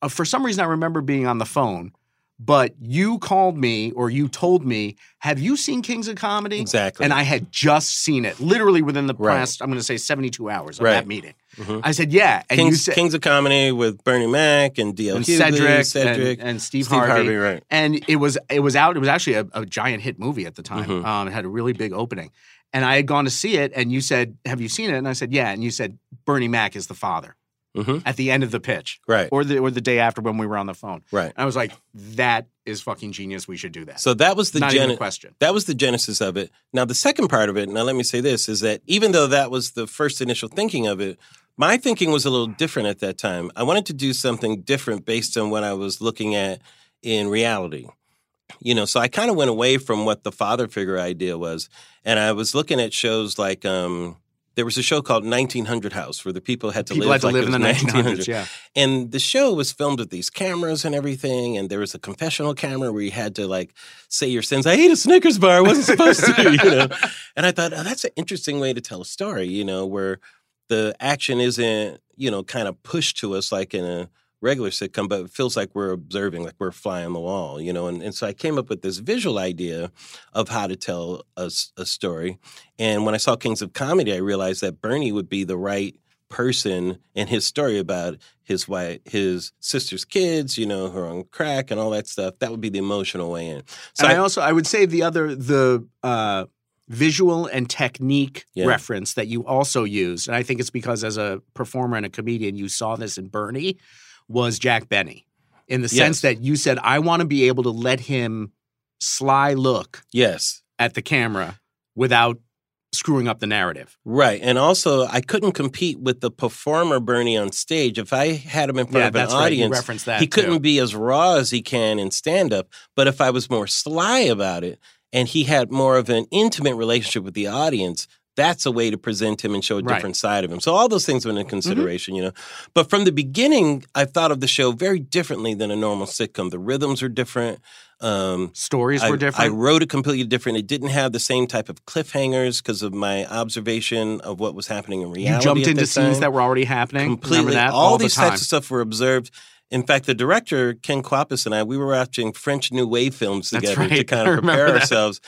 Uh, for some reason, I remember being on the phone, but you called me or you told me, "Have you seen Kings of Comedy?"
exactly.
And I had just seen it, literally within the
Right.
past, I'm going to say 72 hours of
Right.
that meeting.
Mhm.
I said, "Yeah," and you
Kings,
said,
Kings of Comedy with Bernie Mac and DL
and
Hughley,
Cedric,
Cedric,
and, and Steve,
Steve
Harvey.
right?
And it was it was out. It was actually a, a giant hit movie at the time.
Mhm.
Um, it had a really big opening. And I had gone to see it, and you said, "Have you seen it?" And I said, "Yeah." And you said, "Bernie Mac is the father."
Mhm.
At the end of the pitch,
Right,
or the or the day after when we were on the phone,
right.
and I was like, "That is fucking genius. We should do that."
So that was the
not even a
gen-
question.
that was the genesis of it. Now the second part of it. Now let me say this: is that even though that was the first initial thinking of it, my thinking was a little different at that time. I wanted to do something different based on what I was looking at in reality. You know, so I kind of went away from what the father figure idea was, and I was looking at shows like um, there was a show called 1900 House where the people had to
People
live
had to
like
live
it
in the
was
1900s. Yeah,
and the show was filmed with these cameras and everything. And there was a confessional camera where you had to like say your sins. I ate a Snickers bar. I wasn't supposed to, you know. And I thought, oh, that's an interesting way to tell a story, you know, where the action isn't, you know, kind of pushed to us like in a regular sitcom, but it feels like we're observing, like we're a fly on the wall, you know. And, and so I came up with this visual idea of how to tell a, s- a story. And when I saw Kings of Comedy, I realized that Bernie would be the right person in his story about his wife, his sister's kids, you know, her on crack and all that stuff. That would be the emotional way in. So
and
I-
I also I would say the other the uh, visual and technique
Yeah.
reference that you also used, and I think it's because as a performer and a comedian, you saw this in Bernie, was Jack Benny, in the sense
Yes.
that you said I want to be able to let him sly look
yes,
at the camera without screwing up the narrative.
Right. And also, I couldn't compete with the performer Bernie on stage. If I had him in front
yeah,
of an
that's right. You
audience,
referenced that.
he
too.
couldn't be as raw as he can in stand up. But if I was more sly about it and he had more of an intimate relationship with the audience, that's a way to present him and show a
Right. Mm-hmm.
different side of him. So all those things went into consideration, you know. But from the beginning, I thought of the show very differently than a normal sitcom. The rhythms are different. Um,
Stories
I,
were
I
different.
wrote it completely different. It didn't have the same type of cliffhangers because of my observation of what was happening in reality.
you jumped
at
into
that
scenes
time.
that were already happening.
completely
Remember that
all,
the
these
time.
types of stuff were observed. In fact, the director Ken Kloppas and I, we were watching French New Wave films
That's
together to
right.
kind
I
of
remember
prepare
that.
ourselves.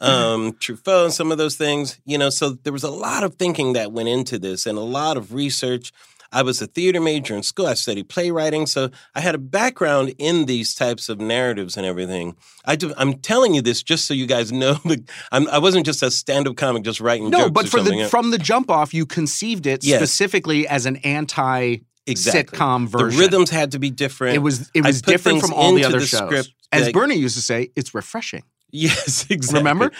Um, Truffaut and some of those things, you know. So there was a lot of thinking that went into this, and a lot of research. I was a theater major in school. I studied playwriting, so I had a background in these types of narratives and everything. I do, I'm telling you this just so you guys know. The, I'm, I wasn't just a stand-up comic just writing
No,
jokes
but
or
for
something.
the from the jump off, you conceived it
Yes.
specifically as an anti
exactly.
sitcom version.
The rhythms had to be different.
It was it
I
was
put
different
things
from all the
into
other
the
shows.
script
As
Like-
Bernie used to say, it's refreshing.
Yes, exactly.
Remember?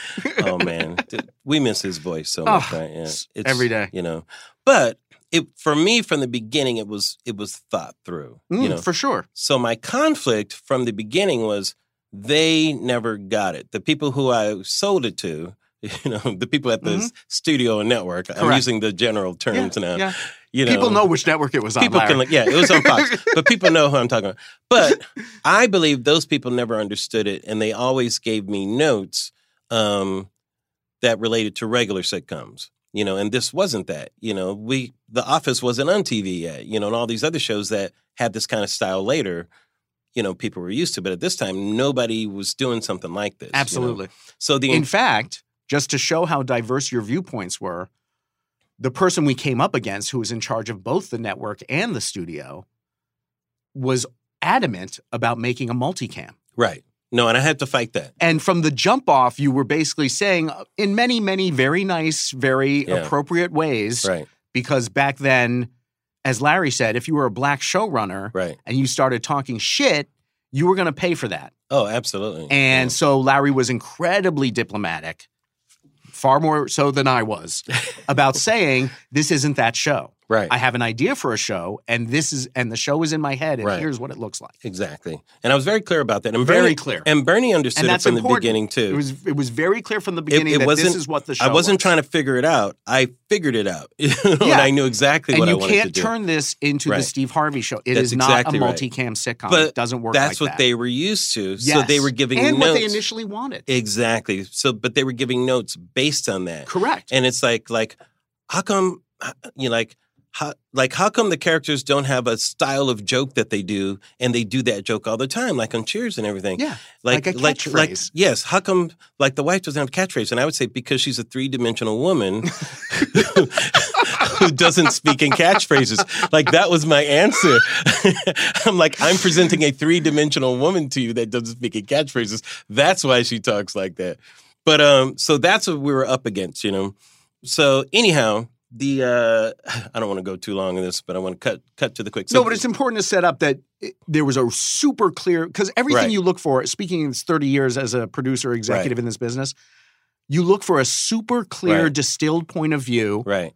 oh man, Th- we miss his voice so much.
Oh,
right? Yeah.
s- every day.
you know. But it for me from the beginning, it was it was thought through.
Mm,
you know,
For sure.
so my conflict from the beginning was they never got it. The people who I sold it to, you know, the people at the s- studio and network. I'm
Mm-hmm. Correct.
using the general terms now.
yeah.
You know,
people know which network it was on.
people
Larry.
can look- yeah it was on fox but people know who i'm talking about but i believe those people never understood it and they always gave me notes um, that related to regular sitcoms you know and this wasn't that you know we the office wasn't on tv yet you know and all these other shows that had this kind of style later you know people were used to but at this time nobody was doing something like this you know?
Absolutely.
so the
In fact, just to show how diverse your viewpoints were, the person we came up against, who was in charge of both the network and the studio, was adamant about making a multicam.
right no and i had to fight that
And from the jump off, you were basically saying, uh, in many, many very nice, very
Yeah.
appropriate ways,
right
because back then, as Larry said, if you were a black showrunner
right
and you started talking shit, you were going to pay for that.
oh absolutely
And so Larry was incredibly diplomatic, far more so than I was, about saying, this isn't that show.
Yeah. right
I have an idea for a show, and this is, and the show is in my head, and
Right.
here's what it looks like.
Exactly. And I was very clear about that. And
Very
Bernie-
clear.
And Bernie understood
And
it
that's
from the
important.
beginning
It
too.
was, it was very clear from the beginning
it
that this
wasn't-
is what the show.
I wasn't
was.
trying to figure it out. I figured it out. You know, and
Yeah.
I knew exactly
and
what I
you
wanted
can't
to do.
turn this into the
Right.
Steve Harvey show. It
That's
is
exactly
not a
right.
multicam sitcom.
But
it doesn't work.
That's
like
what
that.
they were used to. So
Yes.
they were giving
and
notes.
what they initially wanted.
exactly. So but they were giving notes based on that.
Correct.
And it's like like how come uh, you know, like how, like how come the characters don't have a style of joke that they do and they do that joke all the time like on cheers and everything
yeah,
like
Like a
like, like
catchphrase.
yes how come like the wife doesn't have a catchphrase and i would say because she's a three-dimensional woman who doesn't speak in catchphrases like that was my answer i'm like i'm presenting a three-dimensional woman to you that doesn't speak in catchphrases that's why she talks like that but um so that's what we were up against you know so anyhow the uh i don't want to go too long in this but i want to cut cut to the quick
no, but it's important to set up that it, there was a super clear because everything
Right.
you look for. Speaking of thirty years as a producer executive in this business, you look for a super clear,
Right.
distilled point of view
right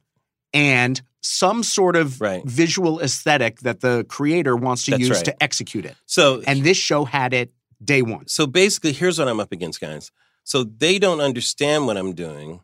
and some sort of
Right.
visual aesthetic that the creator wants to
That's
use
right.
to execute it.
so
And this show had it day one.
So basically, here's what I'm up against, guys. So they don't understand what I'm doing.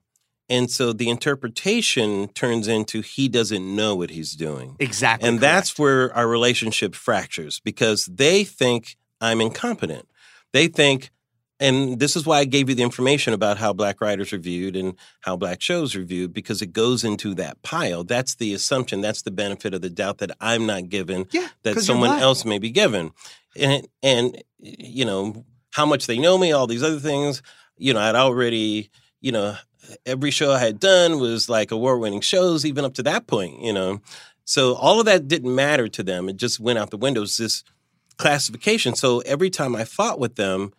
And so the interpretation turns into he doesn't know what he's doing.
Exactly,
And
correct.
that's where our relationship fractures because they think I'm incompetent. They think, and this is why I gave you the information about how black writers are viewed and how black shows are viewed because it goes into that pile. That's the assumption. That's the benefit of the doubt that I'm not given
yeah,
that
'cause you're
someone
not.
else may be given and and you know how much they know me all these other things you know i'd already you know every show i had done was like award-winning shows even up to that point you know so all of that didn't matter to them it just went out the window it's this classification so every time i fought with them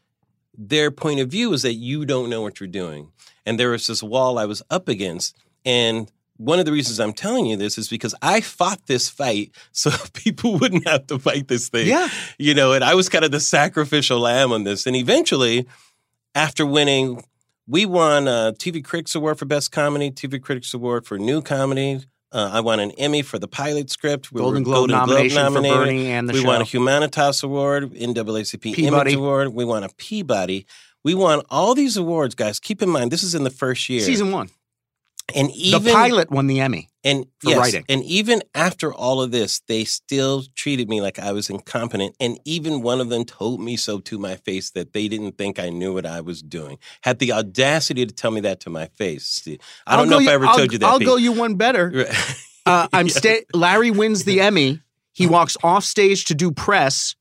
their point of view is that you don't know what you're doing and there was this wall i was up against and one of the reasons I'm telling you this is because I fought this fight so people wouldn't have to fight this thing.
Yeah.
You know, and I was kind of the sacrificial lamb on this. And eventually, after winning, we won a TV Critics Award for Best Comedy, TV Critics Award for New Comedy. Uh, I won an Emmy for the pilot script. We
Golden
were
Globe nomination
nominated.
for Bernie and the
we
show.
won a Humanitas Award, NAACP
Peabody.
Image Award. We won a Peabody. We won all these awards, guys. Keep in mind, this is in the first year.
Season one.
and even
the pilot won the Emmy.
and
for
yes,
writing.
And even after all of this, they still treated me like I was incompetent. And even one of them told me so to my face that they didn't think I knew what I was doing. Had the audacity to tell me that to my face. I don't
I'll
know
go
if
you-
I ever
I'll-
told you that.
I'll
Pete.
go you one better. Uh, I'm sta- Larry wins the Emmy. He walks off stage to do press.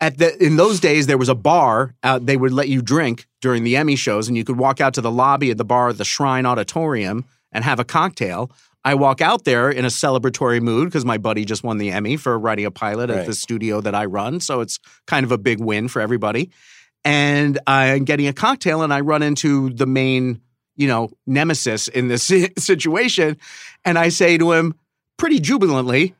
At the in those days, there was a bar. Uh, they would let you drink during the Emmy shows, and you could walk out to the lobby of the bar at the Shrine Auditorium and have a cocktail. I walk out there in a celebratory mood because my buddy just won the Emmy for writing a pilot at
Right.
the studio that I run, so it's kind of a big win for everybody. And I'm getting a cocktail, and I run into the main you know, nemesis in this si- situation. And I say to him, pretty jubilantly,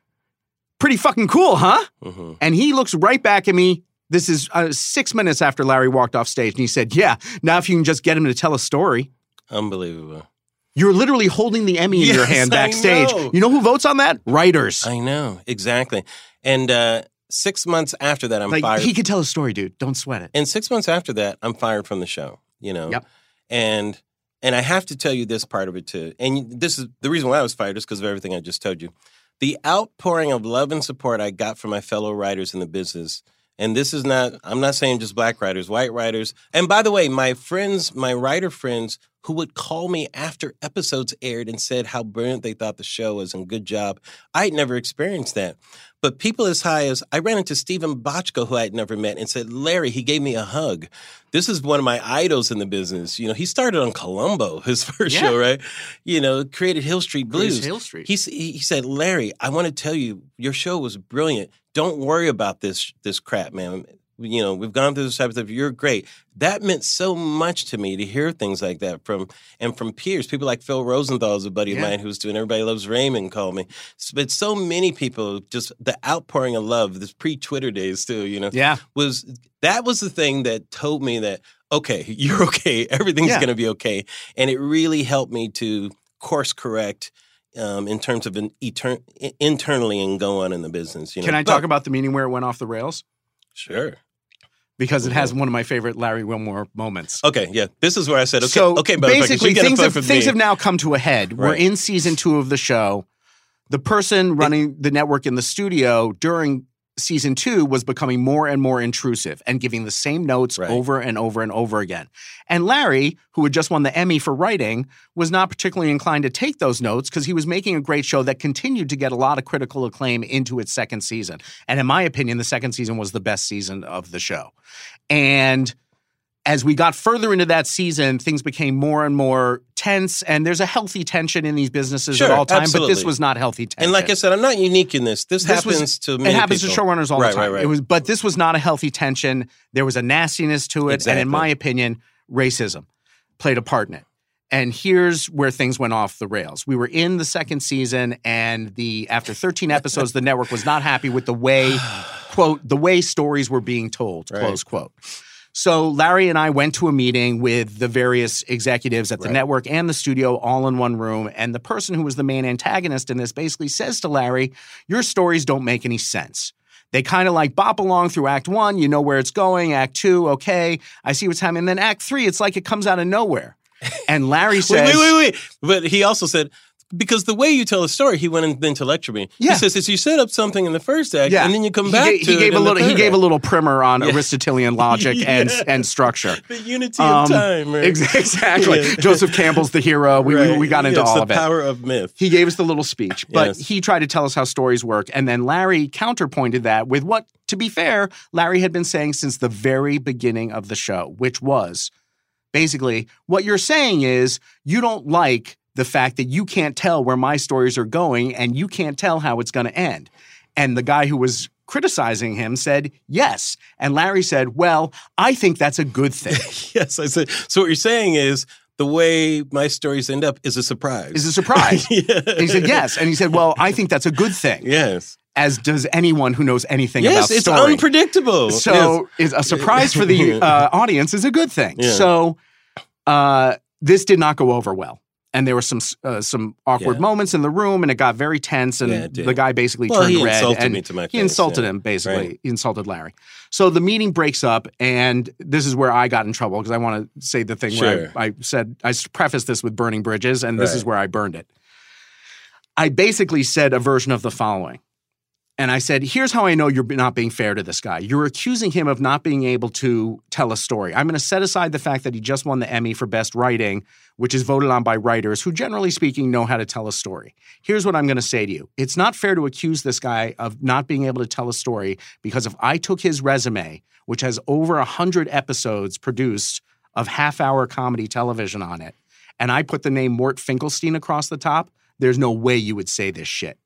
pretty fucking cool, huh?
Mhm.
And he looks right back at me, This is uh, six minutes after Larry walked off stage and he said, Yeah, now if you can just get him to tell a story.
Unbelievable.
You're literally holding the Emmy in your
Yes,
hand
I
backstage.
know.
You know who votes on that? Writers.
I know exactly. And uh, six months after that, I'm
like,
fired.
he could tell a story, dude. Don't sweat it.
and six months after that, I'm fired from the show. You know.
Yep.
And and I have to tell you this part of it too. And this is the reason why I was fired is because of everything I just told you. The outpouring of love and support I got from my fellow writers in the business. And this is not, I'm not saying just black writers, white writers. And by the way, my friends, my writer friends who would call me after episodes aired and said how brilliant they thought the show was and good job. I had never experienced that. But people as high as I ran into Stephen Bochco, who I had never met, and said, Larry, he gave me a hug. This is one of my idols in the business. You know, he started on Columbo, his first
Yeah.
show, right? You know, created Hill Street Blues.
Chris Hill Street.
He, s- he he said, Larry, I want to tell you, your show was brilliant. Don't worry about this this crap, man. You know, we've gone through this type of stuff. You're great. That meant so much to me to hear things like that from and from peers. People like Phil Rosenthal is a buddy of
Yeah.
mine who's doing Everybody Loves Raymond called me. S- But so many people, just the outpouring of love, this pre-Twitter days too, you know,
yeah.
was that was the thing that told me that, okay, you're okay. Everything's
Yeah.
gonna be okay. And it really helped me to course correct um, in terms of an etern- i- internally and go on in the business. You know?
Can I talk
But-
about the meeting where it went off the rails?
Sure.
Because it
Mm-hmm.
has one of my favorite Larry Wilmore moments.
Okay, yeah. This is where I said, okay,
so
okay, motherfuckers,
basically,
you gotta
things,
fuck
have,
with
things
me.
have now come to a head. We're
Right.
in season two of the show. The person running the network in the studio during season two was becoming more and more intrusive and giving the same notes
Right.
over and over and over again. And Larry, who had just won the Emmy for writing, was not particularly inclined to take those notes because he was making a great show that continued to get a lot of critical acclaim into its second season. And in my opinion, the second season was the best season of the show. And as we got further into that season, things became more and more tense. And there's a healthy tension in these businesses at
Sure,
all time, but
absolutely.
this was not healthy tension.
and like I said, I'm not unique in this. This,
This was-
happens to
it
many
happens to
people.
showrunners all
Right,
the time.
right, right.
It was, but this was not a healthy tension. There was a nastiness to it, and in
Exactly.
my opinion, racism played a part in it. And here's where things went off the rails. We were in the second season, and the after 13 episodes, the network was not happy with the way quote the way stories were being told
Right.
close quote. So Larry and I went to a meeting with the various executives at the
Right.
network and the studio all in one room. And the person who was the main antagonist in this basically says to Larry, Your stories don't make any sense. They kind of like bop along through act one, you know where it's going, act two, okay, I see what's happening. And then act three, it's like it comes out of nowhere. And Larry says,
wait, wait, wait, wait. But he also said, because the way you tell a story, he went and then to lecture me.
Yeah.
He says, it's you set up something in the first act, and then you come
he
back
gave,
to
he
it
gave a
in the
little he
third
gave a
act."
little primer on Aristotelian logic and
Yeah.
and structure.
The unity of
Um,
time. Right?
Ex- Exactly.
Yeah.
Joseph Campbell's the hero. We, we,
Right.
we got into
Yeah, it's
all
the
of it.
power of myth.
He gave us the little speech, but
Yes.
he tried to tell us how stories work. And then Larry counterpointed that with what, to be fair, Larry had been saying since the very beginning of the show, which was basically what you're saying is you don't like the fact that you can't tell where my stories are going and you can't tell how it's going to end. And the guy who was criticizing him said, yes. And Larry said, well, I think that's a good thing.
Yes, I said. So what you're saying is the way my stories end up is a surprise.
Is a surprise.
yeah.
And he said, yes. And he said, well, I think that's a good thing,
Yes.
as does anyone who knows anything
Yes,
about
it's
story.
unpredictable. Yes.
So is a surprise for the uh, audience is a good thing.
Yeah.
So uh, this did not go over well. And there were some uh, some awkward
Yeah.
moments in the room, and it got very tense. And
Yeah, it did.
the guy basically
well,
turned
he
red.
insulted
and
me to my face.
he insulted
yeah.
him basically.
Right.
He insulted Larry. So the meeting breaks up, and this is where I got in trouble because I want to say the thing
Sure.
where I, I said I s- prefaced this with burning bridges, and this
Right.
is where I burned it. I basically said a version of the following. And I said, here's how I know you're not being fair to this guy. You're accusing him of not being able to tell a story. I'm going to set aside the fact that he just won the Emmy for Best Writing, which is voted on by writers who, generally speaking, know how to tell a story. Here's what I'm going to say to you it's not fair to accuse this guy of not being able to tell a story because if I took his resume, which has over 100 episodes produced of half hour comedy television on it, and I put the name Mort Finkelstein across the top, there's no way you would say this shit.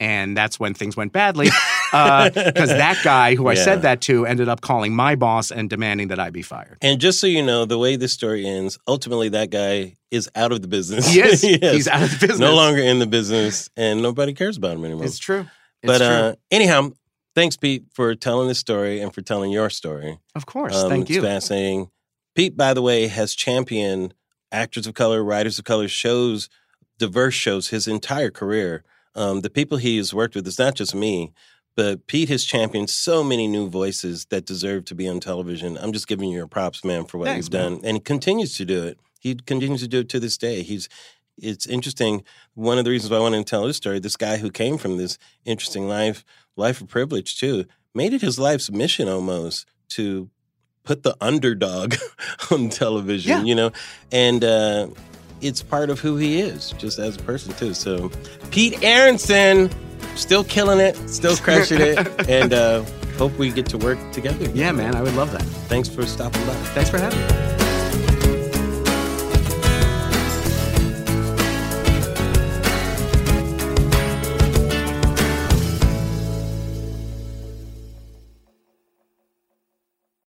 And that's when things went badly because Uh, that guy who I
Yeah.
said that to ended up calling my boss and demanding that I be fired.
And just so you know, the way this story ends, ultimately that guy is out of the business.
He is.
Yes.
He's out of the business.
no longer in the business, and nobody cares about him anymore.
It's true. It's
but
true.
uh, anyhow, Thanks, Pete, for telling this story and for telling your story.
Of course.
Um,
Thank
it's
you.
fascinating. Pete, by the way, has championed actors of color, writers of color, shows, diverse shows his entire career. Um, the people he has worked with, it's not just me, but Pete has championed so many new voices that deserve to be on television. I'm just giving you your props, man, for what
Thanks,
you've
man.
done. And he continues to do it. He continues to do it to this day. He's it's interesting. One of the reasons why I wanted to tell this story, this guy who came from this interesting life, life of privilege too, made it his life's mission almost to put the underdog on television,
Yeah.
you know? And uh, it's part of who he is, just as a person, too. So, Pete Aronson, still killing it, still crushing it. And uh, hope we get to work together.
Yeah, man. I would love that.
Thanks for stopping by.
Thanks for having me.